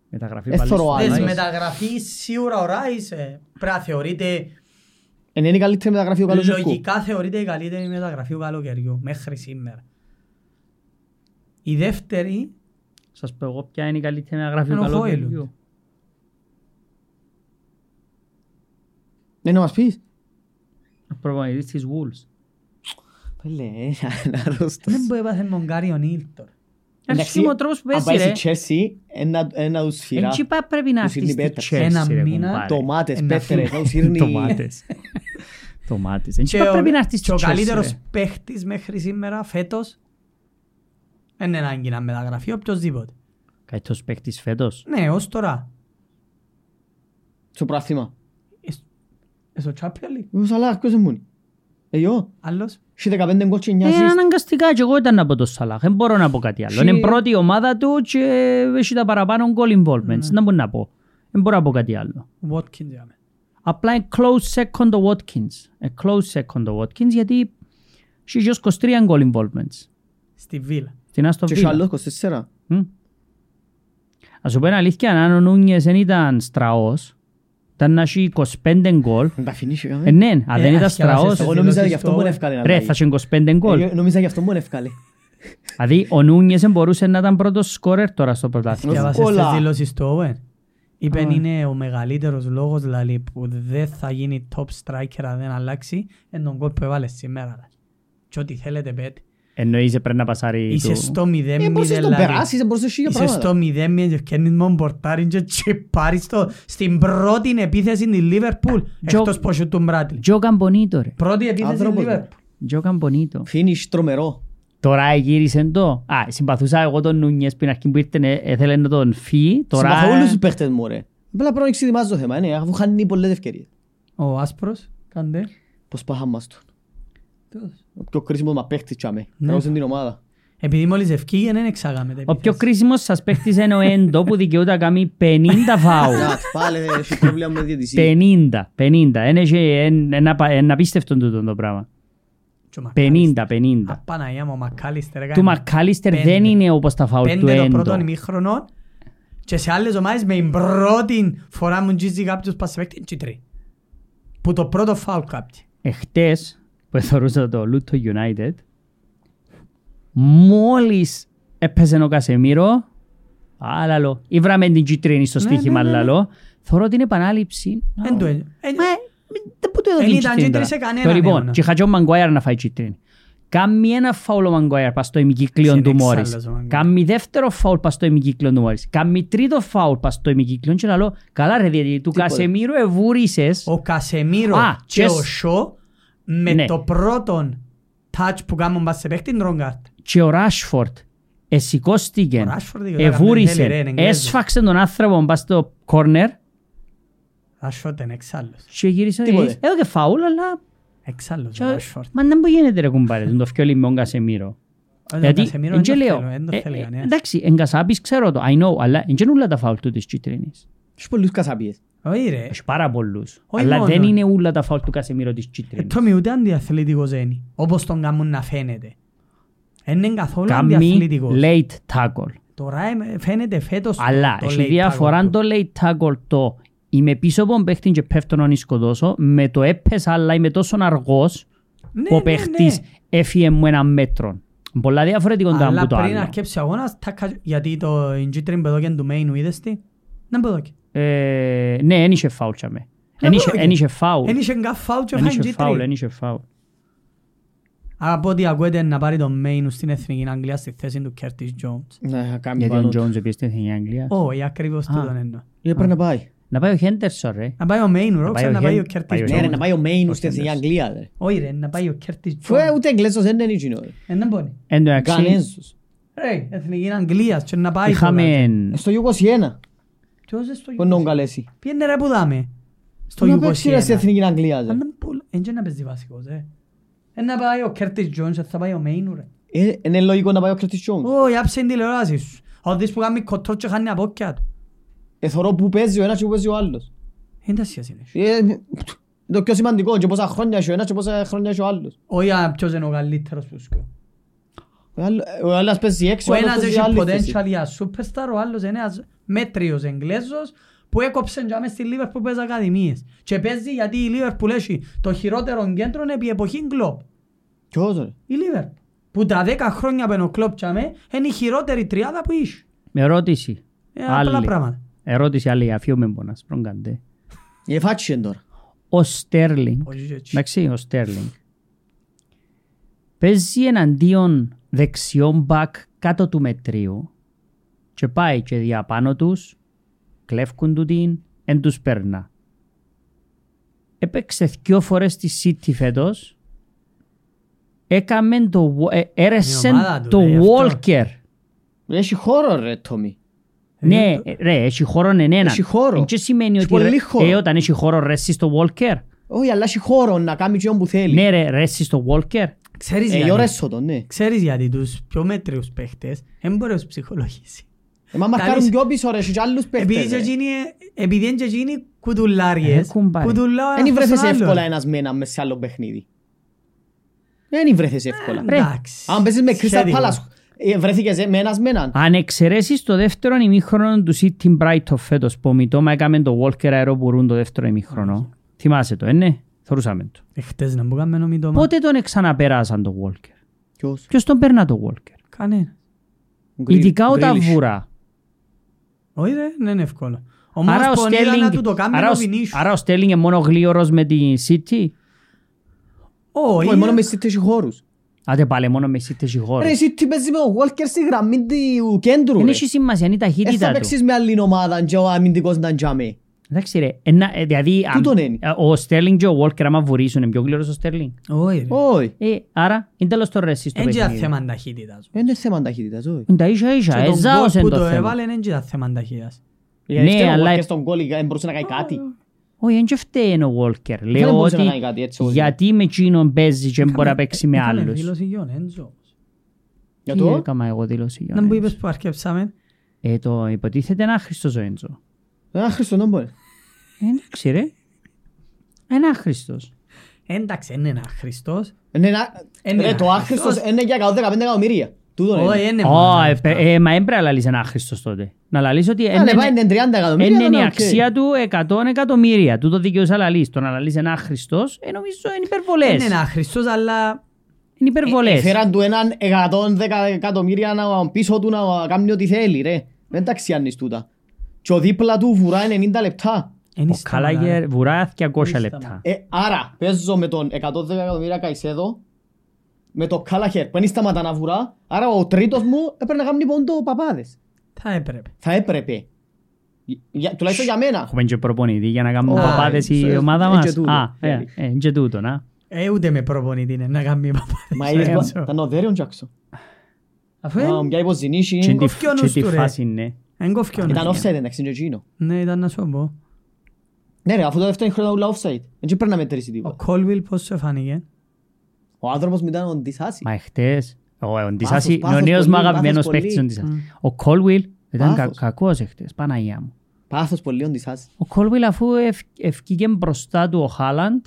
Speaker 2: Μεταγραφή
Speaker 3: Ε,
Speaker 2: πάλι
Speaker 3: θωρώ
Speaker 2: στο
Speaker 3: άλλος.
Speaker 1: Δες
Speaker 2: Άλισον.
Speaker 3: Ράις.
Speaker 1: μεταγραφή σίγουρα ο Ράις ε, πρέπει να θεωρείται
Speaker 3: Ε, Είναι η καλύτερη μεταγραφή ο Καλοζευκού.
Speaker 1: Λογικά θεωρείται η καλύτερη μεταγραφή του καλοκαιριού μέχρι σήμερα. Η δεύτερη,
Speaker 2: Σας πω εγώ ποια είναι η καλύτερη μεταγραφή
Speaker 1: Είναι
Speaker 2: του
Speaker 1: ο
Speaker 2: καλού
Speaker 1: Χόιλουντ.
Speaker 2: παιδιού.
Speaker 3: Ναι, να μας πεις.
Speaker 2: Ο προπονητής της Wolves.
Speaker 3: Πέλε, ε, άρρωστος.
Speaker 1: δεν μπορεί να πάθει με τον Κάριον Ήλτορ.
Speaker 2: Αρχή μου ο τρόπος που
Speaker 3: Αν
Speaker 2: παίζει
Speaker 3: πάει
Speaker 2: ρε.
Speaker 3: στη Chelsea, ένα- ένα τους φυρά.
Speaker 2: Έτσι πάει πρέπει να
Speaker 3: Τους
Speaker 2: έρθει στη
Speaker 3: συνυπέταξε.
Speaker 2: Chelsea
Speaker 1: Ένα
Speaker 2: ρε
Speaker 1: μήνα
Speaker 2: κουμπάρε.
Speaker 3: Τομάτες,
Speaker 1: Ε, να
Speaker 3: πέφτερε,
Speaker 1: φύγει.
Speaker 3: θα τους ήρνει.
Speaker 2: Τομάτες. Τομάτες. Έτσι
Speaker 1: Και
Speaker 2: πάει πρέπει να
Speaker 1: ο,
Speaker 2: έρθει στη
Speaker 1: και ο
Speaker 2: Chelsea,
Speaker 1: καλύτερος
Speaker 2: ρε.
Speaker 1: παίχτης μέχρι σήμερα, φέτος, δεν είναι ανάγκη να μεταγραφεί οποιοςδήποτε.
Speaker 2: Καλύτερος παίκτης φέτος.
Speaker 1: Ναι, ως τώρα.
Speaker 3: Στο πράθυμα.
Speaker 1: Εσ- Στο Champions League.
Speaker 3: Ο Σαλάχ, ποιος είναι μόνοι. Ε, γιο.
Speaker 1: Άλλος.
Speaker 3: Έχει 15 γκολ και 9
Speaker 2: Ε,
Speaker 3: assist.
Speaker 2: αναγκαστικά και εγώ ήταν από το Σαλάχ. Δεν μπορώ να πω κάτι άλλο. Είναι
Speaker 3: Και-
Speaker 2: πρώτη η ομάδα του και έχει τα παραπάνω goal involvements.
Speaker 1: Ναι.
Speaker 2: Να μπορώ να πω. Δεν μπορώ να πω κάτι άλλο.
Speaker 1: Watkins για μένα.
Speaker 2: Απλά είναι close second ο Watkins. A close second ο Watkins γιατί έχει γιος 23 goal involvements.
Speaker 1: Στη Βίλα.
Speaker 2: Την Άστον
Speaker 3: Και
Speaker 2: Βίλα.
Speaker 3: έχει άλλος 24.
Speaker 2: Μμ. Ας σου πω είναι αλήθεια, αν ο Νούνιες δεν ήταν στραός, ήταν να έχει 25 γκολ.
Speaker 3: Να τα αφηνήσει, ε,
Speaker 2: Ε, ναι, αν
Speaker 1: Ε,
Speaker 2: δεν ήταν
Speaker 1: ας διαβάσεις
Speaker 2: στραός,
Speaker 1: το
Speaker 3: Εγώ νόμιζα
Speaker 1: δηλώσεις
Speaker 3: γι' αυτό
Speaker 1: του
Speaker 3: μου
Speaker 1: Owen.
Speaker 3: εύκαλε να
Speaker 2: ρε,
Speaker 3: πάει.
Speaker 2: θα είχε 25 γκολ.
Speaker 3: Ε, Νόμιζα γι' αυτό μου εύκαλε.
Speaker 2: Δηλαδή, ο Νούνιες δεν μπορούσε να ήταν πρώτος σκόρερ τώρα στο πρωτάθλημα.
Speaker 1: Διαβάσες τις
Speaker 3: Πολλά.
Speaker 1: δηλώσεις του Owen. Είπε
Speaker 2: Α.
Speaker 1: είναι ο μεγαλύτερος λόγος δηλαδή, που δεν θα γίνει top striker αν δεν αλλάξει εν τον κόλ που έβαλες σήμερα. Και ό,τι θέλετε πέτε.
Speaker 2: Εννοείς ε, πρέπει να πασάρει
Speaker 1: Είσαι
Speaker 2: του-
Speaker 1: στο 0-0
Speaker 3: Ε, μπορούσες να τον
Speaker 1: δηλαδή.
Speaker 3: περάσεις, ε, μπορούσες χίλια
Speaker 1: Είσαι στο
Speaker 3: πράγματα.
Speaker 1: 0-0 και ευκαινείς μόνο πορτάρι και τσιπάρεις το στην πρώτη επίθεση της Λίβερπουλ
Speaker 2: Τζο-
Speaker 1: εκτός ποσού του Μπράτλι.
Speaker 2: Τζο Καμπονίτο ρε.
Speaker 1: Πρώτη επίθεση της
Speaker 3: Άνθρωπος,
Speaker 1: Λίβερπουλ.
Speaker 2: Τζο Καμπονίτο.
Speaker 3: Finish τρομερό.
Speaker 2: Τώρα γύρισε το. Α, συμπαθούσα εγώ τον Νούνιες πριν αρχή που ήρθε, ε, έθελε να τον φύγει. Τώρα...
Speaker 3: Συμπαθώ όλους τους παίχτες μου ρε. Απλά πρέπει να εξετοιμάζω το θέμα, είναι, ναι, αφού χάνει πολλές ευκαιρίες.
Speaker 1: Ο Άσπρος, κάντε.
Speaker 3: Πώς πάχαμε μας του. Ο πιο κρίσιμος μας παίχτης τσάμε. Τραβούσε την ομάδα.
Speaker 1: Επειδή μόλις ευκήγε δεν εξάγαμε τα
Speaker 2: Ο πιο
Speaker 1: επίθεση.
Speaker 2: κρίσιμος σας παίχτης είναι ο Έντο που δικαιούται να κάνει 50 φάουλ.
Speaker 3: Να, πάλι ε, έχει πρόβλημα με διαιτησία.
Speaker 2: 50, 50. Είναι και εν- ένα πα- ένα απίστευτο τούτο το πράγμα.
Speaker 1: Και ο Μακάλιστερ.
Speaker 2: 50, 50.
Speaker 1: Απαναγία μου, ο Μακάλιστερ έκανε
Speaker 2: Του Μαρκάλιστερ δεν
Speaker 1: πέντε.
Speaker 2: είναι όπως τα φάουλ του
Speaker 1: πέντε το πρώτο
Speaker 2: Έντο.
Speaker 1: ημίχρονο και σε άλλες ομάδες με την πρώτη φορά μου γίζει κάποιος πας σε παίκτη, και τρει. Που το πρώτο φάουλ κάποιοι.
Speaker 2: Εχθές που εθωρούσα το Λούτο United, μόλις έπαιζε ο Κασεμίρο, α, λαλό, ήβραμε την κίτρινη στο
Speaker 1: Ναι,
Speaker 2: στοίχημα,
Speaker 1: ναι, ναι, ναι.
Speaker 2: λαλό, θωρώ την επανάληψη.
Speaker 1: Εν το
Speaker 2: Μα,
Speaker 1: έ- εν-
Speaker 2: δεν πού το έδωσε
Speaker 1: Εν
Speaker 2: την
Speaker 1: ήταν
Speaker 2: κίτρινη
Speaker 1: κίτρινη
Speaker 2: τώρα.
Speaker 1: σε κανέναν,
Speaker 2: Το Λοιπόν,
Speaker 1: έμενα.
Speaker 2: και είχα ο Μαγκουάιρ να φάει κίτρινη. Κάμει ένα φάουλ ο Μαγκουάιρ πας στο ημικύκλιο του
Speaker 1: Συνέξαλλος
Speaker 2: Μόρις.
Speaker 1: ο Maguire.
Speaker 2: Κάμει δεύτερο φάουλ πας στο ημικύκλιο του Μόρις. Κάμει τρίτο φάουλ πας στο ημικύκλιο και λαλό, καλά ρε διαιτητή, του
Speaker 3: Τίποτε.
Speaker 2: Κασεμίρου εβούρισες.
Speaker 1: Ο Κασεμίρο
Speaker 2: Α,
Speaker 1: και
Speaker 2: yes.
Speaker 1: ο Σο με
Speaker 2: Ναι.
Speaker 1: το πρώτο touch που κάνουν πας σε παίκτη είναι wrong card.
Speaker 2: και ο Ράσφορτ εσηκώστηκε,
Speaker 1: Ο Rashford, γιατί τα κάνει, θέλει, ρε,
Speaker 2: εβούρισε,
Speaker 1: είναι Εγγλέζος.
Speaker 2: έσφαξε τον άνθρωπο μπας στο κόρνερ
Speaker 1: Rashford είναι εξάλλος.
Speaker 2: και γύρισε
Speaker 3: Τίποτε.
Speaker 2: ε, έδωκε φαούλ αλλά
Speaker 1: Εξάλλος
Speaker 2: και-
Speaker 1: ο Rashford.
Speaker 2: μα δεν που γίνεται ρε κουμπάρε τον το φκιόλι με τον Κασεμίρο
Speaker 1: Ο
Speaker 2: γιατί
Speaker 1: Κασεμίρο
Speaker 2: εν και
Speaker 1: δεν το
Speaker 2: λέω
Speaker 1: θέλω, δεν το
Speaker 2: ε,
Speaker 1: θέλει
Speaker 2: ε,
Speaker 1: κανένας.
Speaker 2: εντάξει εγκασάπης ξέρω το I know αλλά εν και είναι ούλα τα φαούλ του της κίτρινης
Speaker 3: Έχεις πολλούς κασαπίες.
Speaker 1: Όχι ρε.
Speaker 2: έχει πάρα πολλούς
Speaker 1: Όχι
Speaker 2: αλλά
Speaker 1: μόνο.
Speaker 2: δεν είναι ούλα τα φαούλ του Κασεμίρο της
Speaker 1: Ε,
Speaker 2: κίτρινης
Speaker 1: Τόμι ούτε αντιαθλητικός είναι. Όπως τον κάνουν να φαίνεται. Εν Είναι καθόλου
Speaker 2: Κάμι
Speaker 1: αντιαθλητικός.
Speaker 2: late tackle
Speaker 1: Τώρα ε, φαίνεται φέτος
Speaker 2: Αλλά
Speaker 1: το
Speaker 2: έχει
Speaker 1: late
Speaker 2: διαφορά
Speaker 1: tackle
Speaker 2: το late tackle το είμαι πίσω από τον παίχτη και πέφτω να τον σκοτώσω με το έπεσα αλλά είμαι τόσο αργός
Speaker 1: Ναι,
Speaker 2: που ο
Speaker 1: ναι,
Speaker 2: παίχτης
Speaker 1: ναι.
Speaker 2: έφυγε μου ένα μέτρο. Πολλά διαφορετικό ήταν
Speaker 1: Αλλά
Speaker 2: από το
Speaker 1: πριν
Speaker 2: άλλο.
Speaker 1: αρκέψει ο αγώνας, τα κα- γιατί το Ingitrin πεδόκεν του Main, είδες τι, δεν πεδόκεν.
Speaker 2: Ε, ναι, δεν είχε φάουλ τσάμε. Εν
Speaker 1: Ε,
Speaker 2: είχε-
Speaker 1: βέβαια.
Speaker 2: Εν είχε φάουλ.
Speaker 1: Εν είχε καν φάουλ και
Speaker 2: Εν
Speaker 1: φάει
Speaker 2: είχε φάουλ, εν
Speaker 1: Ingitrin.
Speaker 2: είχε φάουλ.
Speaker 1: Από ό,τι ακούεται να πάρει το Main στην Εθνική Αγγλία στη θέση του Curtis Jones.
Speaker 3: Να Ναι, κάνει
Speaker 2: Γιατί ο
Speaker 3: πάνω. του.
Speaker 2: Τζόουνς επίσης στην Αγγλία.
Speaker 1: Όχι, ακριβώς τι τον εννοώ.
Speaker 3: Ε, Πρέπει να πάει.
Speaker 2: Να πάει ο Χέντερσον ρε.
Speaker 1: Να πάει ο Main, ο Ρόξα,
Speaker 2: πάει ο
Speaker 1: να πάει ο
Speaker 2: Hen- πάει
Speaker 1: Curtis
Speaker 2: ο
Speaker 3: Ναι ρε,
Speaker 1: Jones.
Speaker 3: να πάει ο Μέιν στην
Speaker 2: εντάξει.
Speaker 3: Εθνική Αγγλία. ρε.
Speaker 1: Όχι ρε, να πάει ο Curtis
Speaker 3: Φου, ε,
Speaker 1: Jones.
Speaker 3: Ούτε Εγγλέζος δεν είναι εκείνο. ρε.
Speaker 1: Ε, δεν μπορεί.
Speaker 2: Εν τω μεταξύ,
Speaker 3: Γανέζος.
Speaker 1: Ρε, Εθνική Αγγλίας και να πάει. τώρα.
Speaker 2: είχαμε...
Speaker 3: Στο 21
Speaker 1: Ποιος είναι στο
Speaker 3: που να τον
Speaker 1: Γιουγκοσλαβία.
Speaker 3: καλέσει.
Speaker 1: Πήγαινε ρε που δάμε. Στο
Speaker 3: Πού να παίξει ρε στην
Speaker 1: 21.
Speaker 3: Εθνική Αγγλία. ρε.
Speaker 1: Αν δεν πουλ- εν και να παίζει βασικός, ε. Εν να πάει ο Curtis Jones, εν θα πάει ο Mainu, ρε.
Speaker 3: Ε, Είναι λογικό να πάει ο Curtis Jones.
Speaker 1: Ω, άψε την τηλεόραση σου. Αν δεις που κάνει κοτρό και χάνει από πόκια του.
Speaker 3: Εθωρώ Ε, που παίζει ο ένας και που παίζει ο άλλος.
Speaker 1: Είναι τα σχέση είναι.
Speaker 3: Ε, Το πιο σημαντικό και πόσα χρόνια έχει ο ένας και πόσα χρόνια έχει ο άλλος.
Speaker 1: Όχι αν ποιος είναι ο καλύτερος που σκο.
Speaker 3: Ο άλλο- Ο άλλος παίζει έξι,
Speaker 1: Ο
Speaker 3: ο άλλος
Speaker 1: ένας
Speaker 3: παίζει
Speaker 1: έχει
Speaker 3: άλλη θέση.
Speaker 1: potential για superstar, ο άλλος είναι ένας μέτριος εγγλέζος που έκοψε για μες στη Λίβερπουλ παίζει ακαδημίες. Και παίζει γιατί η Λίβερπουλ έχει το χειρότερο κέντρο επί εποχή Κλόπ.
Speaker 3: Ποιος, ρε.
Speaker 1: Η Λίβερπουλ. Που τα 10 χρόνια που είναι ο Κλόπ για μέ, είναι η χειρότερη τριάδα που είσαι.
Speaker 2: Με ερώτηση.
Speaker 1: Ε, απλά
Speaker 2: Άλλη.
Speaker 1: πράγματα.
Speaker 2: Ερώτηση άλλη, αφιόμε μπονας, πρόγκαντε.
Speaker 3: Ε, φάτσιεν τώρα.
Speaker 2: Ο Στέρλινγκ
Speaker 1: Όχι έτσι.
Speaker 2: Εντάξει, ο Στέρλινγκ. Παίζει εναντίον δεξιών μπακ κάτω του μετρίου και πάει και διαπάνω τους, κλέφκουν του την, εν τους περνά. Έπαιξε δυο φορές στη City φέτος, έκαμε το, Wa- ε, έρεσε
Speaker 1: Η ομάδα του,
Speaker 2: το
Speaker 1: λέει, αυτό.
Speaker 2: Walker.
Speaker 3: Ε, Έχει χώρο ρε Τόμι.
Speaker 2: Ναι, ε, ρε, έχει χώρο εν έναν.
Speaker 3: Έχει χώρο.
Speaker 2: Εν και σημαίνει
Speaker 3: Έχει
Speaker 2: ότι ρε-
Speaker 3: πολύ χώρο.
Speaker 2: ε, όταν έχει χώρο ρέσεις στο Walker.
Speaker 3: Όχι, αλλά έχει χώρο να κάνει και όπου θέλει.
Speaker 2: Ναι ρε, ρέσεις στο Walker.
Speaker 1: Ξέρεις
Speaker 3: Ε,
Speaker 1: γιατί.
Speaker 3: η ώρα έσοδο, ναι.
Speaker 1: Ξέρεις γιατί τους πιο μέτριους παίχτες δεν μπορεί να τους ψυχολογήσει.
Speaker 3: Ε, μα
Speaker 1: Καλής-
Speaker 3: μαρκάρουν πιο πίσω ρε, έχει και άλλους
Speaker 1: Επειδή
Speaker 3: παίχτες.
Speaker 1: και
Speaker 3: ρε.
Speaker 1: εκείνοι, επειδή είναι και εκείνοι κουτουλάριες,
Speaker 2: Ε, κουμπάρε.
Speaker 1: κουτουλάω
Speaker 3: Δεν
Speaker 1: ένας
Speaker 3: βρέθες
Speaker 1: στον άλλον.
Speaker 3: εύκολα ένας με έναν μέσα σε άλλο παιχνίδι. Δεν βρέθες εύκολα.
Speaker 1: Εντάξει.
Speaker 3: Αν παίζεις με Crystal
Speaker 1: Σχετικό.
Speaker 3: Palace, ε, βρέθηκες ε, με ένας με έναν.
Speaker 2: Αν εξαιρέσεις το δεύτερο ημίχρονο του City Brighton φέτος που ο Μητώμα έκαμε το Walker αεροπορούν το δεύτερο ημίχρονο. Θυμάσαι το, ε, ναι. Θορούσαμε το.
Speaker 1: Ε, Χτες να μου κάνουμε ένα μητώμα.
Speaker 2: Πότε τον εξαναπεράσαν το Walker.
Speaker 3: Ποιος?
Speaker 2: Ποιος τον περνά το Walker.
Speaker 1: Κανένα.
Speaker 3: Ο Γκρι-
Speaker 2: Ειδικά ο
Speaker 3: Γκρίλις.
Speaker 2: Ταβούρα.
Speaker 1: Όχι ρε, δεν είναι εύκολο. Ο
Speaker 2: Άρα ο
Speaker 1: μόνος πονίδα να
Speaker 2: Στέρλινγκ-
Speaker 1: του το κάνει
Speaker 2: άρα
Speaker 1: είναι
Speaker 2: ο
Speaker 1: ο
Speaker 2: Σ-
Speaker 1: Βινίσιους.
Speaker 2: Άρα ο Στέρλινγκ είναι μόνο γλίωρος με τη City.
Speaker 1: Όχι,
Speaker 3: Όχι, μόνο με
Speaker 1: είναι-
Speaker 3: City έχει χώρους.
Speaker 2: Άντε πάλι μόνο με City έχει
Speaker 3: Ρε,
Speaker 2: χώρο.
Speaker 3: η City παίζεις με ο Walker στη γραμμή του κέντρου,
Speaker 2: Δεν
Speaker 3: ρε.
Speaker 2: έχει σημασία, είναι η
Speaker 3: Ε, θα
Speaker 2: ταχύτητα του.
Speaker 3: παίξεις με άλλη ομάδα και ο αμυντικός να τζάμε.
Speaker 2: Εντάξει ρε, ένα, ε, δηλαδή αν-
Speaker 3: Τούτον είναι.
Speaker 2: ε, ο Στέρλινγκ και ο Walker άμα βουρήσουν είναι πιο γλύρος ο Στέρλινγκ.
Speaker 1: Όχι, ρε.
Speaker 3: Όχι.
Speaker 2: Ε, άρα είναι τέλος το ρε εσύ στο
Speaker 1: Εν και τα
Speaker 2: παιχνίδι.
Speaker 1: θέμα ταχύτητας.
Speaker 3: Δεν είναι θέμα ταχύτητας, όχι.
Speaker 2: Είναι τα ίσια ίσια,
Speaker 1: Και
Speaker 2: ε,
Speaker 1: τον
Speaker 2: ζάος
Speaker 1: γκολ
Speaker 2: είναι
Speaker 1: που
Speaker 2: το
Speaker 1: το
Speaker 2: θέμα.
Speaker 1: έβαλε είναι και τα θέμα ταχύτητας.
Speaker 3: Γιατί
Speaker 2: Ναι,
Speaker 3: ο
Speaker 2: αλλά-
Speaker 3: Walker στον κόλλη δεν μπορούσε να κάνει κάτι.
Speaker 2: Όχι, δεν και φταίει ο Walker. Λέω
Speaker 3: μπορούσε να
Speaker 2: ότι
Speaker 3: κάνει κάτι, έτσι, όπως
Speaker 2: γιατί με εκείνον παίζει και δεν μπορεί να παίξει με
Speaker 1: Είχαμε
Speaker 2: άλλους.
Speaker 1: δήλωση γιον, Έντζο.
Speaker 3: Για
Speaker 2: Τι
Speaker 3: το-
Speaker 2: έκανα εγώ δήλωση για
Speaker 1: Να μου
Speaker 2: να-
Speaker 1: είπες που αρκέψαμε.
Speaker 2: Ε, το υποτίθεται ένα άχρηστος ο Έντζο.
Speaker 3: Α, Χριστό, δεν μπορεί.
Speaker 2: Ε, Εντάξει ρε. Ένα άχρηστος.
Speaker 1: Εντάξει, είναι ένα Χριστός.
Speaker 3: Ναι, να-
Speaker 1: Είναι
Speaker 3: Ρε, το άχρηστος
Speaker 1: άχρηστος.
Speaker 3: είναι για 115 εκατομμύρια. Τούτο
Speaker 1: Όχι,
Speaker 3: είναι.
Speaker 1: είναι μόνο
Speaker 2: Ω, ε,
Speaker 1: Ναι, αυτά.
Speaker 2: ε, ε, Μα δεν πρέπει να λαλείς ένα άχρηστος τότε. Να λαλείς ότι
Speaker 3: Αν
Speaker 2: εν-
Speaker 3: πάει ναι, είναι 30 εκατομμύρια,
Speaker 2: εν- εν-
Speaker 3: τότε
Speaker 2: η
Speaker 3: οκ.
Speaker 2: αξία του 100 εκατομμύρια. Του το δικαιούσα λαλείς. Το να λαλείς ένα άχρηστος, ε, νομίζω είναι υπερβολές.
Speaker 1: Είναι ένα Χριστός, αλλά
Speaker 2: Είναι
Speaker 3: Ε,
Speaker 2: υπερβολές.
Speaker 3: Φέραν του έναν 110 εκατομμύρια να πίσω του να κάνει ό,τι θέλει, ρε. Δεν τα ξιάνεις τούτα. Και ο δίπλα του βουρά 90 λεπτά.
Speaker 1: είναι
Speaker 2: Ο
Speaker 1: σταματά.
Speaker 2: Καλάγερ βουρά 200
Speaker 1: Είναι
Speaker 2: λεπτά.
Speaker 1: σταμα-
Speaker 3: Ε, άρα, παίζω με τον 110 εκατομμύρια Καϊσέδο, με τον Κάλαχερ που δεν σταματά να βουρά, άρα ο τρίτος μου έπρεπε να κάνει πόντο παπάδες.
Speaker 1: Θα έπρεπε.
Speaker 3: Θα έπρεπε. Για, τουλάχιστον για μένα.
Speaker 2: Έχουμε και προπονητή για να κάνουμε
Speaker 3: Α,
Speaker 2: παπάδες η
Speaker 3: ε,
Speaker 2: ομάδα
Speaker 3: ε, και
Speaker 2: μας.
Speaker 3: τούτο.
Speaker 2: Α, ε, ε, και τούτο, να.
Speaker 1: Ε, ούτε με προπονητή είναι να κάνει παπάδες.
Speaker 3: Μα είδες
Speaker 1: Ε,
Speaker 3: πως-
Speaker 1: Έντζο.
Speaker 3: ήταν ο Δέριον Τζάκσον.
Speaker 1: Αφού
Speaker 3: Α, ο
Speaker 1: εν-
Speaker 3: Μπιά υποζηνήσει.
Speaker 2: Και τη-
Speaker 1: κοφκιόνους
Speaker 2: και τη
Speaker 1: του, ρε.
Speaker 2: φάση, ναι.
Speaker 1: εν κοφκιώνω.
Speaker 3: Ήταν offside εντάξει είναι εκείνο.
Speaker 1: Ναι, ήταν να σου πω.
Speaker 3: Ναι ρε, αφού το δεύτερο χρόνο ούλα offside. Δεν πρέπει να μετρήσει
Speaker 1: Ο
Speaker 3: τίποτα.
Speaker 1: Κόλβιλ πώς σου φάνηκε.
Speaker 3: Ο άνθρωπος μου ήταν ο Ντισάση.
Speaker 2: Μα εχθές, ο, ο, Ντισάση,
Speaker 3: Πάθος,
Speaker 2: ο νέος
Speaker 3: πάθος
Speaker 2: μου
Speaker 3: πολύ,
Speaker 2: αγαπημένος
Speaker 3: πάθος
Speaker 2: παίκτης ο
Speaker 3: πολύ. Mm.
Speaker 2: Ντισάση. Ο Κόλουιλ ήταν κα,
Speaker 3: Πάθος.
Speaker 2: κακός εχθές, Παναγία μου.
Speaker 3: Πάθος πολύ ο Ντισάση.
Speaker 2: Ο Κόλουιλ αφού ευ, ευκήκε μπροστά του ο Χάλαντ,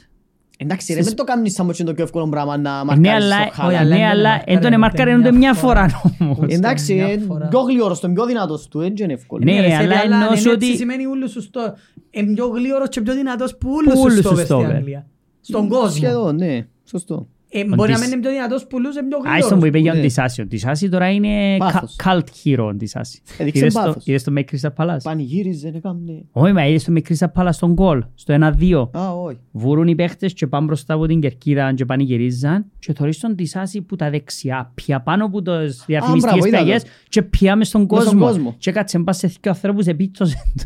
Speaker 3: Εντάξει ρε, δεν το κάνεις σαν μότσιν το πιο εύκολο πράγμα να
Speaker 2: ναι
Speaker 3: μαρκάρεις
Speaker 2: αλλά,
Speaker 3: στο χάλα.
Speaker 1: αλλά
Speaker 2: ναι
Speaker 1: δεν
Speaker 2: αλλά,
Speaker 1: μαρκάρει
Speaker 2: εν τον
Speaker 1: ούτε
Speaker 2: εμαρκάρει
Speaker 1: μια
Speaker 2: ούτε μια
Speaker 1: φορά.
Speaker 2: φορά όμως.
Speaker 3: Εντάξει,
Speaker 1: μια
Speaker 3: ε,
Speaker 1: φορά.
Speaker 3: πιο γλυόρος, τον πιο δυνατός του, δεν είναι εύκολο.
Speaker 2: Ναι,
Speaker 1: ρε, σε
Speaker 2: αλλά
Speaker 1: λέει, αν
Speaker 2: εννοώ
Speaker 1: είναι
Speaker 2: ότι-
Speaker 1: έτσι σημαίνει ούλους σου στο... Εν πιο γλύωρος και πιο δυνατός που
Speaker 2: Που
Speaker 1: ούλους
Speaker 2: ούλους
Speaker 1: σου
Speaker 2: σου
Speaker 1: στόπερ στην
Speaker 2: στόπερ.
Speaker 1: Αγγλία. Στον κόσμο.
Speaker 3: Σχεδόν, ναι, σωστό.
Speaker 1: Ε, Μπορεί
Speaker 2: Ο
Speaker 1: να
Speaker 2: Ντις-
Speaker 1: μην είναι πιο δυνατός που ούλους, εν πιο γλύωρος.
Speaker 2: Άιστον που είπε για τον
Speaker 3: ναι.
Speaker 2: Ντισάση. Ο Ντισάση τώρα είναι
Speaker 3: Πάθος.
Speaker 2: κα- cult hero ο Ντισάση.
Speaker 3: Έδειξε
Speaker 2: Είδες το-
Speaker 3: πάθος.
Speaker 2: Είδες το με Κρίστα Παλάς.
Speaker 3: Πανηγύριζε, δεν έκανε.
Speaker 2: Όχι, μα είδες το με Κρίστα Παλάς στον κόλ, στο 1-2.
Speaker 3: Α, όχι.
Speaker 2: Βουρούν οι παίχτες και πάνε μπροστά από την κερκίδα και πανηγυρίζαν και θωρείς τον Τισάση που τα δεξιά πια πάνω από τις διαφημιστικές
Speaker 3: μπράβο, είδα
Speaker 2: παγιές και πια μες στον
Speaker 3: Μες στον
Speaker 2: κόσμο.
Speaker 3: κόσμο.
Speaker 2: Και κάτσε μπας σε δύο ανθρώπους επίτωσαν του.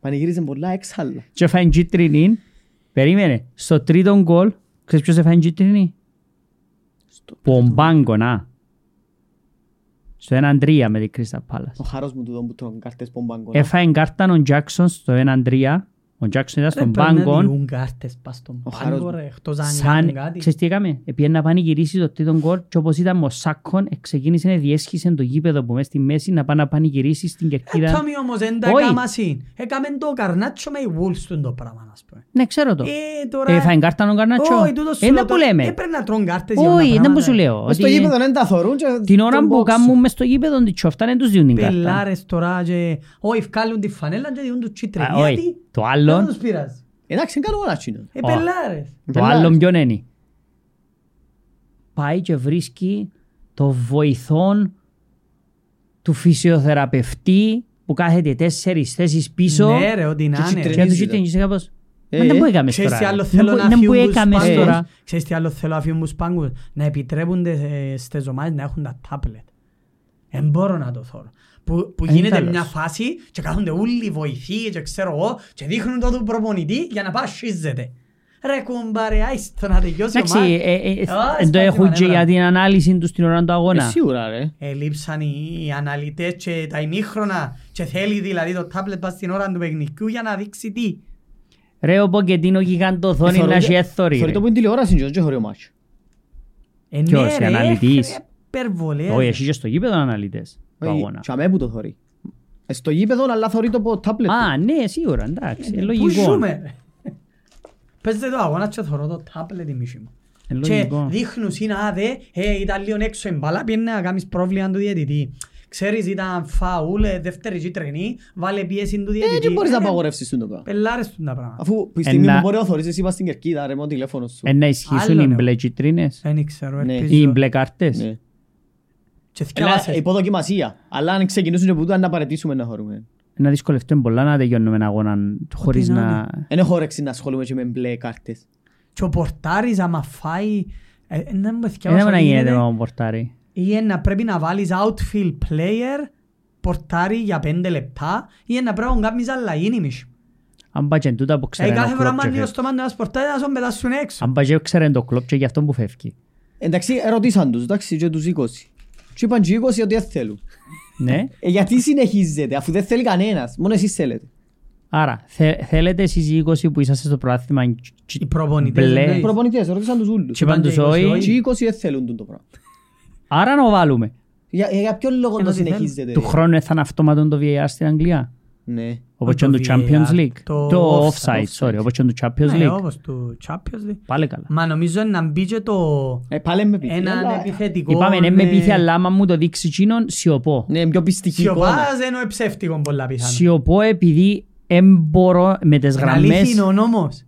Speaker 3: Πανηγύριζε πολλά έξαλλα.
Speaker 2: Και φάνε κίτρινη. Περίμενε. Στο τρίτο γκολ, ξέρεις ποιος φάνε κίτρινη. Πομπάγκο, να. Στο 1-3 με την Κρίστα Πάλας.
Speaker 3: Ο χαρός μου του δόν που τρώνε καρτές πομπάγκο.
Speaker 2: Έφαγε κάρταν ο Τζάκσον στο 1-3. Ο Τζάκσον ήταν
Speaker 1: Ρε,
Speaker 2: στον
Speaker 1: Ε, πρέπει να
Speaker 2: πάγκο.
Speaker 1: διούν κάρτες πας στον
Speaker 3: Ο
Speaker 1: πάγκο
Speaker 3: Χαρός-
Speaker 1: ρε, εκτός αν κάνουν
Speaker 2: Σαν,
Speaker 1: κάτι.
Speaker 2: ξέρεις τι έκαμε, επειδή να πάνε γυρίσει το τρίτο γκολ και όπως ήταν ο Σάκκον, ξεκίνησε να διέσχισε το γήπεδο που μέσα στη μέση να πάνε να πάνε γυρίσει στην
Speaker 1: Ε,
Speaker 2: κερκίδα.
Speaker 1: Τόμι όμως δεν τα
Speaker 2: Όχι.
Speaker 1: έκαμα συν. Έκαμε το καρνάτσο με οι Wolves του το πράγμα, ας πούμε.
Speaker 2: Ναι, ξέρω το.
Speaker 1: Ε, τώρα...
Speaker 2: Έφαγε κάρτα τον Καρνάτσο.
Speaker 1: Όχι, τούτο σου
Speaker 2: Ε,
Speaker 1: λέω,
Speaker 2: Δεν που
Speaker 1: τώρα
Speaker 2: λέμε.
Speaker 1: Έπρεπε να τρώνε κάρτες για όλα
Speaker 2: Όχι,
Speaker 1: τα
Speaker 2: δεν
Speaker 1: πράγματα,
Speaker 2: που σου
Speaker 1: ρε.
Speaker 2: λέω.
Speaker 3: Μες στο
Speaker 2: ότι
Speaker 3: γήπεδο δεν τα θωρούν και-
Speaker 2: Την ώρα
Speaker 3: τον
Speaker 2: που
Speaker 3: box.
Speaker 2: κάνουν μες στο γήπεδο, τι τσοφτά δεν τους δίνουν την κάρτα.
Speaker 1: Πελάρες τώρα και... Όχι, βγάλουν τη φανέλα και διούν τους τσίτρες.
Speaker 2: Α, όχι.
Speaker 1: Γιατί
Speaker 2: Το άλλον-
Speaker 1: δεν τους πειράζει.
Speaker 3: Εντάξει, είναι καλό όλα τσινό.
Speaker 1: Ε,
Speaker 2: Ω.
Speaker 1: πελάρες.
Speaker 2: Το
Speaker 3: Πελάρες.
Speaker 2: άλλο ποιον είναι. Πάει και βρίσκει το βοηθόν του φυσιοθεραπευτή που κάθεται τέσσερις θέσεις πίσω.
Speaker 1: Ναι ρε, ό,τι να
Speaker 3: Και
Speaker 1: είναι.
Speaker 2: Και
Speaker 1: ρε.
Speaker 2: αν τους
Speaker 3: Εμείς
Speaker 2: ζητήνει κάπως.
Speaker 3: Ε,
Speaker 2: Μα δεν
Speaker 3: ε,
Speaker 2: που έκαμε
Speaker 1: Ξέρεις
Speaker 2: τώρα.
Speaker 1: τι άλλο
Speaker 2: ρε.
Speaker 1: θέλω
Speaker 2: Δεν
Speaker 1: να
Speaker 2: που- δεν που
Speaker 1: αφήνουν τους Ε,
Speaker 2: έκαμες
Speaker 1: πάγκους.
Speaker 2: τώρα.
Speaker 1: Ξέρεις τι άλλο θέλω να αφήνουν τους πάγκους. Να επιτρέπονται ε, στις ομάδες να έχουν τα τάπλετ. Δεν μπορώ να το θέλω. Που, που
Speaker 2: Είναι
Speaker 1: γίνεται
Speaker 2: καλός.
Speaker 1: μια φάση και κάθονται όλοι οι βοηθοί και ξέρω εγώ και δείχνουν το του προπονητή για να πάει σίζεται. Ρε κουμπάρε, άιστο να τελειώσει η
Speaker 2: Εντάξει,
Speaker 1: ομάδα.
Speaker 2: ε, ε, ε,
Speaker 1: Α,
Speaker 2: δεν το
Speaker 1: σπάει
Speaker 2: έχουν και
Speaker 1: μανεύρα.
Speaker 2: για την ανάλυση τους στην ώρα του
Speaker 1: Ε,
Speaker 2: αγώνα.
Speaker 3: Ε, Σίγουρα, ρε.
Speaker 1: Ελείψαν οι, οι αναλυτές και τα ημίχρονα και θέλει δηλαδή το τάπλετ πας στην ώρα του παιχνικού για να δείξει τι.
Speaker 2: Ρε ο Ποκετίνο γιγαντοθόνη να έχει έθωρη.
Speaker 3: Ε, Θωρεί
Speaker 2: ρε.
Speaker 3: το που είναι τηλεόραση και όχι ωραίο μάτσο.
Speaker 1: Ε,
Speaker 2: Ποιος,
Speaker 1: ναι,
Speaker 2: οι
Speaker 1: ρε,
Speaker 2: αναλυτής?
Speaker 1: έχετε υπερβολές.
Speaker 2: Όχι, εσύ και στο γήπεδο αναλυτές του
Speaker 3: Όχι,
Speaker 2: αγώνα.
Speaker 3: και αμέ που το θωρεί. Ε, Στο γήπεδο, αλλά θωρεί το από τάπλετ.
Speaker 2: Α, ναι, σίγουρα, εντάξει, ε,
Speaker 1: Πού
Speaker 2: λογικό.
Speaker 1: ζούμε. ρε. Παίζετε το αγώνα και θωρώ το τάπλετ η μισή μου.
Speaker 2: Ε,
Speaker 1: Και
Speaker 2: λογικό.
Speaker 1: δείχνουν συν άδε, ε, ήταν λίγο έξω εμπάλα, πιένε να κάνεις πρόβλημα του διαιτητή. Ξέρεις ήταν φαούλ, ε, δεύτερη κίτρινη, βάλε πίεση του
Speaker 3: Ε,
Speaker 1: διαιτητή.
Speaker 3: και μπορείς να
Speaker 1: Ε, ναι,
Speaker 3: απαγορεύσεις τούτο πράγμα.
Speaker 1: Πελάρες του τα πράγματα.
Speaker 3: Αφού η στιγμή
Speaker 2: Ένα-
Speaker 3: που μπορεί ο θωρείς, εσύ πας στην κερκίδα, ρε, με το τηλέφωνο σου.
Speaker 2: Ε, να ισχύσουν
Speaker 1: Άλλο
Speaker 2: οι
Speaker 1: ναι.
Speaker 2: μπλε κιτρίνες
Speaker 1: Δεν ξέρω,
Speaker 3: Ναι.
Speaker 2: ή οι
Speaker 1: ελπίζω.
Speaker 2: μπλε ε, κάρτες.
Speaker 3: Ναι.
Speaker 1: Και
Speaker 3: Ένα
Speaker 1: θυκιάβασες. ε.
Speaker 3: υποδοκιμασία. Αλλά αν ξεκινήσουν και που τούτο, αν να παρετήσουμε να χωρούμε.
Speaker 2: να δυσκολευτούν πολλά να τελειώνουμε έναν αγώνα χωρίς
Speaker 1: να
Speaker 2: να...
Speaker 3: Δεν έχω όρεξη να ασχολούμαι και με μπλε κάρτες.
Speaker 1: Και ο πορτάρις άμα φάει... ε, ε, να μου
Speaker 2: Δεν
Speaker 1: εθιάβασα
Speaker 2: μπορεί να
Speaker 1: τι
Speaker 2: γίνεται
Speaker 1: γίνεται.
Speaker 2: με τον πορτάρι.
Speaker 1: Ή ε, να πρέπει να βάλεις outfield player πορτάρι για πέντε λεπτά ή ε, να πρέπει να κάνεις αλλαγή νημίς.
Speaker 2: Αν πάει και τούτα που
Speaker 1: Ε,
Speaker 2: ξέρει
Speaker 1: κάθε
Speaker 2: το
Speaker 1: φορά
Speaker 2: κλόπ
Speaker 1: που
Speaker 2: και
Speaker 1: ανοίγω
Speaker 2: φεύγει.
Speaker 1: στο μάτι ένας πορτάρι θα σου πετάσουν έξω.
Speaker 2: Αν πάει και ξέρει το κλόπ και γι' αυτόν που φεύγει.
Speaker 3: Εντάξει, ερωτήσαν τους, εντάξει, και τους 20. Και είπαν και οι 20 ότι δεν θέλουν.
Speaker 2: Ναι.
Speaker 3: Ε, γιατί συνεχίζετε, αφού δεν θέλει κανένας, μόνο εσείς θέλετε.
Speaker 2: Άρα, θε- θέλετε εσείς οι 20 που είσαστε στο προάθλημα και-
Speaker 1: Οι προπονητές,
Speaker 2: μπλε.
Speaker 1: εννοείς.
Speaker 3: Οι προπονητές, ερωτήσαν τους όλους. Ε,
Speaker 2: και είπαν τους όχι.
Speaker 3: Και οι 20 δεν θέλουν τούτο πράγμα.
Speaker 2: Άρα να βάλουμε.
Speaker 3: Για, ε, για ποιον λόγο
Speaker 1: Ενώ
Speaker 3: να
Speaker 1: τι θέλουν.
Speaker 3: συνεχίζετε.
Speaker 2: Του
Speaker 3: ρε.
Speaker 2: χρόνου θα είναι αυτόματο το VAR στην Αγγλία.
Speaker 3: Ναι.
Speaker 2: Όπως και
Speaker 1: Το
Speaker 2: του Champions
Speaker 1: VAR,
Speaker 2: League.
Speaker 1: το
Speaker 2: Το
Speaker 1: offside,
Speaker 2: offside, sorry.
Speaker 1: offside.
Speaker 2: Όπως και του Champions
Speaker 1: Ναι,
Speaker 2: League.
Speaker 1: όπως του Champions League.
Speaker 2: Πάλι καλά.
Speaker 1: Μα νομίζω να μπει και το...
Speaker 3: Ε, πάλι με πείθει. αλλά-
Speaker 1: Έναν επιθετικό...
Speaker 2: Είπαμε, ναι, με
Speaker 1: ε,
Speaker 2: πείθει, αλλά άμα μου το δείξει εκείνον, σιωπώ.
Speaker 3: Ναι, πιο πιστική εικόνα.
Speaker 1: Σιωπάς ενώ ψεύτικο πολλά πιθανό.
Speaker 2: Σιωπώ επειδή δεν μπορώ με τις
Speaker 1: Είναι
Speaker 2: γραμμές...
Speaker 1: αληθινόν όμως.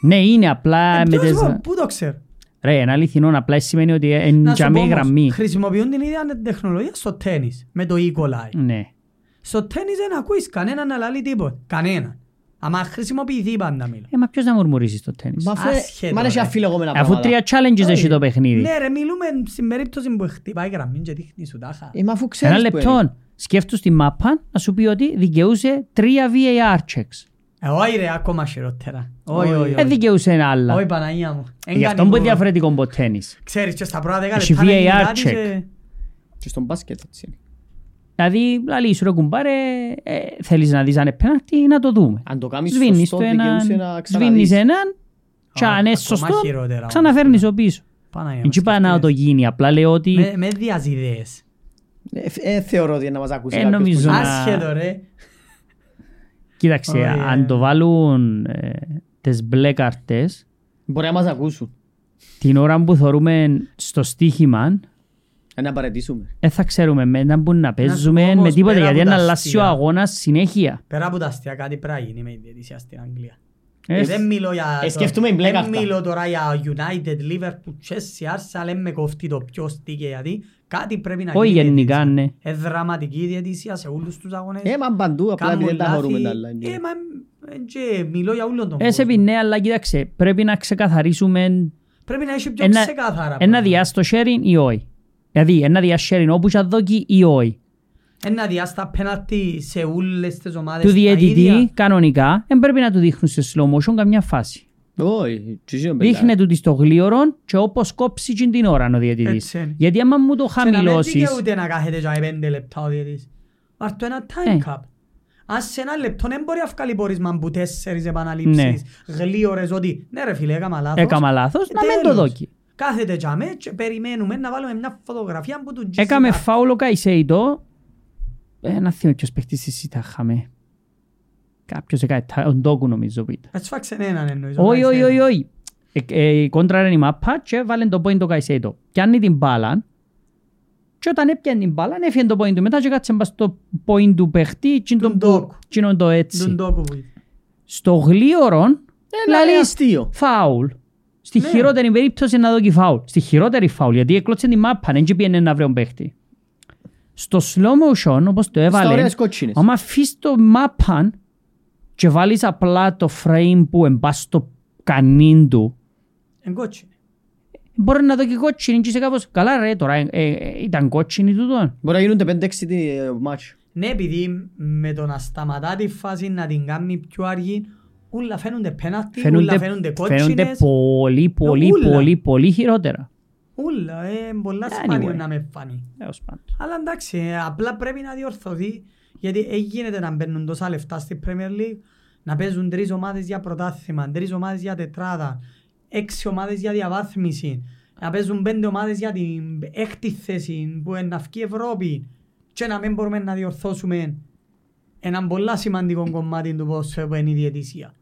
Speaker 2: Ναι, είναι απλά
Speaker 1: Ε,
Speaker 2: με
Speaker 1: ποιος
Speaker 2: τις...
Speaker 1: μπορεί- Πού το ξέρω.
Speaker 2: Ρε, είναι αληθινό, απλά σημαίνει ότι
Speaker 1: Να
Speaker 2: είναι
Speaker 1: σου
Speaker 2: για
Speaker 1: πω
Speaker 2: μία
Speaker 1: όμως,
Speaker 2: γραμμή.
Speaker 1: Χρησιμοποιούν την ίδια τεχνολογία στο τέννις με το Equalize.
Speaker 2: Ναι.
Speaker 1: Στο τέννις δεν ακούεις κανέναν να λαλεί τίποτα. Κανέναν. Αμα χρησιμοποιηθεί πάντα μιλώ.
Speaker 2: Ε, μα ποιος να μουρμουρίζει στο τέννις.
Speaker 3: Μα φε-
Speaker 1: Άσχετο,
Speaker 3: Μα είναι και
Speaker 1: ρε.
Speaker 3: αφιλεγόμενα
Speaker 2: Αφού
Speaker 3: πράγματα.
Speaker 2: τρία challenges έχει το παιχνίδι.
Speaker 1: Ναι ρε, μιλούμε στην περίπτωση που χτυπάει η γραμμή και δείχνει σου τάχα.
Speaker 3: Ε, μα αφού ξέρεις
Speaker 2: Ένα
Speaker 3: που είναι.
Speaker 2: λεπτό. Σκέφτους στη μάπα να σου πει ότι δικαιούσε τρία VAR checks.
Speaker 1: Ε, Όχι ρε, ακόμα χειρότερα. Όχι,
Speaker 3: Όχι.
Speaker 1: όχι,
Speaker 2: Δεν
Speaker 1: όχι.
Speaker 2: δικαιούσε ένα
Speaker 1: Όχι
Speaker 2: άλλα.
Speaker 1: Παναγία μου. Εν
Speaker 2: ε, Γι'
Speaker 1: κάνει
Speaker 2: αυτό που είναι
Speaker 1: τίποτα.
Speaker 2: διαφορετικό από τέννις.
Speaker 1: Ξέρεις και στα πρώτα δέκα
Speaker 2: Έχει
Speaker 1: λεπτά να γίνει
Speaker 2: VAR
Speaker 1: κάτι
Speaker 2: check.
Speaker 1: και-
Speaker 3: Και στον μπάσκετ έτσι είναι.
Speaker 2: Δηλαδή, λαλείς σου ρε κουμπάρε, ε, θέλεις να δεις αν είναι πέναλτι ή να το δούμε.
Speaker 3: Αν το κάνεις
Speaker 2: Σβήνεις
Speaker 3: σωστό,
Speaker 2: το
Speaker 3: δικαιούσε να
Speaker 2: έναν,
Speaker 3: ξαναδείς.
Speaker 2: σβήνεις έναν, και
Speaker 1: Α,
Speaker 2: αν είναι
Speaker 1: ακόμα
Speaker 2: σωστό,
Speaker 1: χειρότερα όμως.
Speaker 2: ξαναφέρνεις το πίσω.
Speaker 1: Παναγία
Speaker 2: Δεν
Speaker 1: μου,
Speaker 2: είπα να το
Speaker 1: σκεφτείς.
Speaker 2: γίνει, απλά λέω ότι
Speaker 1: Με- Με διαζυδέες.
Speaker 3: Ε, ε, θεωρώ ότι είναι να μας ακούσει
Speaker 2: Ε,
Speaker 3: κάποιος που
Speaker 2: νομίζω
Speaker 3: είναι-
Speaker 2: να-
Speaker 1: Άσχετο ρε.
Speaker 2: Κοίταξε,
Speaker 1: Oh, yeah.
Speaker 2: αν το βάλουν ε, τις μπλε καρτές,
Speaker 3: Μπορεί να μας ακούσουν.
Speaker 2: την ώρα που θωρούμε στο στοίχημα,
Speaker 3: Ε, Να παρετήσουμε.
Speaker 2: δεν θα ξέρουμε με να μπουν να
Speaker 1: σου
Speaker 2: παίζουμε
Speaker 1: πω
Speaker 2: με
Speaker 1: όμως,
Speaker 2: τίποτα,
Speaker 1: πέρα
Speaker 2: γιατί
Speaker 1: από
Speaker 2: να
Speaker 1: τα
Speaker 2: αλλάσει ο
Speaker 1: αστεία.
Speaker 2: αγώνας συνέχεια.
Speaker 1: Πέρα από τα αστεία κάτι πρέπει να γίνει με η διαιτησία στην Αγγλία.
Speaker 2: Ε,
Speaker 1: Ε, δεν μιλώ για...
Speaker 3: ε,
Speaker 1: το-
Speaker 3: σκεφτούμε μπλε
Speaker 1: Δεν
Speaker 3: κάρτα.
Speaker 1: μιλώ τώρα για United, Liverpool, Chelsea, Arsenal, δεν με κοφτεί το ποιος τι και γιατί. Κάτι πρέπει να
Speaker 2: Όχι
Speaker 1: γίνει.
Speaker 2: γενικά,
Speaker 1: διαιτησία.
Speaker 2: ναι.
Speaker 1: Ε, δραματική διαιτησία σε όλους τους αγώνες.
Speaker 3: Ε, μα παντού, απλά επειδή
Speaker 1: Κάνουν
Speaker 3: δεν τα
Speaker 1: λάθη.
Speaker 3: χωρούμε τα άλλα.
Speaker 1: Ε, μα, ε, και μιλώ για όλον τον
Speaker 2: Ε, σε πει ναι, αλλά κοίταξε, πρέπει να ξεκαθαρίσουμε
Speaker 1: Πρέπει να έχει πιο
Speaker 2: ένα,
Speaker 1: ξεκάθαρα.
Speaker 2: ένα
Speaker 1: πράγματα.
Speaker 2: διάς το sharing ή όχι. Δηλαδή, ένα διάς sharing όπου και δόκι ή όχι.
Speaker 1: Ένα διάστα πέναλτι σε όλες τις ομάδες.
Speaker 2: Του
Speaker 1: τα ίδια.
Speaker 2: διαιτητή, κανονικά, δεν πρέπει να του δείχνουν σε slow motion καμιά φάση.
Speaker 3: Όχι, τι είναι μπελά.
Speaker 2: Δείχνε του τη στο γλίωρο και όπως κόψει τζιν την ώρα ο διαιτητής.
Speaker 1: Έτσι είναι.
Speaker 2: Γιατί άμα μου το
Speaker 1: Και να μην
Speaker 2: χαμηλώσεις,
Speaker 1: δικαιούται να κάθεται για πέντε λεπτά ο διαιτής. Βάρ' το ένα
Speaker 2: Ε.
Speaker 1: time cap. Αν σε ένα λεπτό δεν μπορεί να βγάλει πόρισμα που τέσσερις επαναλήψεις, γλίωρες, ότι ναι ρε φίλε έκαμα λάθος. Ε,
Speaker 2: έκαμα λάθος, να μην το
Speaker 1: Τέλος.
Speaker 2: δόκι.
Speaker 1: Κάθεται για μέ και περιμένουμε να βάλουμε μια φωτογραφία που του
Speaker 2: Έκαμε
Speaker 1: τζιζικά.
Speaker 2: φάουλο Καϊσέιτο. Ε, να θυμώ ποιος παίχτης της Ιτάχαμε. Κάποιος έκανε, τα- ο Ντόκου νομίζω που ήταν.
Speaker 1: Έτσι φάξε έναν εννοείς.
Speaker 2: Όχι, όχι, όχι,
Speaker 1: όχι.
Speaker 2: όχι. Ε, ε, η κόντρα είναι η μάπα και βάλε το πόιν το Καϊσέιτο. Πιάνει την μπάλα και όταν έπιανε την μπάλα έφυγε το πόιν του. Μετά και κάτσε μπας στο πόιν του παίχτη και
Speaker 1: Του
Speaker 2: τον
Speaker 1: Ντόκου.
Speaker 2: Τσίνον το
Speaker 1: Τον
Speaker 2: έτσι.
Speaker 1: τόκο που είναι.
Speaker 2: Στο γλίωρον
Speaker 3: Ένα
Speaker 2: λαλείς,
Speaker 3: Ε, λέει αστείο.
Speaker 2: φάουλ. Στη
Speaker 1: Ναι.
Speaker 2: χειρότερη περίπτωση να δω και φάουλ. Στη χειρότερη φάουλ, γιατί έκλωτσαν τη μάπα, δεν πήγαινε να βρει τον παίχτη. Στο slow motion, όπως το
Speaker 3: Στα
Speaker 2: έβαλε,
Speaker 3: ωραίες κότσινες.
Speaker 2: άμα αφήσεις το μάπα και βάλεις απλά το frame που εμπά στο κανήν του,
Speaker 1: Εν κότσινη.
Speaker 2: μπορεί να δω και κότσινη και είσαι κάπως, καλά ρε, τώρα ε, ε, ε, ήταν κότσινη τούτο.
Speaker 3: Μπορεί να γίνονται 5-6 τι, ε, μάτς.
Speaker 1: Ναι, επειδή με το να σταματά τη φάση να την κάνει πιο αργή, ούλα φαίνονται πέναλτι, ούλα φαίνονται
Speaker 2: φαίνονται
Speaker 1: κότσινες,
Speaker 2: πολύ, πολύ,
Speaker 1: Ούλα.
Speaker 2: πολύ, πολύ χειρότερα.
Speaker 1: ούλα, ε, πολλά σπάνιο
Speaker 2: Anyway.
Speaker 1: να με φανεί.
Speaker 2: Έως πάντων.
Speaker 1: Αλλά εντάξει, ε, απλά πρέπει να διορθωθεί γιατί δεν γίνεται να μπαίνουν τόσα λεφτά στη Premier League, να παίζουν τρεις ομάδες για πρωτάθλημα, τρεις ομάδες για τετράδα, έξι ομάδες για διαβάθμιση, να παίζουν πέντε ομάδες για την έκτη θέση που είναι να βγει η Ευρώπη και να μην μπορούμε να διορθώσουμε έναν πολλά σημαντικό κομμάτι του πόσο που είναι η διαιτησία.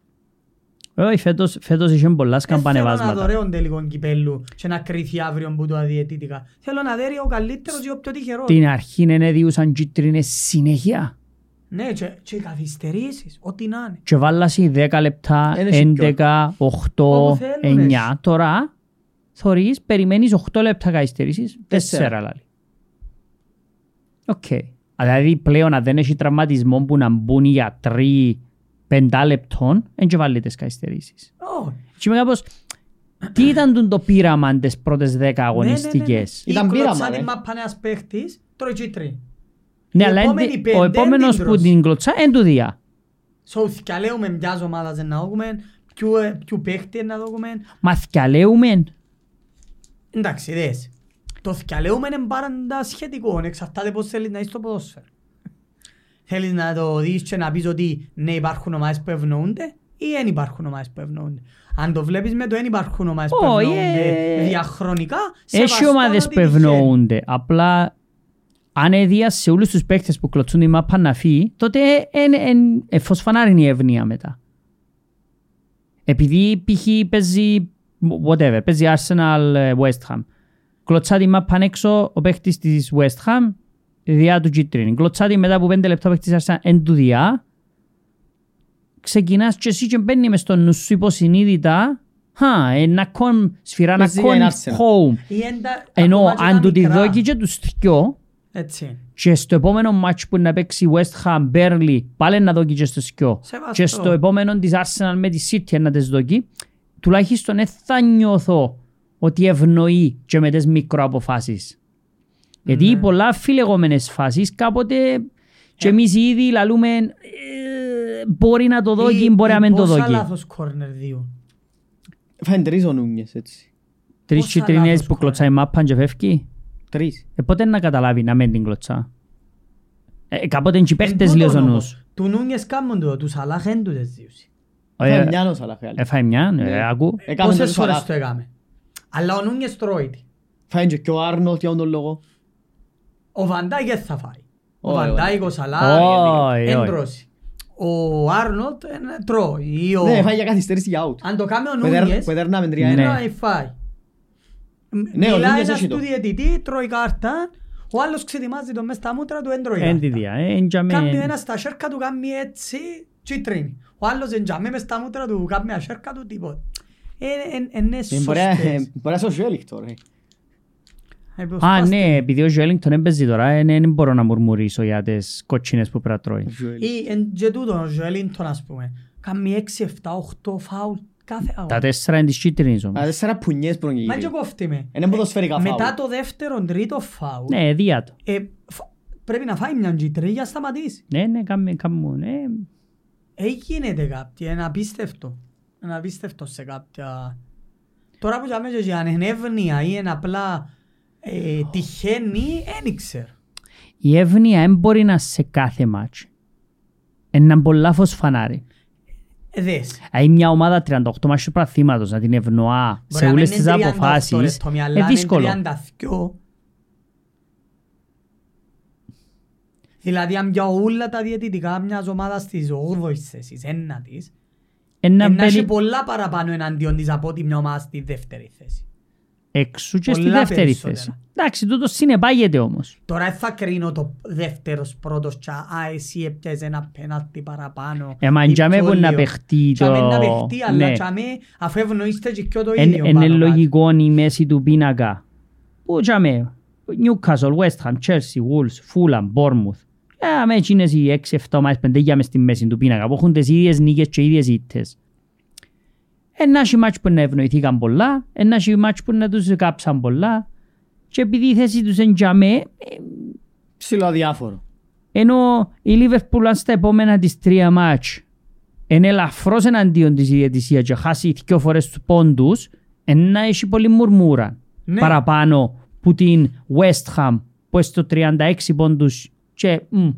Speaker 2: Όχι, φέτος, φέτος είχε
Speaker 1: Δεν
Speaker 2: πολλά
Speaker 1: Ε, θέλω να
Speaker 2: σκαμπανεβάσματα.
Speaker 1: δωρεώνται λίγο κυπέλου και να κρυθεί αύριο που το αδιαιτήτηκα. Θέλω να δέρει ο καλύτερος ή ο πιο τυχερός.
Speaker 2: Την αρχή είναι διούσαν κίτρινες συνέχεια.
Speaker 1: Ναι, και, και οι καθυστερήσεις, ό,τι να είναι.
Speaker 2: Και βάλασαι 10 λεπτά,
Speaker 3: Ένα σιωπιό.
Speaker 2: 11, 8,
Speaker 1: Όπου θέλουνες.
Speaker 2: 9. Τώρα, θωρείς, περιμένεις 8 λεπτά καθυστερήσεις, 4
Speaker 3: Τέσσερα.
Speaker 2: λάλη. Οκ. Αλλά Δηλαδή πλέον αν δεν έχει τραυματισμό που να μπουν οι γιατροί πεντά λεπτών, δεν και βάλει τις καθυστερήσεις.
Speaker 1: Ω,
Speaker 2: Και είμαι κάπως, τι ήταν τούν το πείραμα τις πρώτες δέκα αγωνιστικές.
Speaker 1: Ναι, ναι, ναι.
Speaker 3: Ήταν
Speaker 1: Ή
Speaker 3: πείραμα,
Speaker 1: κλωτσά
Speaker 3: ρε.
Speaker 1: την μάπα ένας παίχτης, τρώει κίτρι.
Speaker 2: Ναι,
Speaker 1: Οι
Speaker 2: αλλά
Speaker 1: επόμενοι
Speaker 2: εν-
Speaker 1: πέντε
Speaker 2: ο
Speaker 1: εν την
Speaker 2: επόμενος που
Speaker 1: τρως.
Speaker 2: την κλωτσά δεν του διά.
Speaker 1: So, θυκαλέουμε μιας ομάδας να δούμε, ποιου, ε, ποιου παίχτη να δούμε.
Speaker 2: Μα θκιαλέουμεν.
Speaker 1: Εντάξει, δες. Το θυκαλέουμε είναι πάντα σχετικό, εξαρτάται πώς θέλεις να είσαι στο ποδόσφαιρο. Θέλεις να το δεις και να πεις ότι ναι υπάρχουν ομάδες που ευνοούνται ή δεν υπάρχουν ομάδες που ευνοούνται. Αν το βλέπεις με το δεν υπάρχουν ομάδες που
Speaker 2: Όχι,
Speaker 1: ευνοούνται
Speaker 2: ε.
Speaker 1: διαχρονικά,
Speaker 2: Έχει
Speaker 1: σεβαστόν
Speaker 2: ομάδες
Speaker 1: ότι
Speaker 2: που
Speaker 1: τυχαίνει.
Speaker 2: ευνοούνται. Απλά αν έδιας σε όλους τους παίχτες που κλωτσούν η μάπα να φύγει, τότε εν, εν, ε, φωσφανάρει η εύνοια μετά. Επειδή π.χ. παίζει whatever, παίζει Arsenal ε, West Ham. Κλωτσά τη μάπα έξω ο παίχτης της West Ham διά του G3. Κλωτσά τη μετά από 5 λεπτά ο παίχτης της Arsenal εν του διά. Ξεκινάς και εσύ και μπαίνει μες στο νου σου υποσυνείδητα Χα, ε, να κον, σφυρά να
Speaker 3: Παίζει για
Speaker 2: κον
Speaker 3: την Arsenal.
Speaker 2: home.
Speaker 1: Ή εντα-
Speaker 2: Ενώ
Speaker 1: ακόμα και
Speaker 2: αν
Speaker 1: τα
Speaker 2: του τη
Speaker 1: μικρά.
Speaker 2: δόκει και τους δυο
Speaker 1: Έτσι.
Speaker 2: και στο επόμενο μάτς που να παίξει West Ham, Burnley, πάλι να δόκει και στους δυο
Speaker 1: Σεβαστό.
Speaker 2: και στο επόμενο της Arsenal με τη City να τις δόκει τουλάχιστον δεν θα νιώθω ότι ευνοεί και με τις μικροαποφάσεις. Γιατί
Speaker 1: Ναι.
Speaker 2: οι πολλά αφιλεγόμενες φάσεις κάποτε
Speaker 1: Ε.
Speaker 2: και εμείς ήδη λαλούμε ε, μπορεί να το δόκει,
Speaker 1: Ή-
Speaker 2: μπορεί να
Speaker 1: ή
Speaker 2: μην το
Speaker 1: πόσα
Speaker 2: δόκει.
Speaker 1: λάθος κόρνερ δύο.
Speaker 3: Φαίνεται τρεις ο Νούνιες, έτσι.
Speaker 2: Τρεις
Speaker 1: πόσα
Speaker 2: κιτρινές
Speaker 1: λάθος
Speaker 2: που
Speaker 1: κόρνερ.
Speaker 2: κλωτσάει μάπαν και φεύγει.
Speaker 3: Τρεις.
Speaker 2: Ε, πότε να καταλάβει να μην την κλωτσά. Ε, κάποτε είναι και οι παίχτες
Speaker 1: Εν
Speaker 2: λέει ο
Speaker 1: τούτον
Speaker 2: νους.
Speaker 1: όμως, Τους Νούνιες κάμουν το, τους Σαλάχ εν τούτες διούσι.
Speaker 2: Ε,
Speaker 3: Φάει μιαν ο Σαλάχ, ρε.
Speaker 2: Έφαγε μια, ναι, άκου.
Speaker 3: Έκαμε τον
Speaker 1: Πόσες φορές
Speaker 3: Σαλάχ.
Speaker 1: το έκαμε. Αλλά ο Νούνιες τρώει τη.
Speaker 3: Φάει και ο Άρνολτ για τον λόγο.
Speaker 1: Ο Βαντάικ δεν θα φάει. Ο
Speaker 2: ε,
Speaker 3: Όχι,
Speaker 1: Βαντάικ, ο
Speaker 2: Όχι,
Speaker 1: Σαλάχ,
Speaker 2: όχι.
Speaker 1: εν τρώσει. Ο Άρνολτ εν τρώει. Ή ο-
Speaker 3: Ναι, φάει για καθυστέρηση για out.
Speaker 1: Αν το κάνει ο
Speaker 3: Που εδέρ-
Speaker 1: Νούνιες,
Speaker 3: Που έδερναμε τρία
Speaker 1: δεν
Speaker 2: Ναι.
Speaker 3: ένα.
Speaker 1: θα φάει.
Speaker 3: Ναι, ο
Speaker 1: Μιλάει
Speaker 3: Νούνιες
Speaker 1: ένας
Speaker 3: έχει το.
Speaker 1: του διαιτητή, τρώει κάρτα, ο άλλος ξετοιμάζει το μες στα μούτρα του, εν τρώει
Speaker 2: Εν τη
Speaker 1: κάρτα.
Speaker 2: διά, ε, εν τζαμί,
Speaker 1: Κάνει
Speaker 2: εν-
Speaker 1: ένα στα σέρκα του, κάνει έτσι, τσιτρίνει. Ο άλλος εν τζαμί μες στα μούτρα του, κάνει τα σέρκα του, τίποτα. Ε, εν- εν- Είναι
Speaker 3: Ε, μπορεί να- ε,
Speaker 1: σωστές.
Speaker 3: μπορεί να είσαι ο Ζέλιχτο, ρε.
Speaker 1: Ε,
Speaker 2: Α,
Speaker 1: προσπάστε.
Speaker 2: ναι, επειδή ο Joelinton έπαιζε τώρα, ε, ναι, δεν μπορώ να μουρμουρίσω για τις κοτσίνες που πρέπει να τρώει.
Speaker 1: Ή εν και τούτον, ο Ζωελίντον, ας πούμε. Κάνει 6, 7, 8 φάουλ κάθε
Speaker 2: Τα
Speaker 1: αγώνα.
Speaker 2: τέσσερα είναι της κίτρινης
Speaker 3: Α,
Speaker 2: όμως.
Speaker 3: τέσσερα πουνιές που είναι
Speaker 1: Μα και
Speaker 3: γύρω.
Speaker 1: κόφτει με.
Speaker 3: Είναι ποδοσφαιρικά φάουλ.
Speaker 1: Μετά το δεύτερο, τρίτο φάουλ,
Speaker 2: Ναι, διά το.
Speaker 1: ε, φ- πρέπει να φάει μια τζιτρή για να σταματήσει.
Speaker 2: Ναι, ναι, κάμε, κάμε, ναι.
Speaker 1: Ε, γίνεται κάτι, είναι απίστευτο. Είναι απίστευτο σε κάποια... Τώρα που λέμε και αν είναι εύνοια ή είναι απλά ε, τυχαίνει, δεν ήξερ.
Speaker 2: Η εύνοια δεν μπορεί να σε κάθε μάτς. Έναν πολλά φωσφανάρι.
Speaker 1: Ε, δες.
Speaker 2: Δηλαδή μια ομάδα 38 μάτς του πραθήματος να την ευνοά σε
Speaker 1: Μπορεί να
Speaker 2: όλες
Speaker 1: μην
Speaker 2: τις
Speaker 1: είναι 38
Speaker 2: αποφάσεις,
Speaker 1: λεπτό, μια, αλλά
Speaker 2: είναι δύσκολο.
Speaker 1: 32. Δηλαδή αν πιάω όλα τα διαιτητικά μιας ομάδας της 8ης θέσης, ένα της,
Speaker 2: Ένα
Speaker 1: Ε, να έχει
Speaker 2: μπαίνει
Speaker 1: πολλά παραπάνω εναντίον της από ότι μια ομάδα στη δεύτερη θέση.
Speaker 2: εξού και στη
Speaker 1: πολλά
Speaker 2: δεύτερη
Speaker 1: περισσότερα.
Speaker 2: θέση. Εντάξει, τούτος συνεπάγεται όμως.
Speaker 1: Τώρα δεν θα κρίνω το δεύτερος πρώτος και α, εσύ έπιαζε ένα πέναλτι παραπάνω.
Speaker 2: Ε, μα
Speaker 1: ή
Speaker 2: τζάμε
Speaker 1: πιο
Speaker 2: που να
Speaker 1: λίγο.
Speaker 2: παιχτεί
Speaker 1: Τζάμε
Speaker 2: το-
Speaker 1: να παιχτεί, αλλά
Speaker 2: ναι.
Speaker 1: τζάμε αφού ευνοείστε και πιο το ίδιο.
Speaker 2: Είναι
Speaker 1: πάνω κάτω.
Speaker 2: λογικό η μέση του πίνακα. Πού τζάμε, Newcastle, West Ham, Chelsea, Wolves, Fulham, Bournemouth. Ε, με εκείνες οι 6-7 ομάδες πεντέγια μες στη μέση του πίνακα που έχουν τις ίδιες νίκες και οι ίδιες ήττες. Ένα έχει μάτς που να ευνοηθήκαν πολλά, ένα έχει μάτς που να τους κάψαν πολλά και επειδή η θέση τους είναι τζαμέ,
Speaker 3: Ψηλό αδιάφορο.
Speaker 2: ενώ η Λίβερπουλ αν στα επόμενα της τρία μάτς είναι ελαφρώς εναντίον της διαιτησίας και χάσει δυο φορές τους πόντους, εν να έχει πολύ μουρμούρα
Speaker 1: Ναι.
Speaker 2: παραπάνω που την West Ham που έστω 36 πόντους και μ,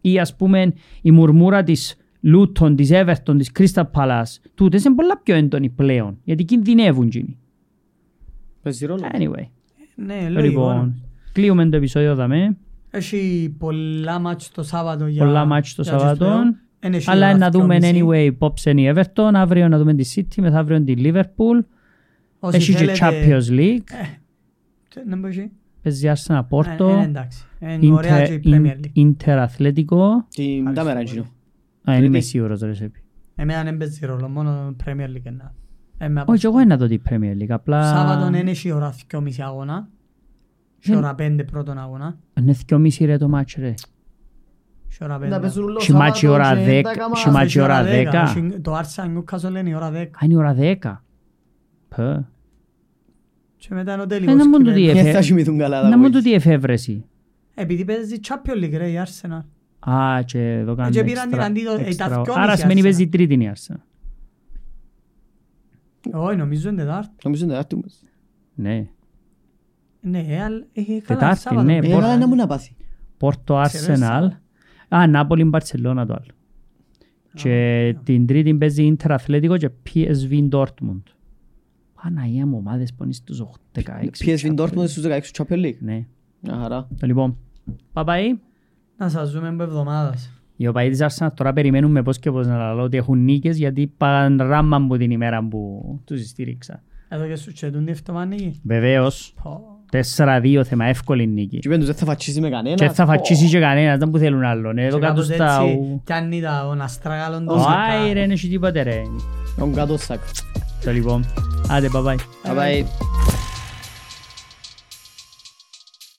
Speaker 2: ή ας πούμε η μουρμούρα της Luton, της Everton, της Crystal Palace τούτες είναι πολλά πιο έντονοι πλέον γιατί κινδυνεύουν εκείνοι.
Speaker 3: Παίζει ρόλο.
Speaker 2: Anyway,
Speaker 1: Ναι, λογικό. ναι.
Speaker 2: λοιπόν, κλείουμε το επεισόδιο δαμέ.
Speaker 1: Έχει πολλά μάτς το Σάββατο για...
Speaker 2: Πολλά μάτς το
Speaker 1: για
Speaker 2: Σαββατό.
Speaker 1: τους πλέον. Εν έχει
Speaker 2: Αλλά
Speaker 1: ώρα
Speaker 2: να δούμε
Speaker 1: δυόμιση.
Speaker 2: anyway πόψε είναι η Everton, αύριο να δούμε τη City, μεθαύριο τη Liverpool.
Speaker 1: Όσοι
Speaker 2: Έχει και
Speaker 1: θέλετε-
Speaker 2: Champions League,
Speaker 1: Τι, Να μπω εκεί.
Speaker 2: παίζει Arsenal
Speaker 1: Ε, ε,
Speaker 2: Porto,
Speaker 1: Εντάξει. Είναι ωραία και
Speaker 2: Inter-
Speaker 1: η Premier League.
Speaker 2: Inter Atletico.
Speaker 3: Την τα μέρα γύρω.
Speaker 2: Α, είμαι σίγουρος ρε Σέπι.
Speaker 1: Εμένα δεν παίζει ρόλο, μόνο Premier League να. Ε, με
Speaker 2: Όχι, εγώ να δω τη Premier League, απλά...
Speaker 1: Σάββατον είναι η ώρα 2.30 αγώνα. Η ώρα 5 πρώτον αγώνα.
Speaker 2: Είναι δυο μισή Ναι, ρε το μάτς ρε.
Speaker 1: Και ώρα
Speaker 3: Να
Speaker 1: πέντε.
Speaker 3: παίζουν όλο
Speaker 2: Σι μάτσι
Speaker 3: Σάββατο
Speaker 2: ώρα
Speaker 3: και
Speaker 2: δέκα,
Speaker 3: τα κάμα-
Speaker 2: σι μάτσι-
Speaker 1: Έχει
Speaker 2: ώρα δέκα.
Speaker 1: Έχει- Το Άρσα Νιούκαζολ είναι η ώρα 10.
Speaker 2: Α, είναι η ώρα 10. Πε.
Speaker 1: Και μετά είναι ο τελικός.
Speaker 2: Δεν μου το
Speaker 1: κυπέλλου.
Speaker 2: τι
Speaker 3: Δεν θα
Speaker 2: εφε-
Speaker 3: σημειθούν καλά τα
Speaker 2: να μου
Speaker 3: goals.
Speaker 2: το τι εφεύρεση.
Speaker 1: Επειδή παίζει Champions League ρε η Arsenal.
Speaker 2: Α, και εδώ κάνουν
Speaker 1: Ε, Και πήραν την
Speaker 2: εξτρα-
Speaker 1: αντίδο- ε, τα
Speaker 2: εξτρα-
Speaker 1: δυόμιση
Speaker 2: Άρα σημαίνει
Speaker 1: Arsenal.
Speaker 2: παίζει η τρίτη η Arsenal.
Speaker 1: Όχι νομίζω είναι Τετάρτη.
Speaker 3: Νομίζω είναι τεράστιο μας.
Speaker 2: Ναι.
Speaker 1: Ναι, ε, αλλά- ε, καλά,
Speaker 2: Τετάρτη,
Speaker 1: Σάββατο.
Speaker 2: ναι,
Speaker 1: Ε,
Speaker 3: Ε,
Speaker 2: μπορεί-
Speaker 1: καλά,
Speaker 3: καλά να μου να πάθει.
Speaker 2: Πόρτο Arsenal. Α, Νάπολη Μπαρσελόνα το άλλο. Και την τρίτη παίζει Ιντερ Αθλέτικο και PSV Dortmund. Παναγία μου, ομάδες που είναι στους 16.
Speaker 3: PSV Dortmund στους 16 Champions League. Ah,
Speaker 2: Ναι.
Speaker 3: Μια χαρά.
Speaker 2: Λοιπόν, παπαεί.
Speaker 1: Να σας δούμε από εβδομάδας.
Speaker 2: Οι οπαδοί της Arsenal τώρα περιμένουμε πώς και πώς να λέω ότι έχουν νίκες γιατί παραμάμ μου την ημέρα που τους στήριξα.
Speaker 1: Εδώ και σου τσετούν τη φτωμανίκη.
Speaker 2: Βεβαίως, 4-2 θέμα εύκολη νίκη.
Speaker 3: Και πέντους δεν θα φατσίσει με κανέναν.
Speaker 2: Και θα
Speaker 3: Πω.
Speaker 2: φατσίσει και κανένας, δεν που θέλουν άλλον. Ε, Εδώ κάτω στα...
Speaker 1: Κι αν ήταν ο Ναστράγαλον
Speaker 2: Ο Άι ρε, είναι τίποτε ρε.
Speaker 3: Τον κάτω σακ.
Speaker 2: Το λοιπόν. Άντε, bye bye.
Speaker 3: Bye bye.